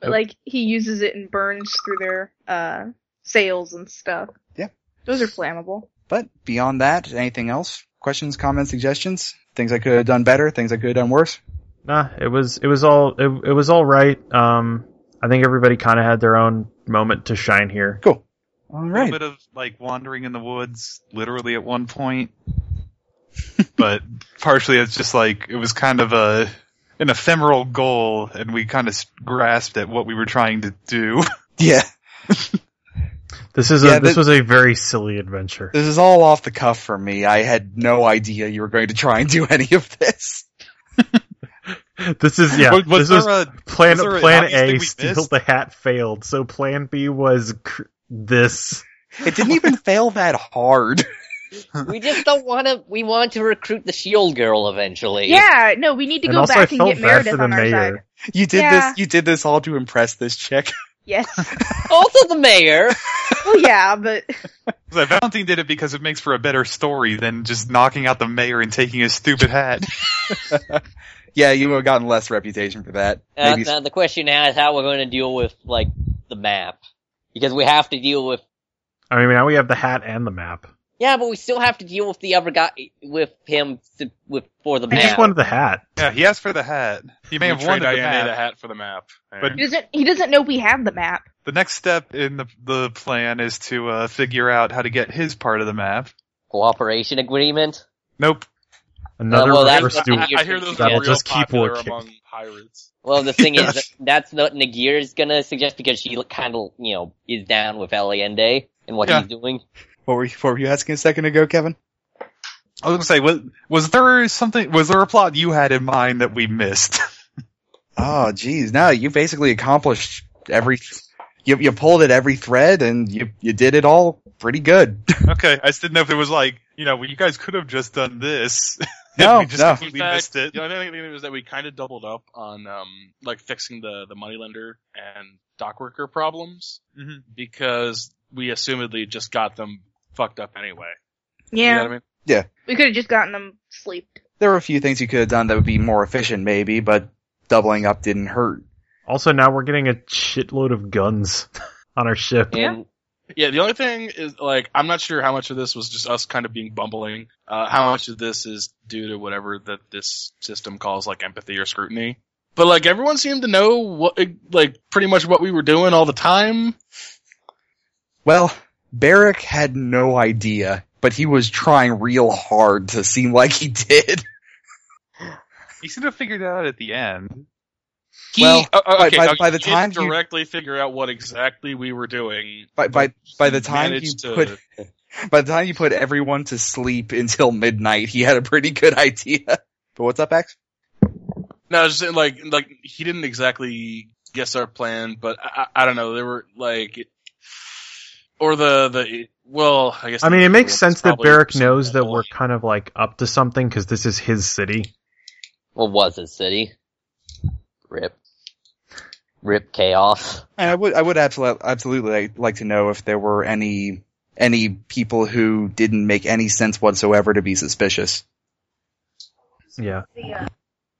[SPEAKER 3] But, like he uses it and burns through their uh sails and stuff.
[SPEAKER 1] Yeah.
[SPEAKER 3] Those are flammable.
[SPEAKER 1] But beyond that, anything else? Questions, comments, suggestions? Things I could have done better, things I could have done worse?
[SPEAKER 2] Nah, it was it was all it, it was all right. Um, I think everybody kind of had their own moment to shine here.
[SPEAKER 1] Cool. All
[SPEAKER 6] A little
[SPEAKER 1] right.
[SPEAKER 6] bit of like wandering in the woods, literally at one point. but partially, it's just like it was kind of a an ephemeral goal, and we kind of grasped at what we were trying to do.
[SPEAKER 1] Yeah.
[SPEAKER 2] This is a
[SPEAKER 1] Yeah,
[SPEAKER 2] this
[SPEAKER 1] the-
[SPEAKER 2] was a very silly adventure.
[SPEAKER 1] This is all off the cuff for me. I had no idea you were going to try and do any of this.
[SPEAKER 2] This is yeah.
[SPEAKER 6] was, was
[SPEAKER 2] this was
[SPEAKER 6] there a
[SPEAKER 2] plan
[SPEAKER 6] was there an
[SPEAKER 2] plan
[SPEAKER 6] obvious thing
[SPEAKER 2] A
[SPEAKER 6] we
[SPEAKER 2] steal
[SPEAKER 6] missed?
[SPEAKER 2] the hat failed. So plan B was cr- this.
[SPEAKER 1] It didn't even fail that hard.
[SPEAKER 5] we just don't want to. We want to recruit the Shield E Girl eventually.
[SPEAKER 3] Yeah, no, we need to
[SPEAKER 2] And
[SPEAKER 3] go
[SPEAKER 2] also,
[SPEAKER 3] back
[SPEAKER 2] I
[SPEAKER 3] and
[SPEAKER 2] felt
[SPEAKER 3] get
[SPEAKER 2] bad
[SPEAKER 3] Meredith
[SPEAKER 2] for the
[SPEAKER 3] on our
[SPEAKER 2] mayor.
[SPEAKER 3] side.
[SPEAKER 1] You did
[SPEAKER 3] Yeah.
[SPEAKER 1] this. You did this all to impress this chick.
[SPEAKER 3] Yes.
[SPEAKER 5] Also the mayor.
[SPEAKER 3] well, yeah, but
[SPEAKER 6] So Valentine did it because it makes for a better story than just knocking out the mayor and taking his stupid hat.
[SPEAKER 1] Yeah, you would have gotten less reputation for that.
[SPEAKER 5] Uh,
[SPEAKER 1] Maybe
[SPEAKER 5] now the question now is how we're going to deal with like the map because we have to deal with.
[SPEAKER 2] I mean, now we have the hat and the map.
[SPEAKER 5] Yeah, but we still have to deal with the other guy with him to- with for the
[SPEAKER 2] He just
[SPEAKER 5] map.
[SPEAKER 2] wanted the hat.
[SPEAKER 6] Yeah, he asked for the hat. He may
[SPEAKER 4] You
[SPEAKER 6] have
[SPEAKER 4] trade
[SPEAKER 6] wanted the
[SPEAKER 4] Diana
[SPEAKER 6] map.
[SPEAKER 4] the hat for the map.
[SPEAKER 6] But-
[SPEAKER 3] he doesn't he doesn't know we have the map.
[SPEAKER 6] The next step in the the plan is to uh, figure out how to get his part of the map.
[SPEAKER 5] Cooperation agreement.
[SPEAKER 6] Nope.
[SPEAKER 2] Another
[SPEAKER 5] well, that-
[SPEAKER 2] reverse
[SPEAKER 5] that-
[SPEAKER 2] dupe.
[SPEAKER 5] that-
[SPEAKER 4] I, I hear those
[SPEAKER 2] That'll
[SPEAKER 4] are real
[SPEAKER 2] just keep
[SPEAKER 4] popular
[SPEAKER 2] working.
[SPEAKER 4] among pirates.
[SPEAKER 5] Well, the thing
[SPEAKER 6] Yeah.
[SPEAKER 5] is, that's what Nagir is gonna suggest because she kind of, you know, is down with Allende and what
[SPEAKER 6] Yeah.
[SPEAKER 5] he's doing.
[SPEAKER 1] what were you, what were you asking a second ago, Kevin?
[SPEAKER 6] I was gonna say, was, was there something? Was there a plot you had in mind that we missed?
[SPEAKER 1] Oh, geez. No, you basically accomplished every. You you pulled at every thread, and you you did it all pretty good.
[SPEAKER 6] okay, I just didn't know if it was like you know, well, you guys could have just done this. and
[SPEAKER 1] No,
[SPEAKER 6] we just
[SPEAKER 1] no.
[SPEAKER 6] completely
[SPEAKER 4] In fact,
[SPEAKER 6] missed it.
[SPEAKER 4] The only thing was that we kind of doubled up on um, like fixing the the moneylender and dockworker problems
[SPEAKER 6] Mhm.
[SPEAKER 4] because we assumedly just got them fucked up anyway.
[SPEAKER 3] Yeah.
[SPEAKER 4] You know what I mean?
[SPEAKER 3] We could have just gotten them sleeped.
[SPEAKER 1] There were a few things you could have done that would be more efficient, maybe, but doubling up didn't hurt.
[SPEAKER 2] Also, now we're getting a shitload of guns on our ship.
[SPEAKER 5] And
[SPEAKER 4] Yeah, the only thing is, like, I'm not sure how much of this was just us kind of being bumbling. Uh, how much of this is due to whatever that this system calls, like, empathy or scrutiny. But, like, everyone seemed to know what, eh, like, pretty much what we were doing all the time.
[SPEAKER 1] Well, Barrick had no idea, but he was trying real hard to seem like he did.
[SPEAKER 6] He seemed to have figured it out at the end.
[SPEAKER 4] He,
[SPEAKER 1] Well,
[SPEAKER 4] uh, uh,
[SPEAKER 1] by-
[SPEAKER 4] okay,
[SPEAKER 1] by-
[SPEAKER 4] uh,
[SPEAKER 1] by the
[SPEAKER 4] he
[SPEAKER 1] time
[SPEAKER 4] didn't
[SPEAKER 1] you-
[SPEAKER 4] directly figure out what exactly we were doing.
[SPEAKER 1] By by by the
[SPEAKER 4] he
[SPEAKER 1] time you
[SPEAKER 4] managed to-
[SPEAKER 1] put by the time you put everyone to sleep until midnight, he had a pretty good idea. But what's up, X?
[SPEAKER 4] No, I was just saying, like, like he didn't exactly guess our plan, but I, I I don't know. There were like, or the the well, I guess.
[SPEAKER 2] I mean,
[SPEAKER 4] the-
[SPEAKER 2] it makes sense that
[SPEAKER 4] probably
[SPEAKER 2] Barrick
[SPEAKER 4] some
[SPEAKER 2] knows that
[SPEAKER 4] level.
[SPEAKER 2] we're kind of like up to something because this is his city.
[SPEAKER 5] what was it, city? Rip. Rip chaos.
[SPEAKER 1] And I would I would absolutely absolutely like, like to know if there were any any people who didn't make any sense whatsoever to be suspicious.
[SPEAKER 2] Yeah.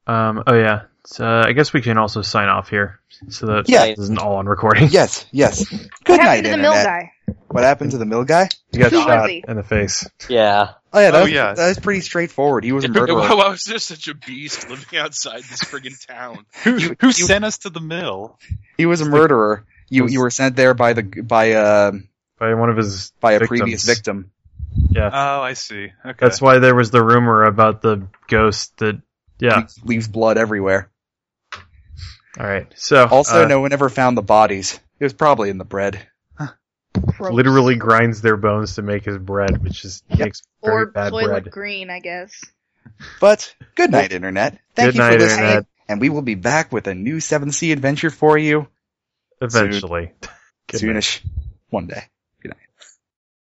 [SPEAKER 2] Um. Oh yeah. So uh, I guess we can also sign off here so that
[SPEAKER 1] Yeah.
[SPEAKER 2] this isn't all on recording.
[SPEAKER 1] Yes, yes.
[SPEAKER 3] What
[SPEAKER 1] Good night,
[SPEAKER 3] happened to the mill
[SPEAKER 1] Internet.
[SPEAKER 3] guy?
[SPEAKER 1] What happened to the mill guy?
[SPEAKER 2] You got
[SPEAKER 3] Who was
[SPEAKER 2] shot
[SPEAKER 3] he?
[SPEAKER 2] in the face.
[SPEAKER 5] Yeah.
[SPEAKER 1] Oh yeah, that
[SPEAKER 6] Oh,
[SPEAKER 1] was,
[SPEAKER 6] yeah.
[SPEAKER 1] that was pretty straightforward. He was a
[SPEAKER 4] Why
[SPEAKER 1] murderer.
[SPEAKER 4] was there such a beast living outside this friggin' town?
[SPEAKER 6] Who, who sent us to the mill?
[SPEAKER 1] He was a murderer. You you were sent there by the by uh
[SPEAKER 2] by one of his
[SPEAKER 1] by a
[SPEAKER 2] victims.
[SPEAKER 1] previous victim.
[SPEAKER 6] Oh, I see. Okay.
[SPEAKER 2] That's why there was the rumor about the ghost that. Yeah.
[SPEAKER 1] Leaves- Leaves blood everywhere.
[SPEAKER 2] All right. So
[SPEAKER 1] Also,
[SPEAKER 2] uh,
[SPEAKER 1] no one ever found the bodies. It was probably in the bread.
[SPEAKER 3] Gross.
[SPEAKER 2] literally grinds their bones to make his bread, which is makes very
[SPEAKER 3] or
[SPEAKER 2] bad
[SPEAKER 3] toilet
[SPEAKER 2] bread.
[SPEAKER 3] green, I guess.
[SPEAKER 1] But good night, internet. Thank
[SPEAKER 2] Good
[SPEAKER 1] you
[SPEAKER 2] night,
[SPEAKER 1] for listening,
[SPEAKER 2] Internet.
[SPEAKER 1] and we will be back with a new Seven Sea adventure for you
[SPEAKER 2] Eventually. Good night.
[SPEAKER 1] soonish, one day.